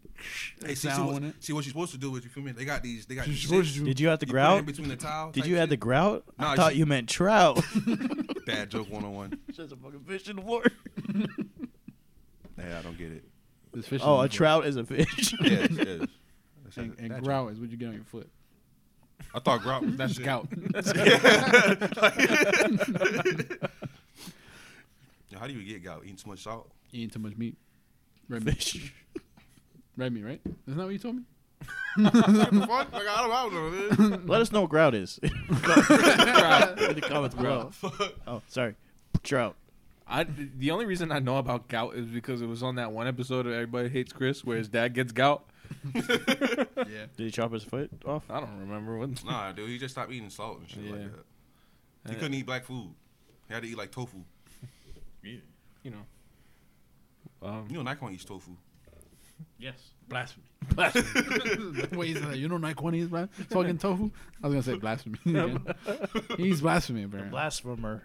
A: Hey, see, see,
D: sound
A: what,
D: in it.
A: see what you're supposed to do is you feel me? They got these. They got these zips.
C: Did you add the
A: You put it in
C: grout?
A: between the tile.
C: Did
A: type
C: you add the
A: shit.
C: grout?
A: Nah,
C: I
A: it's
C: thought
A: just-
C: you meant trout.
A: bad joke one on one?
C: Just a fucking fish in the water.
A: Yeah, I don't get it.
D: This fish
C: Oh, a
D: is-
C: trout is a fish.
A: Yes, yes. That's
D: And,
A: it. Bad
D: and
A: joke.
D: grout is what you get on your foot.
A: I thought grout was that shit.
D: Scout.
A: Yo, How do you get gout? Eating too much salt?
D: Eating too much meat. Red meat.
C: Fish.
D: Red meat, right? Isn't that what you told me?
A: What the fuck? Like, I don't, I don't know.
C: Let us know what grout is. In the comments below. Oh, sorry. Trout.
B: I, the only reason I know about gout is because it was on that one episode of Everybody Hates Chris where his dad gets gout.
D: Yeah.
C: Did he chop his foot off?
B: I don't remember what.
A: Nah, dude, he just stopped eating salt and shit
B: Yeah.
A: like that. He couldn't eat black food. He had to eat like tofu.
B: You know. Um,
A: You know, Nikon eats tofu.
C: Yes.
D: Blasphemy. Wait, is that, you know Nikon is blas- talking tofu? I was gonna say blasphemy. again. He's blasphemy, bro.
C: Blasphemer.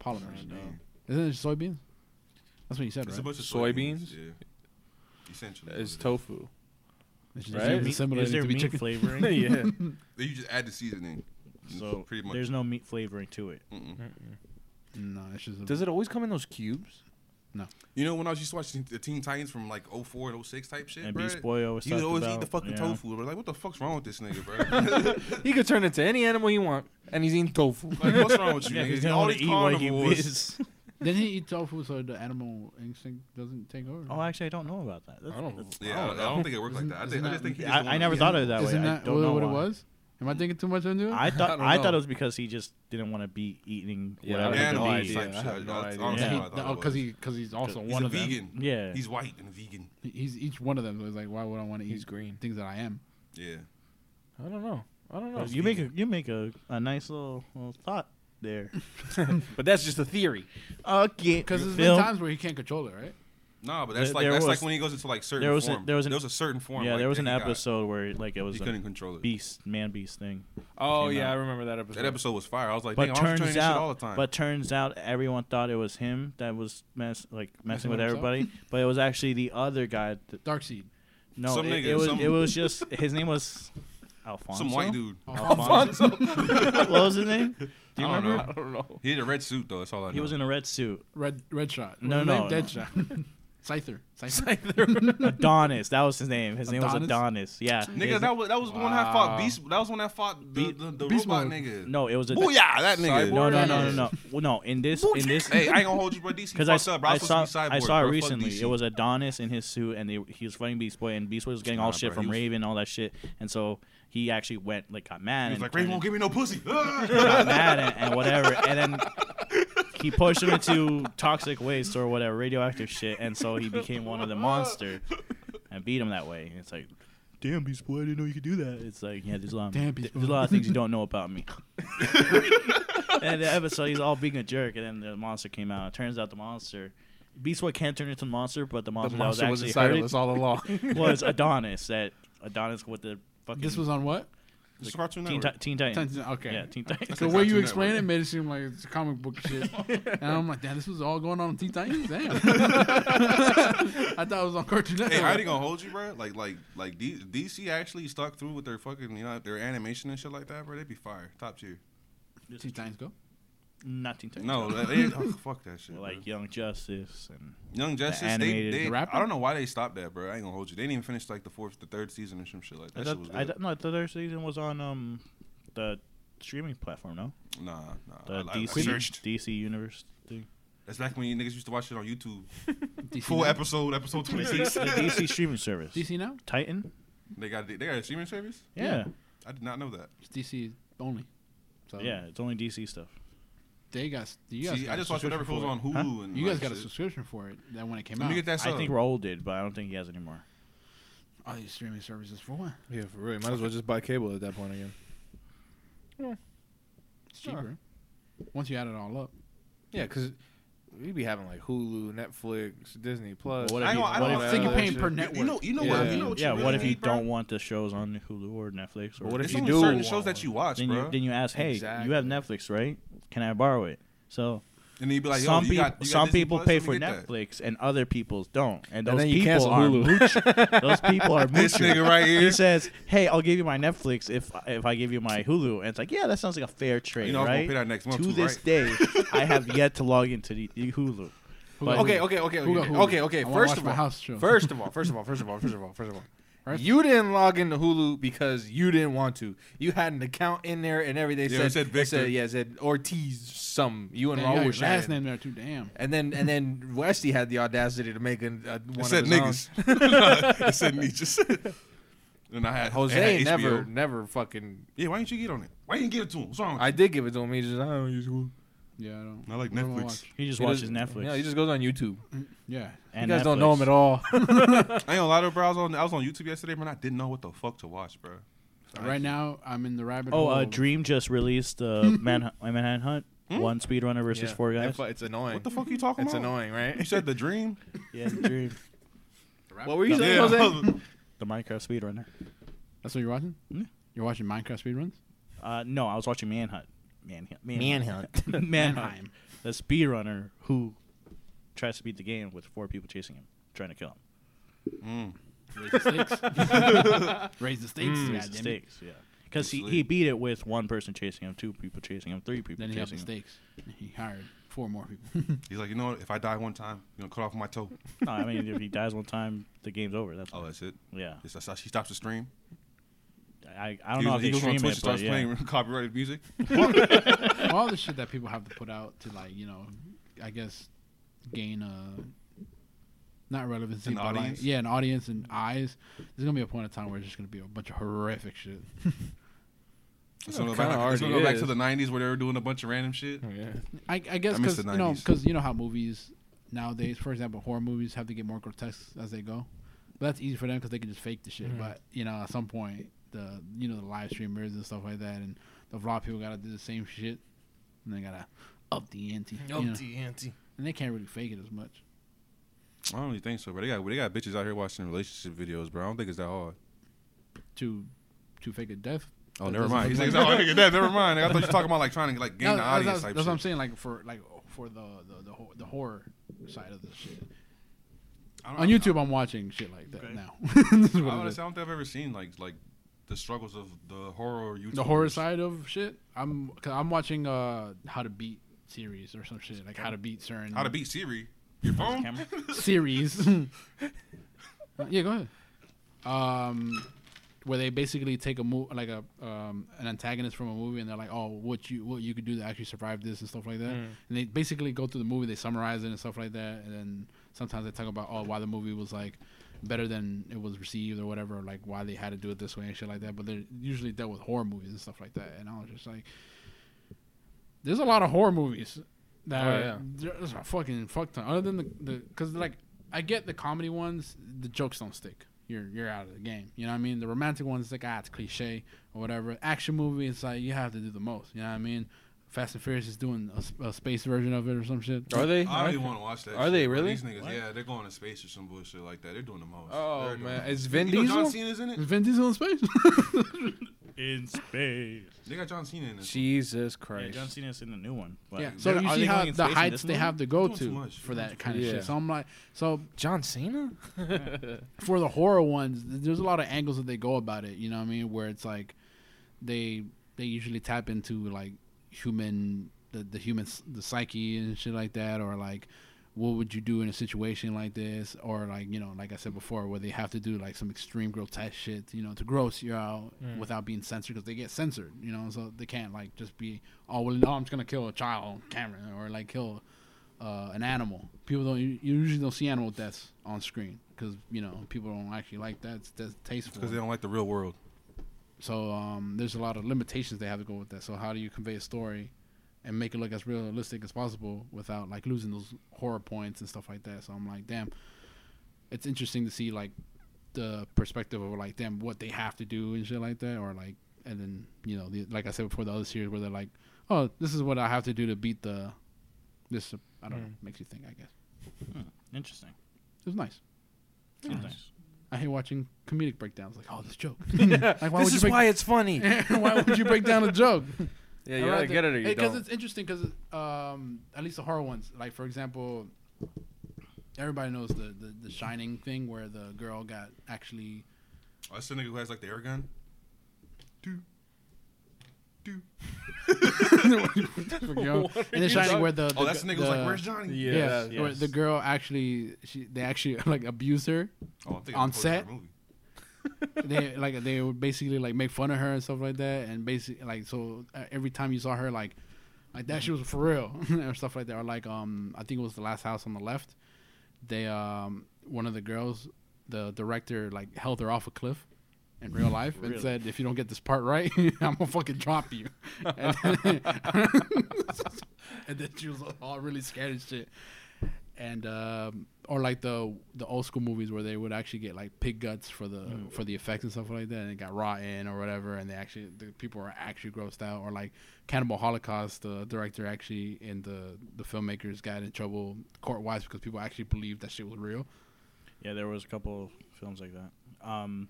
D: Polymers. Isn't it just soybeans? That's what you said,
A: It's
D: right?
A: a bunch of
B: Soybeans?
A: Yeah. Essentially.
B: it's
A: what it
B: tofu.
D: It's
B: Right? Is there
D: just similar
C: Is there
D: to be
C: meat
D: chicken.
C: flavoring?
A: is. You just add the seasoning. Mm,
C: So
A: pretty much.
C: there's Mm. no meat flavoring to it.
A: Mm-mm.
D: No, it's just. A,
B: Does it always come in those cubes?
A: You know, when I was used to watching the Teen Titans from like 04 and 06 type shit,
C: And
A: bro,
C: B Spoyo was
A: he would
C: talked
A: always
C: about.
A: eat the fucking
C: yeah.
A: tofu. We're like, what the fuck's wrong with this nigga, bro?
B: He could turn into any animal you want, and he's eating tofu.
A: like, what's wrong with you,
C: Yeah,
A: nigga?
C: he's gonna
A: All
C: wanna
A: these
C: eat what he
A: carnivores.
C: is.
D: Then he eat tofu so the animal instinct doesn't take over.
C: Oh, actually, I don't know about that. That's,
B: I don't.
C: that's-
A: Yeah, I don't, I don't think it works like
D: Isn't-
A: that. I,
D: isn't
A: think, I
D: that-
A: just think he just
C: I,
A: don't
C: I never
A: wanna-
C: thought of it that
D: Isn't
C: way.
D: that
C: I don't
D: what,
C: know
D: what it
C: why.
D: was? Am I thinking too much into it?
C: I thought I,
B: don't know.
C: thought it was because he just didn't want to be eating
B: Yeah,
C: whatever.
B: I
C: it
B: had no
C: could be.
B: idea.
A: type
B: I
A: shit.
B: had no
A: That's
B: idea.
A: honestly
C: Yeah.
A: what I thought it
D: because
A: was.
D: he because he's also
A: He's
D: one
A: a
D: of them.
A: vegan.
C: Yeah.
A: He's white and a vegan.
D: He- He's each one of them. So it's like, why would I want to eat
B: He's green.
D: things that I am?
A: Yeah.
B: I don't know. I don't know.
C: You make a you make a, a nice little, little thought there.
B: But that's just a theory.
C: Okay,
D: Because there's
C: Phil?
D: been times where he can't control it, right?
A: Nah, but that's
C: There-
A: like
C: there
A: that's
C: was-
A: like when he goes into like certain
C: there was a-
A: form.
C: there was an-
A: certain form.
C: yeah,
A: like,
C: there was
A: that
C: an
A: he got.
C: episode where like it was
A: He
C: a
A: couldn't control it.
C: beast man beast thing.
B: Oh
C: Came
B: yeah,
C: out.
B: I remember that episode.
A: That episode was fire. I was like,
C: But
A: damn, I was trying this
C: turns
A: shit
C: out,
A: all the time.
C: but turns out, everyone thought it was him that was mess like messing
D: Messing
C: with
D: with himself?
C: everybody. but it was actually the other guy. That,
D: Dark seed.
C: no,
A: Some
C: it,
A: nigga,
C: it was
A: some-
C: it was just his name was Alfonso.
A: some white dude.
D: Alfonso.
C: what was his name? Do you
A: I don't
C: remember?
A: know.
B: I don't know.
A: He had a red suit though. That's all I know.
C: He was in a red suit.
D: Red Red Shot.
C: No,
D: His
C: no,
D: name
C: no.
D: Deadshot. Scyther. Scyther.
C: Adonis. That was his name. His name was Adonis.
D: Adonis?
C: Yeah.
A: Nigga,
C: His-
A: that was that was the one that fought
B: Wow.
A: Beast. That was the one that fought the,
C: Be-
A: the, the
D: Beast
A: robot
D: Mode.
A: nigga.
C: no, it was a.
A: Booyah, that nigga.
C: No, no, no, no,
D: Cyborg.
C: no. Well, no, in this, in this,
A: hey, I ain't gonna hold you, bro. DC
C: because
A: fucked
C: I,
A: up. Bro. I,
C: I
A: was
C: saw,
A: supposed to be cyborg,
C: I saw it
A: bro. Fuck
C: recently.
A: DC.
C: It was Adonis in his suit, and they, he was fighting Beast Boy, and Beast Boy was getting all
A: Nah,
C: shit
A: bro,
C: from
A: he was-
C: Raven, all that shit, and so he actually went like got mad
A: He was
C: and
A: like,
C: turned
A: Raven won't
C: it-
A: give me no pussy.
C: got mad and, and whatever, and then he pushed him into toxic waste or whatever radioactive shit, and so he became one of the monster and beat him that way. And it's like. Damn, Beast Boy! I didn't know you could do that. It's like, yeah, there's a lot. Of,
D: Damn, Beast
C: there's a
D: Boy.
C: lot of things you don't know about me. and the episode, he's all being a jerk, and then the monster came out. It turns out the monster, Beast Boy can't turn into a monster, but the
B: The
C: monster,
B: monster
C: that
B: was
C: was
B: inside
C: actually
B: of us all along.
C: hurt was Adonis. That Adonis with the fucking
D: This was on what?
A: It's a Cartoon
C: Teen,
A: Network.
C: Ti- Teen Titans.
D: Titan- Okay.
C: Yeah, Teen Titans.
D: The
A: Cartoon
D: way you
A: Network.
D: explained it made it seem like it's comic book shit, and I'm like, damn, this was all going on in Teen Titans. Damn, I thought it was on Cartoon Network.
A: Hey, how they gonna hold you, bro? Like, like, like D- DC actually stuck through with their fucking, you know, their animation and shit like that, bro. They'd be fire, top tier.
D: Teen Titans go?
C: Not Teen Titans.
A: No, they, oh, fuck that shit.
C: like
A: bro.
C: Young Justice and
A: Young Justice,
C: animated-
A: they,
D: The
A: they
D: rapper?
A: I don't know why they stopped that, bro. I ain't gonna hold you. They didn't even finish like the fourth, the third season or some shit like that.
C: I
A: shit was
C: thought,
A: good.
C: I thought, no, the third season was on um the streaming platform. No,
A: nah,
C: the
A: nah. I, I, I
C: DC
A: searched.
C: DC Universe thing.
A: That's back when you niggas used to watch it on YouTube.
D: DC
A: Full
D: now?
A: episode, episode
C: The DC, the
A: 26.
C: DC streaming service.
D: DC now?
C: Titan.
A: they got they got a streaming service.
C: Yeah.
A: I did not know that.
D: It's DC only. So
C: yeah, It's only DC stuff.
D: they got. You guys
A: See,
D: got
A: I
D: a
A: just watched whatever
D: subscription
A: was
D: for
A: on Hulu.
C: Huh?
D: it.
A: And
D: You
A: like,
D: guys got a
A: shit.
D: subscription for it that when it came
A: Let
D: out.
A: me get that.
C: I
A: Sub.
C: think Raul did, but I don't think he has anymore.
D: All these streaming services for what?
B: Yeah, for real. You might as well just buy cable at that point again.
D: It's
B: Sure.
D: cheaper. Once you add it all up,
B: Yeah, because we'd be having like Hulu, Netflix, Disney Plus.
C: Well, what
A: I,
C: if
A: don't,
C: you-
A: I
C: what
A: don't
C: if-
D: I think you're paying per
A: You-
D: network.
A: You know, you know what? You know what
C: yeah.
A: you
C: what
A: really
C: if you
A: need, bro?
C: don't want the shows on Hulu or Netflix? Or
B: But what if
A: It's
B: you
A: only
B: do
A: certain
B: want
A: shows that
B: one?
A: you watch,
C: then
A: bro.
C: you then you ask, hey, you have
B: Exactly.
C: Netflix, right? Can I borrow it? So
A: and then you'd be like, Yo,
C: some
A: you
C: people
A: got, you got
C: some
A: Disney
C: people
A: Plus?
C: pay
A: Let me
C: for
A: get that.
C: Netflix and other people's don't, and
B: And
C: those
B: then you
C: people
B: cancel
C: are
B: Hulu.
C: mooch- those people are
A: This
C: mooching.
A: nigga right
C: He
A: here.
C: says, "Hey, I'll give you my Netflix if if I give you my Hulu," and it's like, "Yeah, that sounds like a fair trade,
A: You know, I'm gonna
C: right?"
A: pay that next month
C: to
A: too,
C: this
A: right?
C: day, I have yet to log into the, the Hulu. But-
B: Okay, okay, okay,
D: Who got
B: okay,
D: Hulu?
B: okay, okay.
D: I wanna
B: First
D: watch
B: of
D: my
B: all,
D: house show.
B: first of all, first of all, first of all, first of all, first of all,
D: Right?
B: you didn't log into Hulu because you didn't want to. You had an account in there and everything.
A: Yeah,
B: said,
A: it said
B: it
A: Victor.
B: said yeah, it said Ortiz. Some you and
D: Damn, you
B: Raul
D: got
B: were
D: your last
B: sharing.
D: name there too. Damn.
B: And then and then Westy had the audacity to make an, uh, one
A: It said
B: of his own.
A: niggas. it said niches. and I had
B: Jose
A: and I had HBO.
B: never never fucking.
A: Yeah, why didn't you get on it? Why didn't you give it to him? What's wrong? with
B: I did give it to him. He just I don't use Hulu.
D: Yeah, I don't.
A: I like
D: what do
A: Netflix.
D: watch?
C: He just
B: He
C: watches
B: doesn't-
C: Netflix.
B: No, he just goes on YouTube.
D: Yeah.
C: and
B: you guys don't know him at all.
A: you? I ain't gonna lie to you, bro. I was on I was on YouTube yesterday, man. I didn't know what the fuck to watch, bro.
D: Right now, I'm in the rabbit
C: Oh,
D: hole.
C: uh,
D: of-
C: Dream just released uh, Manhunt, Manhunt one speedrunner versus four guys.
B: It's annoying.
A: What the fuck you talking
B: It's
A: about?
B: annoying, right?
A: You said the dream.
C: Yeah, Dream,
B: What were you saying,
A: Yeah.
B: Jose?
C: the Minecraft speedrunner.
D: That's what you're watching?
C: Yeah.
D: You're watching Minecraft speedruns?
C: Uh, no, I was watching Manhunt. Manhunt.
B: Manhunt.
C: Manheim. The speedrunner who tries to beat the game with four people chasing him, trying to kill him.
A: Mm.
D: Raise the stakes. Raise the stakes.
C: Mm. Raise
D: goddamn
C: the
D: it.
C: stakes, yeah. Because he,
A: Absolutely.
C: he beat it with one person chasing him, two people chasing him, three people
D: Then he got the
C: chasing him.
D: stakes. He hired four more people.
A: He's like, you know what? If I die one time, you gonna cut off my toe.
C: No, I mean, if he dies one time, the game's over. That's
A: Oh, that's it.
C: yeah.
A: It's- that's how she stops the stream.
C: I, I don't know if
A: he
C: they
A: goes on
C: stream
A: Twitch and
C: it, but
A: starts
C: yeah.
A: playing copyrighted music.
D: All the shit that people have to put out to, like, you know, I guess gain uh not relevancy,
A: An
D: but like-
A: audience?
D: yeah, an audience and eyes. There's gonna be a point in time where it's just gonna be a bunch of horrific shit.
A: It's gonna
B: It
A: go back,
B: kinda
A: like- it's gonna
B: already
A: go back
B: is.
A: to the '90s where they were doing a bunch of random shit.
B: Yeah.
D: I, I guess
A: I miss
D: because
A: the
D: you know
A: 90s.
D: 'cause you know how movies nowadays, for example, horror movies have to get more grotesque as they go. But that's easy for them because they can just fake the shit. But you know, at some point, the you know the live streamers and stuff like that, and the vlog people gotta do the same shit, and they gotta up the ante. you know. and they can't really fake it as much.
A: I don't really think so, bro. They got they got bitches out here watching relationship videos, bro. I don't think it's that hard.
D: To to fake a death.
A: Oh,
D: That
A: never
D: doesn't
A: mind.
D: look
A: He's like,
D: like-
A: "No, I think that- never mind. I thought you were talking about like trying to like gain
D: No,
A: the
D: that's-
A: audience
D: that's,
A: type
D: that's what I'm
A: shit.
D: saying. Like for like for the the the, ho- the horror side of the shit
A: I don't-
D: on YouTube, I'm watching shit like that
C: Okay.
D: now. This is
A: I,
D: what it is.
A: honestly, I don't think I've ever seen like like the struggles of the horror YouTube.
D: the horror side of shit. I'm cause I'm watching uh how to beat series or some shit like how to beat certain
A: How to beat Siri? Your phone?
C: camera?
D: series. yeah, go ahead. Um, where they basically take a move like a um an antagonist from a movie and they're like, oh, what you what you could do to actually survive this and stuff like that. And they basically go through the movie, they summarize it and stuff like that, and then sometimes they talk about oh why the movie was like better than it was received or whatever, like why they had to do it this way and shit like that. But they're usually dealt with horror movies and stuff like that. And I was just like, there's a lot of horror movies that
B: Oh,
D: are-
B: yeah.
D: there's a fucking fuck ton. Other than the the because like I get the comedy ones, the jokes don't stick. You're you're out of the game. You know what I mean? The romantic ones, it's like ah, it's cliche or whatever. Action movie, it's like you have to do the most. You know what I mean? Fast and Furious is doing a s- a, space version of it or some shit.
B: Are they?
A: I don't even want to watch that.
B: Are
A: shit,
B: they
A: bro.
B: really?
A: These niggas, yeah, they're going to space or some bullshit like that. They're doing the most.
B: Oh,
A: They're doing
B: man.
A: the
B: Is
A: most.
B: Vin
A: you know John
B: Diesel?
A: Cena's in
D: Is
A: it.
D: Vin Diesel in space?
C: in space.
A: They got John Cena in it.
B: Jesus
C: Yeah,
B: Christ.
C: John Cena's in the new one. But
D: yeah. So
C: They're-
D: you
C: are
D: see
C: they
D: how
C: going in
D: the
C: space in
D: heights
C: this
D: they
C: one?
D: have to go
A: Doing too
D: to
A: much.
D: for
A: Doing
D: that kind of
B: Yeah.
D: shit. So I'm like, so
B: John Cena?
D: for the horror ones, th- there's a lot of angles that they go about it. You know what I mean? Where it's like they they usually tap into like human the the human s- the psyche and shit like that, or like what would you do in a situation like this, or like you know, like I said before, where they have to do like some extreme grotesque shit, you know, to gross you out without being censored because they get censored, you know, so they can't like just be oh well, no, I'm just gonna kill a child on camera or like kill uh, an animal. People don't you usually don't see animal deaths on screen because you know people don't actually like that. It's that's tasteful.
A: because they don't like the real world.
D: So um, there's a lot of limitations they have to go with that. So how do you convey a story and make it look as realistic as possible without like losing those horror points and stuff like that? So I'm like, damn, it's interesting to see like the perspective of like damn what they have to do and shit like that, or like and then you know the, like I said before the other series where they're like, oh, this is what I have to do to beat the this. I don't know,
B: Mm.
D: makes you think. I guess
C: Interesting.
D: it was nice.
C: Interesting.
D: I hate watching comedic breakdowns. Like, oh, this joke. like,
B: this is
D: break-
B: why it's funny. yeah,
D: why would you break down a joke?
B: you gotta get it or you
D: Because
B: don't.
D: it's interesting. Because um, at least the horror ones, like for example, everybody knows the, the the Shining thing where the girl got actually.
A: Oh, that's the nigga who has like the air gun. Do, do.
D: and the Shining where the, the
A: Oh, that's the nigga who's
D: the-
A: like, where's Johnny?
B: Yeah.
D: Yeah,
B: Yes,
D: where
C: yes.
D: the girl actually she they actually like abuse her.
A: Oh, I'm thinking
D: On
A: of a totally
D: set?
A: different movie.
D: they like they would basically like make fun of her and stuff like that, and basically like so uh, every time you saw her like like that she was for real or stuff like that, or like um I think it was the last house on the left. They um one of the girls, the director like held her off a cliff in real life
C: Really?
D: and said if you don't get this part right, I'm gonna fucking drop you. And then, and then she was all really scared and shit and um, or like the the old school movies where they would actually get like pig guts for the for the effects and stuff like that, and it got rotten or whatever, and they actually the people were actually grossed out, or like Cannibal Holocaust, the director actually and the the filmmakers got in trouble court wise because people actually believed that shit was real.
C: Yeah, there was a couple films like that. Um,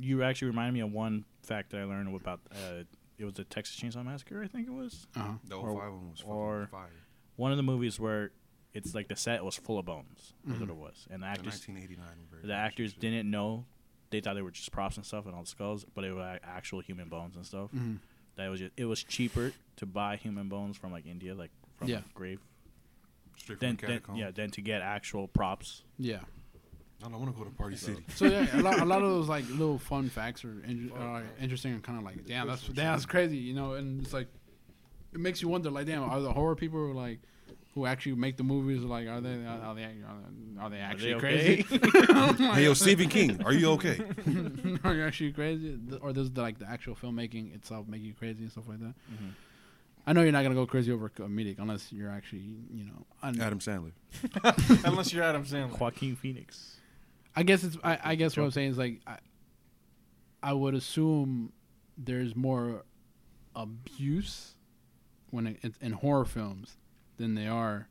C: you actually reminded me of one fact that I learned about. Uh, it was the Texas Chainsaw Massacre, I think it was.
D: Uh-huh.
A: The
C: Or-
A: 05 one was
C: or-
A: fucking fire.
C: One of the movies where it's like the set was full of bones. That's
D: Mm-hmm.
C: what it was, and the
A: The
C: actors
A: 1989 version.
C: the actors
A: Shit.
C: didn't know. They thought they were just props and stuff and all the skulls, but it were like, actual human bones and stuff.
D: Mm-hmm.
C: That was just, it was cheaper to buy human bones from like India, like from
D: Yeah.
C: a grave,
A: Straight from
C: than,
A: the
C: than
A: catacomb.
C: yeah, than to get actual props.
D: Yeah.
A: I don't want to go to Party City.
D: So yeah, a lot, a lot of those like little fun facts are, in, are like, interesting and kind of like damn that's damn that's crazy, you know, and it's like it makes you wonder, like, damn, are the horror people who, like who actually make the movies like are they are, are they are they, are they actually
C: okay?
D: crazy?
A: Hey, yo, Stephen King, are you okay?
D: are you actually crazy, Th- or does the, like the actual filmmaking itself make you crazy and stuff like that? I know you're not gonna go crazy over comedic unless you're actually, you know. Un-
A: Adam Sandler.
B: Unless you're Adam Sandler.
C: Joaquin Phoenix.
D: I guess it's. I, I guess what I'm saying is like, I, I would assume there's more abuse when it, it's in horror films than they are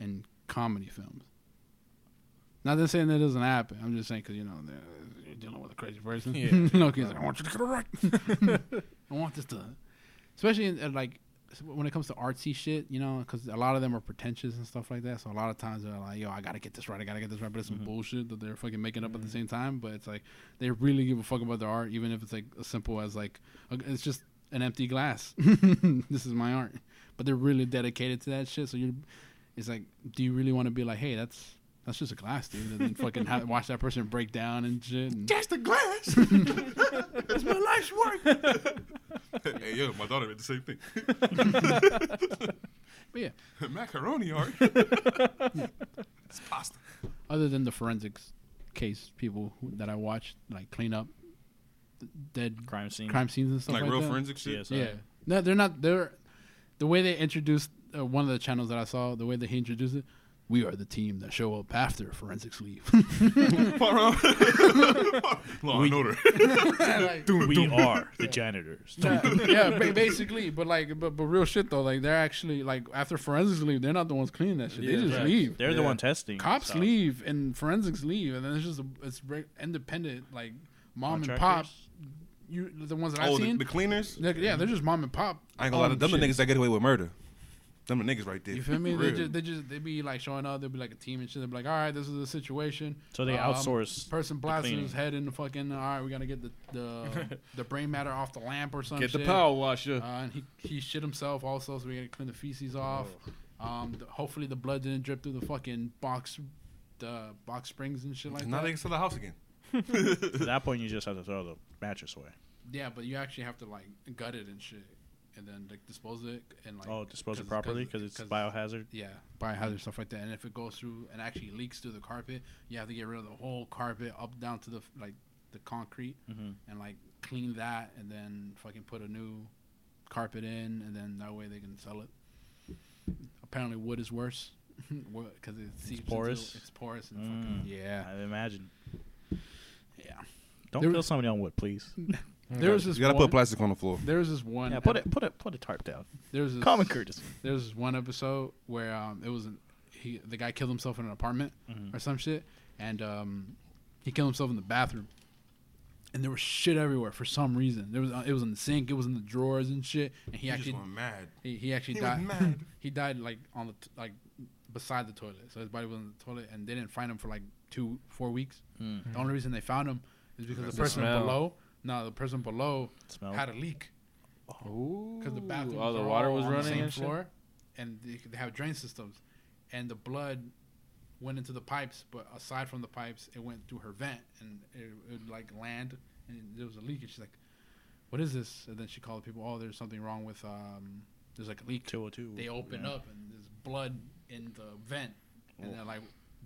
D: in comedy films. Not that saying that doesn't happen. I'm just saying because you know they're- you're dealing with a crazy person.
B: Yeah.
D: you know, 'cause I want you to get it right. I want this to, especially in, uh, like s- when it comes to artsy shit. You know, because a lot of them are pretentious and stuff like that. So a lot of times they're like, "Yo, I gotta get this right. I gotta get this right." But it's some bullshit that they're fucking making up at the same time. But it's like they really give a fuck about their art, even if it's like as simple as like a- it's just an empty glass. this is my art. But they're really dedicated to that shit. So you're, it's like, do you really want to be like, hey, that's that's just a glass, dude, and then fucking have, watch that person break down and shit. And,
A: That's the glass. That's my life's work. hey, yo, my daughter did the same thing.
D: but yeah,
A: Macaroni art. it's pasta.
D: other than the forensics case people who, that I watched like clean up th- dead
C: Crime scene. uh,
D: crime scenes and stuff
A: Like
D: like,
A: real
D: that.
A: forensic shit.
C: CSI.
D: Yeah, no, they're not. They're the way they introduced uh, one of the channels that I saw. The way that he introduced it, we are the team that show up after forensics leave.
A: Far out. Law and order.
D: Like-
C: We are the janitors.
D: yeah, yeah, ba- basically. But like, but, but real shit though. Like they're actually like after forensics leave, they're not the ones cleaning that shit.
B: Yeah,
D: they just
B: right.
D: leave.
C: They're the
B: Yeah.
C: one testing.
D: Cops
C: stuff.
D: leave and forensics leave, and then it's just a, it's re- independent like mom and pop.
C: Contractors.
D: You the ones that I've
A: Oh, the,
D: seen.
A: the cleaners?
D: They're- yeah, they're just mom and pop.
A: I ain't gonna lie, them
D: um,
A: the
D: shit.
A: niggas that get away with murder. Them the niggas right there.
D: You feel me?
A: For
D: They
A: real.
D: just, they just they be like showing up. They'll be like a team and shit. They'll be like, all right, this is the situation.
C: So they
D: Um,
C: outsource
D: Person
C: the
D: blasted
C: cleaning.
D: his head in the fucking. All right, we gotta get the the, the brain matter off the lamp or something.
B: Get the power washer.
D: Uh, and he, he shit himself also, so we gotta clean the feces off. Um, the, hopefully the blood didn't drip through the fucking box, the box springs and shit like
A: And now
D: that.
A: they can sell the house again.
C: At that point, you just have to throw the mattress away.
D: yeah, but you actually have to like gut it and shit, and then like dispose it and like
C: Oh, dispose it
D: 'cause-
C: properly because it's biohazard.
D: Yeah, biohazard stuff like that. And if it goes through and actually leaks through the carpet, you have to get rid of the whole carpet up down to the f- like the concrete
C: Mm-hmm.
D: and like clean that, and then fucking put a new carpet in, and then that way they can sell it. Apparently, wood is worse because it seeps into-
C: porous?
D: It's porous and
C: Mm.
D: fucking yeah,
C: I imagine.
D: yeah.
C: Don't
D: There-
C: kill somebody on wood, please.
D: There was this
A: You gotta
D: one,
A: put plastic on the floor.
D: There was this one.
C: Yeah, put
D: ep-
C: it, put it, put a tarp down.
D: There was this,
C: Common courtesy.
D: there was this one episode where um, it was an, he the guy killed himself in an apartment or some shit, and um, he killed himself in the bathroom. And there was shit everywhere for some reason. There was uh, it was in the sink, it was in the drawers and shit. And he
A: He just
D: actually
A: went mad.
D: he, he actually
A: He was
D: died.
A: mad.
D: he died like on the t- like beside the toilet, so his body was in the toilet, and they didn't find him for like two four weeks. The only reason they found him is Mm. because the
A: Because
D: person
B: the smell.
D: below no the person below
C: Smelled.
D: had a leak because the bathrooms
B: all the
D: are
B: water
D: all
B: was
D: on the
B: running
D: same
B: and shit?
D: floor, and they, they have drain systems, and the blood went into the pipes, but aside from the pipes, it went through her vent and it, it would like land, and there was a leak, and she's like, "What is this?" And then she called the people, "Oh, there's something wrong with um, there's like a leak."
C: 202.
D: They open
C: Yeah.
D: up and there's blood in the vent, and they're like,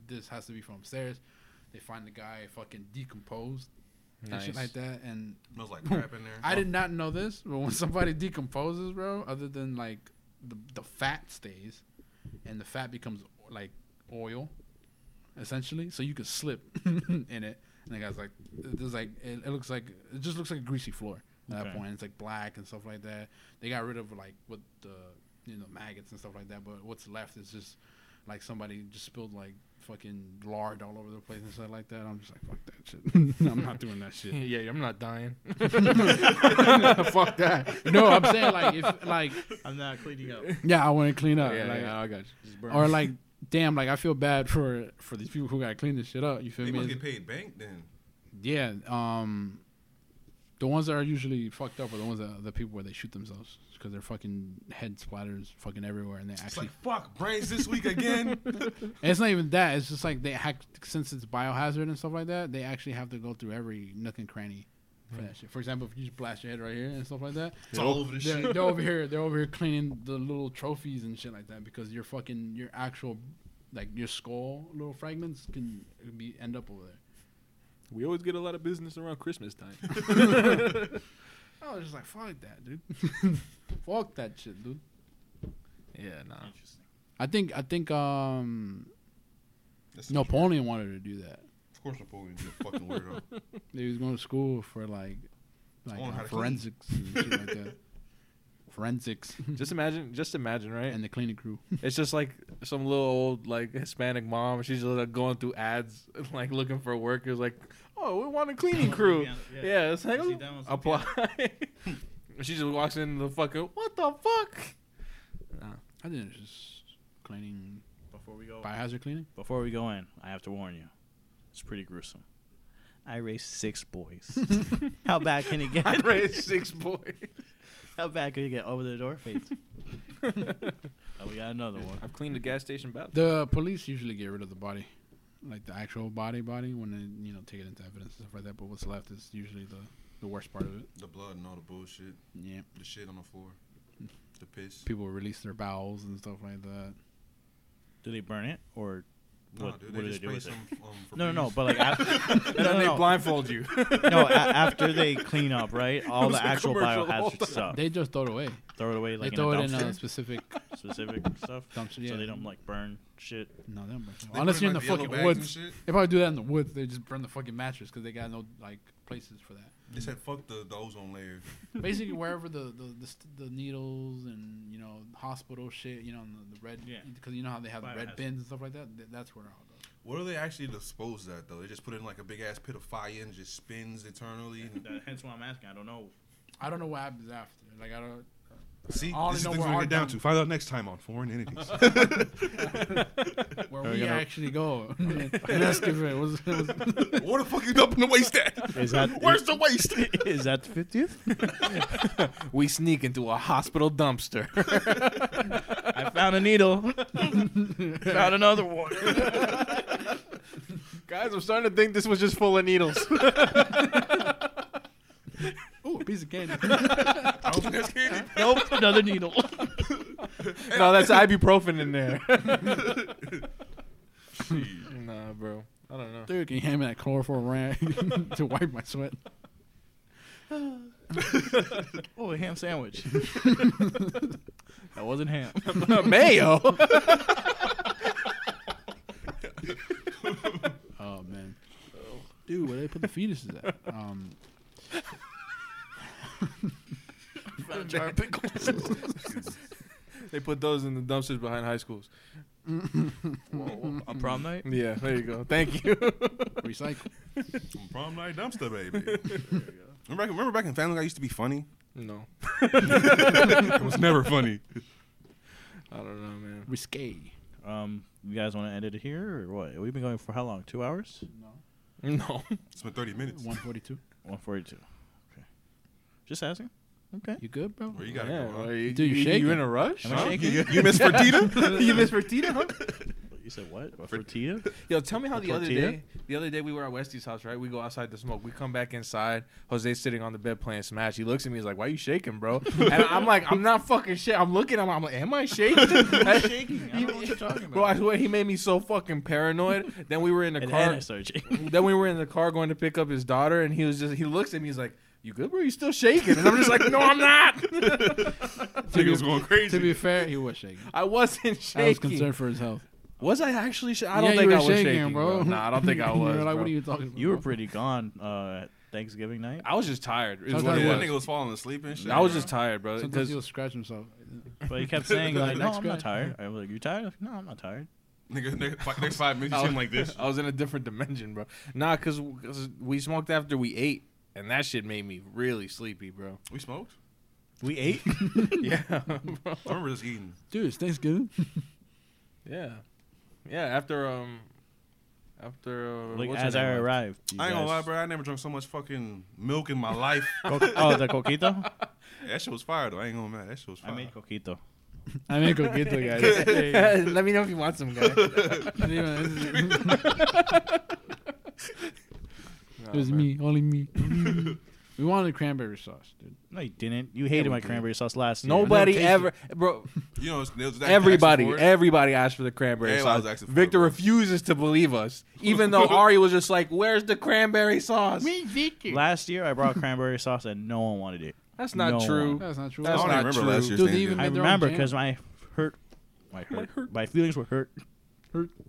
D: "This has to be from upstairs." They find the guy fucking decomposed and shit
B: Nice.
D: like that, and
A: Smells like crap in there.
D: I did not know this, but when somebody decomposes, bro, other than like the the fat stays, and the fat becomes like oil, essentially. So you could slip in it, and the guy's like, "There's like it, it looks like it just looks like a greasy floor at that
C: Okay.
D: point. It's like black and stuff like that. They got rid of like what the you know maggots and stuff like that, but what's left is just like somebody just spilled like fucking lard all over the place and stuff like that. I'm just like, fuck that shit. I'm not doing that shit.
B: yeah, I'm not dying.
D: Fuck that. No, I'm saying like if like
C: I'm not cleaning up.
D: yeah, I want to clean up.
B: yeah,
D: like,
B: yeah, I got you.
D: Or like damn, like I feel bad for for these people who gotta clean this shit up. You feel
A: They
D: me?
A: must get paid bank then.
D: yeah. Um, the ones that are usually fucked up are the ones that the people where they shoot themselves because their fucking head splatters fucking everywhere, and they
A: It's
D: actually
A: like fuck brains this week again.
D: And it's not even that. It's just like they hack since it's biohazard and stuff like that. They actually have to go through every nook and cranny for that shit. For example, if you just blast your head right here and stuff like that,
A: It's all over the
D: they're,
A: shit.
D: they're over here. They're over here cleaning the little trophies and shit like that because your fucking your actual like your skull little fragments can be end up over there.
B: We always get a lot of business around Christmas time.
D: I was just like, fuck that, dude. fuck that shit, dude.
B: yeah, nah.
C: Interesting.
D: I think I think um
A: That's not true.
D: Napoleon wanted to do that.
A: Of course, Napoleon's a fucking weirdo.
D: He was going to school for like like
A: Learn how
D: uh,
A: to clean.
D: forensics and shit like that. Forensics
B: Just imagine, just imagine, right?
D: and the cleaning crew.
B: It's just like some little old like Hispanic mom. She's just like going through ads, like looking for workers. Like, oh, we want a cleaning crew.
C: Yeah,
B: Yeah,
C: yeah.
B: it's like
C: I see that one's like,
B: apply. she just walks in the fucking. What the fuck?
D: I think it's just cleaning
C: Before we
A: Oh.
C: go,
D: biohazard cleaning.
C: before we go in, I have to warn you, it's pretty gruesome. I raised six boys. How bad can it get?
B: I raised six boys.
C: How bad can it get? Over the door, faith. oh, we got another one.
B: I've cleaned the gas station bathroom.
D: The police usually get rid of the body, like the actual body body when they you know take it into evidence and stuff like that. But what's left is usually the the worst part of it.
A: the blood and all the bullshit,
D: Yeah,
A: the shit on the floor, the piss.
D: people release their bowels and stuff like that.
C: Do they burn it or?
A: Nah,
C: What-
A: dude,
C: what
A: they
C: do
A: just
C: they do
A: spray
C: with it?
A: some. Um,
C: No, no, no.
A: Febreze.
C: But like, af- no, no,
B: Then
C: no.
B: they blindfold you.
C: no a- after they clean up, right? All
B: was
C: the
B: a
C: actual
B: commercial the whole
C: biohazard
B: time.
C: stuff.
D: They just throw it away.
C: throw it away Oh. like in
D: they
C: a
D: throw it in
C: dumpster,
D: a specific
C: specific stuff,
D: dumpster. Yeah.
C: so they don't like burn shit.
D: No, they don't burn.
A: They put
D: Unless you're in the
A: like, yellow
D: fucking
A: bags and
D: woods.
A: shit.
D: They probably do that in the woods. They just burn the fucking mattress because they got no like places for that.
A: They said fuck the, the ozone layer.
D: Basically, wherever the the, the, st- the needles and you know hospital shit, you know, and the, the red
C: Yeah.
D: because you know how they have the red
C: Biohazard.
D: bins and stuff like that. Th- that's where it all goes.
A: What do they actually dispose that though? They just put it in like a big ass pit of fire and just spins eternally.
C: hence why I'm asking. I don't know.
D: I don't know what happens after. Like I don't.
A: See,
D: All
A: this is
D: I know
A: things
D: where
A: we
D: our
A: get down
D: dump-
A: to. Find out next time on Foreign Entities.
D: where
C: Are
D: we
C: we gonna-
D: actually go. Let's give it. What's, what's,
A: Where the fuck you dumping the waste at?
C: Is that-
A: Where's the waste?
C: Is that the fiftieth?
B: we sneak into a hospital dumpster.
C: I found a needle. found another one.
B: Guys, I'm starting to think this was just full of needles.
D: oh, a piece of candy.
A: I don't think that's candy.
C: nope, another needle.
B: no, that's ibuprofen in there.
A: Shit.
B: nah, bro. I don't know.
D: Dude, can you hand me that chloroform rag to wipe my sweat?
C: oh, a ham sandwich. Uh, that wasn't ham.
B: Mayo.
D: Oh man, dude, where they put the fetuses at? Um,
C: found a jar of pickles.
B: They put those in the dumpsters behind high schools.
C: On prom night.
B: Yeah, there you go. Thank you.
D: recycle.
A: Some prom night dumpster baby. remember, back- remember back in Family Guy used to be funny.
B: no,
A: It was never funny.
B: I don't know, man.
D: Risque.
C: Um, you guys want to end it here or what? We've been going for how long? Two hours?
D: No.
B: No.
A: It's been 30 minutes.
D: One forty-two.
C: One forty-two. Okay. Just asking. Okay.
D: You good, bro?
A: Where you
B: Yeah,
A: gotta go?
B: well,
A: Huh?
B: you,
D: Dude,
B: you,
D: you're
B: you
D: shaking.
B: in a rush?
C: Am I
B: Huh?
C: shaking?
A: You miss Fertita?
B: you miss Fertita, huh?
C: You said what? A tortilla?
B: Yo, tell me how the other
C: Tortilla?
B: day, the other day we were at Westy's house, right? We go outside to smoke. We come back inside. Jose's sitting on the bed playing Smash. He looks at me. He's like, "Why you shaking, bro?" And I'm like, "I'm not fucking shit." I'm looking. at him, I'm like, "Am I shaking?"
C: shaking. I don't know what you're talking
B: Bro, I swear he made me so fucking paranoid. Then we were in the
C: And then
B: car.
C: I started
B: then we were in the car going to pick up his daughter, and he was just he looks at me. He's like, "You good, bro? You still shaking?" And I'm just like, "No, I'm not.
A: Nigga was going
D: To be
A: crazy.
D: fair, he was shaking.
B: I wasn't shaking.
D: I was concerned for his health.
B: Was I actually? Sh- I
D: Yeah,
B: don't
D: you
B: think
D: were
B: I was shaking, bro. Nah, I don't think I
D: You were
B: was.
D: like,
B: bro.
D: what are you talking about?
C: You were
D: bro?"
C: pretty gone uh, Thanksgiving night.
B: I was just tired. Is what
D: Sometimes
A: Yeah,
B: it
D: you-
A: that
B: was.
A: nigga was falling asleep and shit.
B: I was uh, just tired, bro.
D: Sometimes
B: 'cause-
D: he'll scratch himself.
C: But he kept saying, like, no,
D: Next
C: I'm not
D: guy.
C: tired. I was like, you tired? No, I'm not tired.
A: Nigga, nigga, fi- next five minutes,
B: I
A: you
B: was-
A: seem like this.
B: I was in a different dimension, bro. Nah, cause, 'cause we smoked after we ate, and that shit made me really sleepy, bro.
A: We smoked?
B: We ate? yeah, bro.
A: I remember just eating.
D: Dude, it's Thanksgiving.
B: Yeah, yeah. After um, after uh,
C: Like,
B: what's her
C: as I
B: name?
C: arrived. you
A: I ain't gonna lie,
C: guys-
A: bro. I never drunk so much fucking milk in my life.
C: Co- oh, the coquito?
A: that shit was fire, though. I ain't gonna lie. That shit was fire.
C: I made coquito.
D: I mean, go get the guy.
B: Let me know if you want some, guy.
D: it was
B: Nah,
D: me, only me. We wanted cranberry sauce, dude.
C: No, you didn't. You hated
A: we
C: my
A: did.
C: cranberry sauce last year.
B: Nobody
D: taste
B: ever, bro.
A: You know, it's- there was that
B: Everybody,
A: action for it.
B: everybody asked for the cranberry
A: Everybody was
B: sauce.
A: asking for it,
B: Victor
A: bro.
B: refuses to believe us, even though Ari was just like, "Where's the cranberry sauce?"
C: Last year, I brought cranberry sauce and no one wanted it.
B: That's not
C: No
B: true.
D: That's not true.
A: I
B: That's
A: don't
B: not
A: even remember
B: true.
A: last year's
D: Dude,
A: thing.
D: they even
A: dude.
C: I
D: made their own
C: remember
D: jam.
C: because my hurt, my hurt, my feelings were hurt.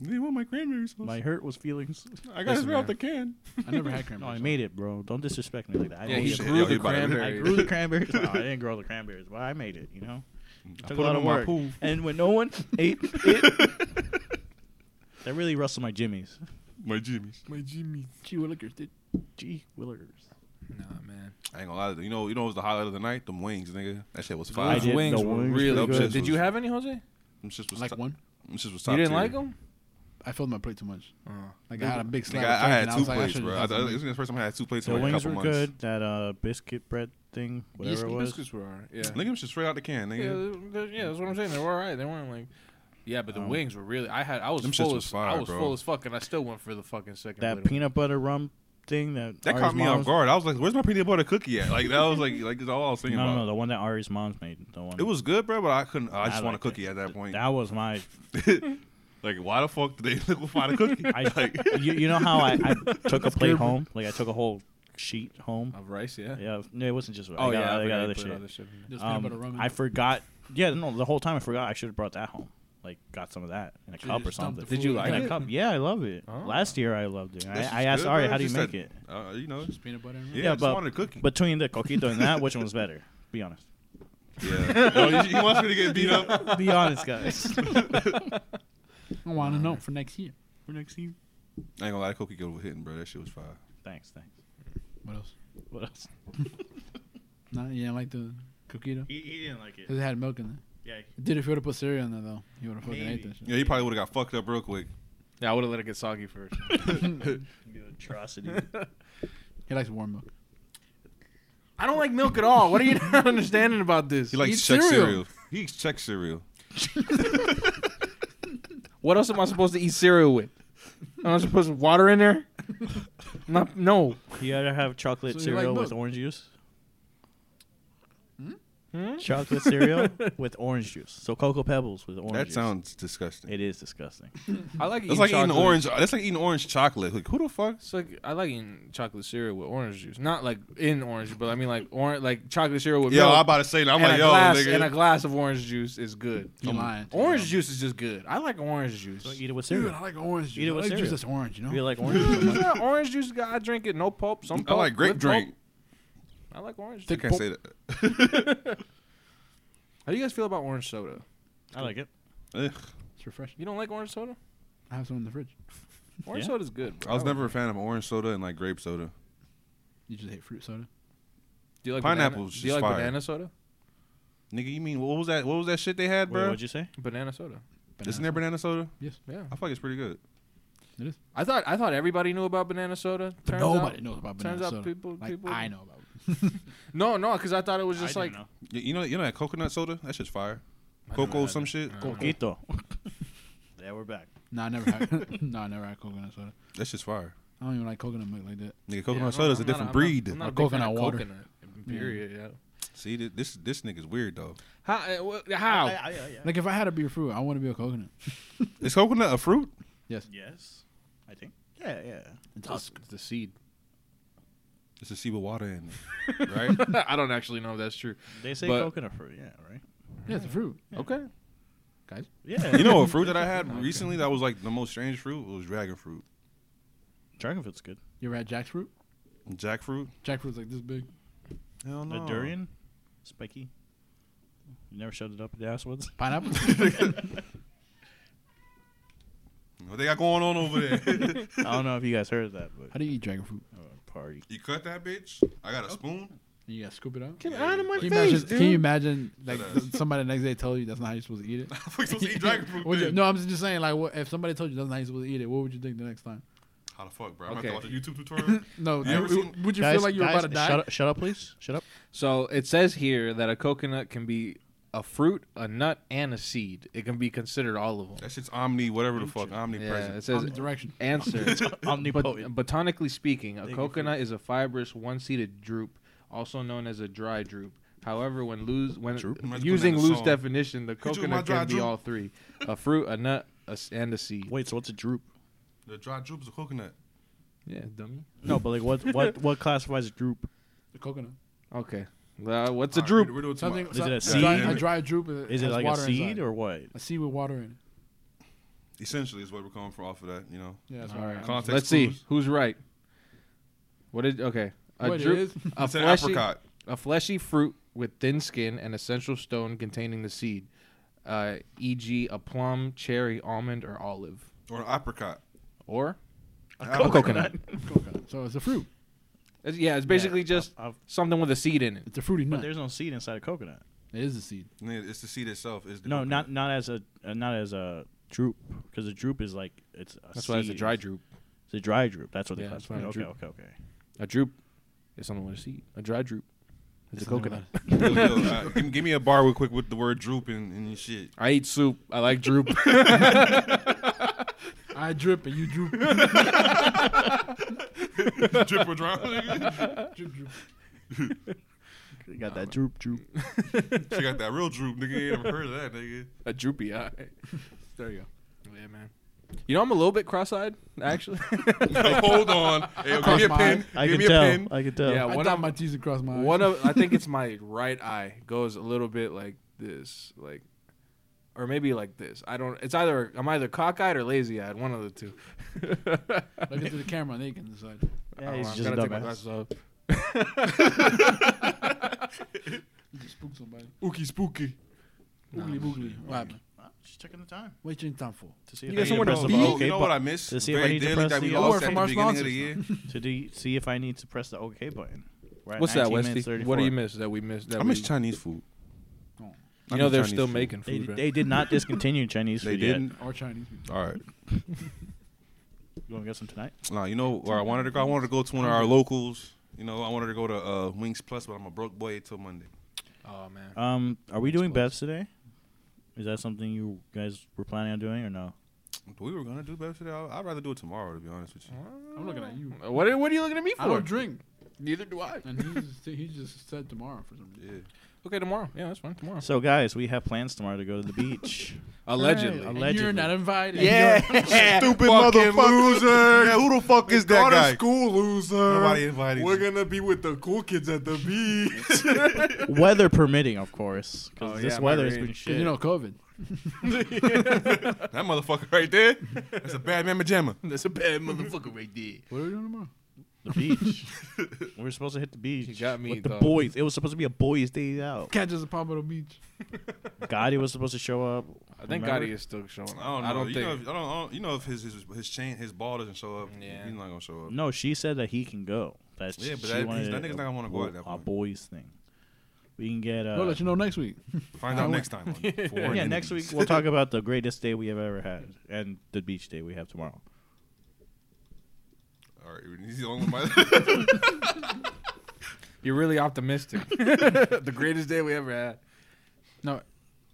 A: They want my cranberry sauce.
C: My hurt was feelings.
A: I
C: Listen, man.
A: can.
D: I never
C: No,
D: had cranberry.
C: I
D: sauce.
C: made it, bro. Don't disrespect me like that. I
B: Yeah,
C: made
B: he
C: it, bro.
B: grew
A: yo,
B: the
A: he bought it. I
C: I
B: cranberry.
C: grew the cranberries. No, I didn't grow the cranberries, but I made it. You know,
A: I put
C: took a lot
A: it
C: of
A: on my
C: work.
A: pool.
C: And when no one ate it, that really rustled my jimmies.
A: My Jimmy's.
B: My Jimmy.
D: Gee Willikers, dude.
C: Gee, Willers.
B: Nah, man.
A: I ain't gonna lie. to You You know, you know, what was the highlight of the night. Them wings, nigga. That shit was
C: I
A: fire.
B: Those
C: did.
B: wings
C: The
B: were
C: wings
B: really
A: were
B: good.
A: good.
B: Did you have any, Jose?
A: Them shits was
D: I like
A: top-
D: one.
A: them shits was
B: you
A: top
B: didn't
A: tier.
B: like them?
D: I filled my plate too much.
C: Uh,
B: Oh.
D: Like I had a big
A: Nigga,
D: slab. of
A: I, I
D: turkey,
A: had
D: and
A: two
D: was like, I
A: plates,
D: should've
A: bro. I, I,
D: done
A: this
D: something.
A: is the first time I had two plates
C: The
A: in like a
C: wings were
A: couple months.
C: good. That uh, biscuit bread thing, whatever it was.
B: biscuits were alright. Yeah.
A: Nigga, them shits straight out the can,
B: Yeah,
A: nigga.
B: they- they- yeah, that's what I'm saying. They were alright. They weren't like. Yeah, but the
C: Um,
B: wings were really. I had. I was
A: them shits
B: full
A: was
B: as. I
A: fire,
B: was
A: bro.
B: full as fuck, and I still went for the fucking second.
C: That
B: plate of-
C: peanut butter rum thing that
A: That
C: Ari's
A: caught me
C: mom's-
A: off guard. I was like, "Where's my peanut butter cookie at?" Like that was like, like that's all I was thinking
C: No, no,
A: about.
C: no, the one that Ari's mom's made. The one.
A: It was good, bro, but I couldn't. I just want
C: liked
A: a cookie
C: it.
A: at that point.
C: That was my.
A: like, why the fuck did they liquefy the cookie?
C: I,
A: like,
C: you, you know how I, I took a plate home? Like I took a whole sheet home.
B: of rice. Yeah.
C: Yeah, no, it wasn't just.
B: Oh
C: I got,
B: yeah,
C: I got
B: forgot
C: other
B: you put
C: shit.
B: in there.
D: Just peanut butter
C: Um,
D: rum.
C: I forgot. Yeah, no, the whole time I forgot. I should have brought that home. Like, got some of that in a
D: Should've
C: cup or
D: just dumped
C: something.
D: the
B: Did you
D: food
B: like
C: In
D: in
C: a
B: it?
D: it?
C: cup. Yeah, I love it.
B: Oh.
C: Last year I loved it.
A: That's
C: I, I
A: just
C: asked
A: good,
C: Ari,
A: bro.
C: how do you
A: Just
C: make
A: that-
C: it?
A: Uh, you know,
D: Just peanut butter and rum.
A: yeah, I just wanted a cookie.
C: between the coquito and that, which one was better? Be honest.
A: Yeah. No, he, he wants me to get beat up.
C: Be honest, guys.
D: I want to know for next year. For next year.
A: I ain't gonna lie, Cookie Girl was hitting, bro. That shit was fire.
C: thanks, thanks.
D: What else?
C: What else?
D: Nah, you didn't like the coquito?
C: He, he didn't like it.
D: Because it had milk in there.
C: Yeah.
D: Dude, if you would have put cereal in there, though, you would have fucking
C: Maybe.
D: ate that shit.
A: Yeah, he probably would have got fucked up real quick.
B: Yeah, I would have let it get soggy first.
C: The atrocity.
D: He likes warm milk.
B: I don't like milk at all. What are you not understanding about this?
A: He likes
D: Eat
A: check
D: cereal.
A: cereal. He eats check cereal.
B: What else am I supposed to eat cereal with? Am I supposed to put water in there? Not, no.
C: you gotta have chocolate
D: So you
C: cereal
D: like
C: with
D: milk?
C: orange juice.
B: Hmm?
C: Chocolate cereal with orange juice. So cocoa pebbles with orange.
A: That
C: juice.
A: sounds disgusting.
C: It is disgusting.
B: I like
A: That's like eating orange. That's like eating orange chocolate. Like who the fuck?
B: It's like I like eating chocolate cereal with orange juice. Not like in orange, but I mean like orange, like chocolate cereal with
A: Yo,
B: milk.
A: I'm about to say that. I'm
B: and
A: like,
B: a
A: yo,
B: glass,
A: nigga.
B: and a glass of orange juice is good.
D: You're lying.
B: Orange juice is just good. I like orange juice.
C: So eat it with
D: Dude,
C: cereal.
D: I like orange juice.
C: Eat it
D: I
C: with
D: like
C: cereal.
D: juice that's orange, you know?
C: You like orange?
B: It's not orange juice. I drink it no pulp. Some
A: I
B: pulp,
A: like grape
B: Oh, with pulp.
A: drink.
B: I like orange.
A: I
B: Juice.
A: can't say that.
B: How do you guys feel about orange soda?
C: I like it.
A: Ugh.
D: It's refreshing.
B: You don't like orange soda?
D: I have some in the fridge.
B: Orange
C: Yeah.
B: soda's good. Bro.
A: I was never a fan of orange soda and like grape soda.
D: You just hate fruit soda.
B: Do you like
A: Pineapple's
B: Banana? Do you like
A: just fire.
B: banana soda?
A: Nigga, you mean what was that? What was that shit they had,
C: Wait,
A: bro?
C: what'd you say?
B: Banana soda.
A: Isn't there banana soda?
B: Yeah.
A: I feel like it's pretty good.
B: I thought I thought everybody knew about banana soda.
D: But
B: Turns
D: nobody
B: Out,
D: knows about banana
B: turns out
D: soda.
B: people
D: like,
B: people
D: I know about it.
B: No, no, because I thought it was just like
A: You, you know, you know that coconut soda? That shit's fire. Cocoa, some shit.
C: Coquito. yeah, we're back.
D: No, I never had. no, I never had coconut soda.
A: That shit's fire.
D: I don't even like coconut milk like that.
A: Nigga, coconut soda's a different breed.
B: I'm not
D: Or
B: a big fan
D: coconut
B: of
D: water.
B: Coconut, period. Yeah.
A: See, thi- this this nigga's weird though.
B: How? uh, well, How?
D: Like if I had to be a fruit, I want to be a coconut.
A: Is coconut a fruit?
C: Yes, I think. Yeah, yeah.
D: It's husk.
B: the seed.
A: It's a sea with water in it, right?
B: I don't actually know if that's true.
C: They say
B: But-
C: coconut fruit. Yeah, right.
D: Yeah, it's a fruit.
B: Okay.
C: Yeah,
A: you know, a fruit that I had recently that was like the most strange fruit was dragon fruit,
C: dragon fruit's good.
D: You ever had jackfruit?
A: jackfruit.
D: Jackfruit's like this big.
A: Hell
C: The durian, spiky. You never shut it up at the ass woods.
D: Pineapple.
A: What they got going on over there?
C: I don't know if you guys heard that, but
D: How do you eat dragon fruit?
C: uh, party.
A: you cut that bitch. I
B: Oh.
A: got a spoon.
D: And you gotta scoop it out.
B: Get out of my
D: Can you,
B: face,
D: imagine,
B: dude.
D: can you imagine like
A: Shut up.
D: somebody the next day tell you that's not how you're supposed to eat it?
A: How the fuck you supposed to eat dragon fruit?
D: Would you-
A: then?
D: no, I'm just saying like what, if somebody told you that's not how you're supposed to eat it, what would you think the next time?
A: How the fuck, bro? I'm about
B: Okay.
A: to watch a YouTube tutorial.
D: No,
A: You ever
D: w-
A: seen-
D: would you
C: Guys,
D: feel like you're
C: guys,
D: about to die?
C: Shut up, shut up, please. Shut up.
B: So it says here that a coconut can be a fruit, a nut, and a seed. It can be considered all of them.
A: that shit's omni, whatever the fuck,
B: Yeah,
A: omnipresent.
B: it says
D: Omnidirection.
B: answer.
C: Omnipotent.
B: But, botanically speaking, a
C: Thank you for-
B: coconut is a fibrous, one-seeded drupe also known as a dry droop. However, when loose when
C: Droop?
A: Imagine putting
B: using
A: that in a
B: loose
A: song.
B: definition, the
A: you my
B: coconut
A: dry
B: can be
A: droop?
B: all three: a fruit, a nut, a s and a seed.
C: Wait, so what's a droop?
A: The dry droop is a coconut.
B: Yeah, dummy.
C: No, but like what what what classifies a droop?
D: The coconut.
B: Okay, Well, what's
A: All
B: a
A: right,
B: droop?
A: riddle- riddle to
D: Something.
A: my-
C: Is it a
D: a
C: seed?
D: Dry, a dry droop.
C: Is it
D: has
C: like a
D: water
C: seed
D: inside.
C: or what?
D: a seed with water in it?
A: Essentially, is what we're coming for off of that. You know,
D: Yeah. That's
B: All right,
A: Context
B: let's see
A: clues.
B: who's right. What did okay? A
D: What it
B: droop,
D: is?
B: a
A: it's an
B: fleshy,
A: apricot.
B: a fleshy fruit with thin skin and essential stone containing the seed, uh, e.g., a plum, cherry, almond, or olive,
A: Or an apricot.
B: or
A: A
B: coconut.
D: Coconut. So it's a fruit.
B: It's- yeah, it's basically
C: Yeah,
B: just
C: I've- I've-
B: something with a seed in it.
D: It's a fruity
C: but
D: nut. It
C: there's no seed inside a coconut.
D: is a seed.
A: Yeah, It's the seed itself. It's the
C: No,
A: coconut.
C: not not as a uh, not as a droop because a droop is like it's. A
B: That's why it's a
C: seed.
B: dry droop.
C: It's a dry droop. That's what they
B: Yeah, that's
C: classify.
B: why
C: it.
B: a
C: Okay,
B: droop.
C: okay, okay.
B: A droop is something with a seed. A dry droop is a
D: Something
B: coconut.
A: Yo, yo, uh, give, give me a bar real quick with the word droop and, and shit.
B: I eat soup. I like droop.
D: I drip and you droop.
A: Drip or drown. nigga.
D: drip, drip.
C: You got that droop droop.
A: she got that real droop, nigga. You ain't never heard of that, nigga.
B: a droopy eye.
D: There you go.
B: Yeah, man. You know, I'm a little bit cross-eyed, actually.
A: Hold on. Hey, give me a
D: my
A: pin.
D: eyes.
C: I
A: give
C: can
A: me a
C: tell.
A: pin.
C: I can tell.
B: Yeah,
D: I
B: One
D: dot
B: of-
D: my T's across my eyes.
B: One of I think it's my right eye goes a little bit like this, like, or maybe like this. I don't. It's either I'm either cockeyed or lazy-eyed. One of the two.
D: Look into the camera and they can decide.
C: Yeah,
B: Oh,
C: he's
B: I'm
C: just a
B: gonna take my
C: dumbass.
B: glasses off.
D: You just spook somebody.
B: Ookie spooky.
D: Oogly boogly. What happened?
C: Just checking the time
D: What you in time for?
C: to see
B: You
C: if
B: got
C: I need to
B: someone
C: press
B: to
C: the
B: beat?
C: button.
A: Oh,
C: okay
A: you know what I missed?
C: to see if I
A: Very
C: need to
A: daily
C: press
A: that we
C: the
A: lost
D: over
A: at
D: from
A: the
D: our
A: beginning of the
D: sponsors.
A: year.
C: to do, see if I need to press the OK button. We're at
B: What's that,
C: 19
B: Westy?
C: minutes, 34.
B: What do you miss that we missed? That
A: I
B: we,
A: miss Chinese food.
D: Oh.
A: I
B: You know
A: miss
B: they're
A: Chinese
B: still
A: food.
B: making
C: They,
B: food. right?
C: they did not discontinue Chinese
A: They
C: food
A: didn't.
C: yet.
D: Or Chinese people.
A: All right.
C: You want to get some tonight?
A: Nah, you know where I wanted to go. I wanted to go to one of our
B: Mm-hmm.
A: locals. You know, I wanted to go to uh, Wings Plus, but I'm a broke boy till Monday.
B: oh man.
C: Um, are we doing
B: Explosive.
C: Bevs today? Is that something you guys were planning on doing or no?
A: We were gonna do better today. I- I'd rather do it tomorrow, to be honest with you.
D: I'm looking at you.
B: Uh, What are, what are you looking at me for?
D: I don't drink.
B: Neither do I.
D: And he just, he just said tomorrow for some reason.
A: Yeah.
B: Okay, tomorrow. Yeah, that's fine. Tomorrow.
C: So, guys, we have plans tomorrow to go to the beach.
B: Allegedly.
C: Hooray.
D: And You're not invited.
A: Stupid motherfucker. loser. who the fuck is that guy?
B: school loser.
A: Nobody invited you.
B: gonna be with the cool kids at the beach.
C: weather permitting, of course,
B: Oh,
C: because
B: yeah,
C: this
B: my
C: weather has
B: rain.
C: been
D: 'Cause
C: shit.
D: you know COVID.
A: That motherfucker right there. That's a bad mamma jamma.
B: That's a bad motherfucker right there.
D: What are we doing tomorrow?
C: the beach. we were supposed to hit the beach.
B: You got me,
C: with the
B: dog.
C: boys. It was supposed to be a boys' day out.
D: Catch us at Palmetto Beach.
C: Gotti was supposed to show up.
B: I think
C: Remember?
B: Gotti is still showing up.
A: I don't know.
B: I don't
A: you
B: think.
A: Know if, I, don't, I don't. You know if his his, his chain his ball doesn't show up,
B: Yeah.
A: he's not gonna show up.
C: No, she said that he can go. That's
A: Yeah, but
C: she
A: that- he's-
C: wanted
A: that nigga's
C: a-
A: not gonna wanna go at that
C: A
A: point.
C: boys thing. We can get. Uh,
D: we'll let you know next week.
A: Find out next time. on Foreign
C: yeah, next week
A: Enemies.
C: we'll talk about the greatest day we have ever had and the beach day we have tomorrow.
A: All right, he's the only one. by-
B: You're really optimistic. the greatest day we ever had.
D: No.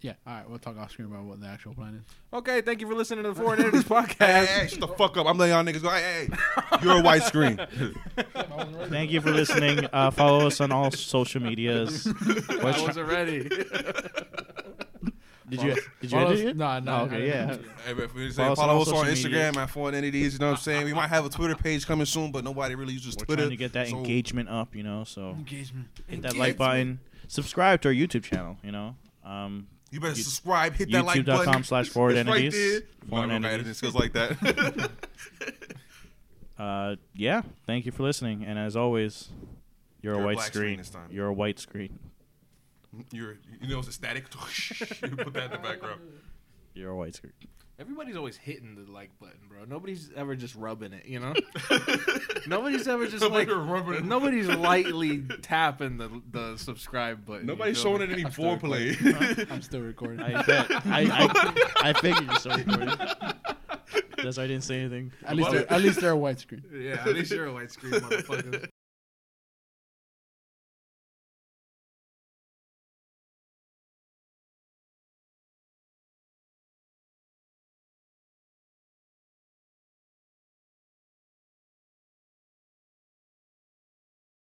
D: Yeah. All right. We'll talk off screen about what the actual plan is.
B: Okay, thank you for listening to the Foreign Entities
A: hey,
B: podcast.
A: hey, shut the fuck up! I'm letting y'all niggas go. Hey, hey, you're a white screen.
C: Thank you for listening. Uh, follow us on all social medias.
B: I wasn't ready.
C: Did you? Did you
D: uh, Follow
C: edit
D: us-
C: it?
D: nah, nah,
C: Oh,
D: I
C: okay,
D: didn't
C: yeah.
D: do
A: Hey, but if we say
C: Follow
A: follow,
C: us on all
A: us on
C: social
A: Instagram
C: medias.
A: at Foreign Entities. You know what I'm saying? We might have a Twitter page coming soon, but nobody really uses
C: We're
A: Twitter.
C: trying to get that
A: so-
C: engagement up, you know. So
D: Engagement.
C: hit that like button. Subscribe to our YouTube channel, you know. Um,
A: You better subscribe, hit that like
C: YouTube.com
A: button.
C: slash Forward
A: It's right
C: Entities.
A: there.
C: Forward
A: Nah, I don't got
C: Entities.
A: editing skills like that.
C: uh, yeah. Thank you for listening, and as always, you're,
A: You're
C: a
A: a
C: white
A: black screen
C: screen.
A: this time.
C: You're a white screen.
A: You're, you know, it's a static. you put that in the background.
C: You're a white screen.
B: Everybody's always hitting the like button, bro. Nobody's ever just rubbing it, you know? nobody's ever just
A: Nobody
B: like
A: rubbing it.
B: nobody's lightly tapping the the subscribe button. you
A: Nobody's
B: feel
A: showing it
B: me?
A: any
D: I'm still
A: foreplay.
D: I'm still recording.
C: I bet. I, I, I figured you're so important. That's why I didn't say anything.
D: at least, they're, at least they're a white screen.
B: Yeah, at least you're a white screen motherfucker.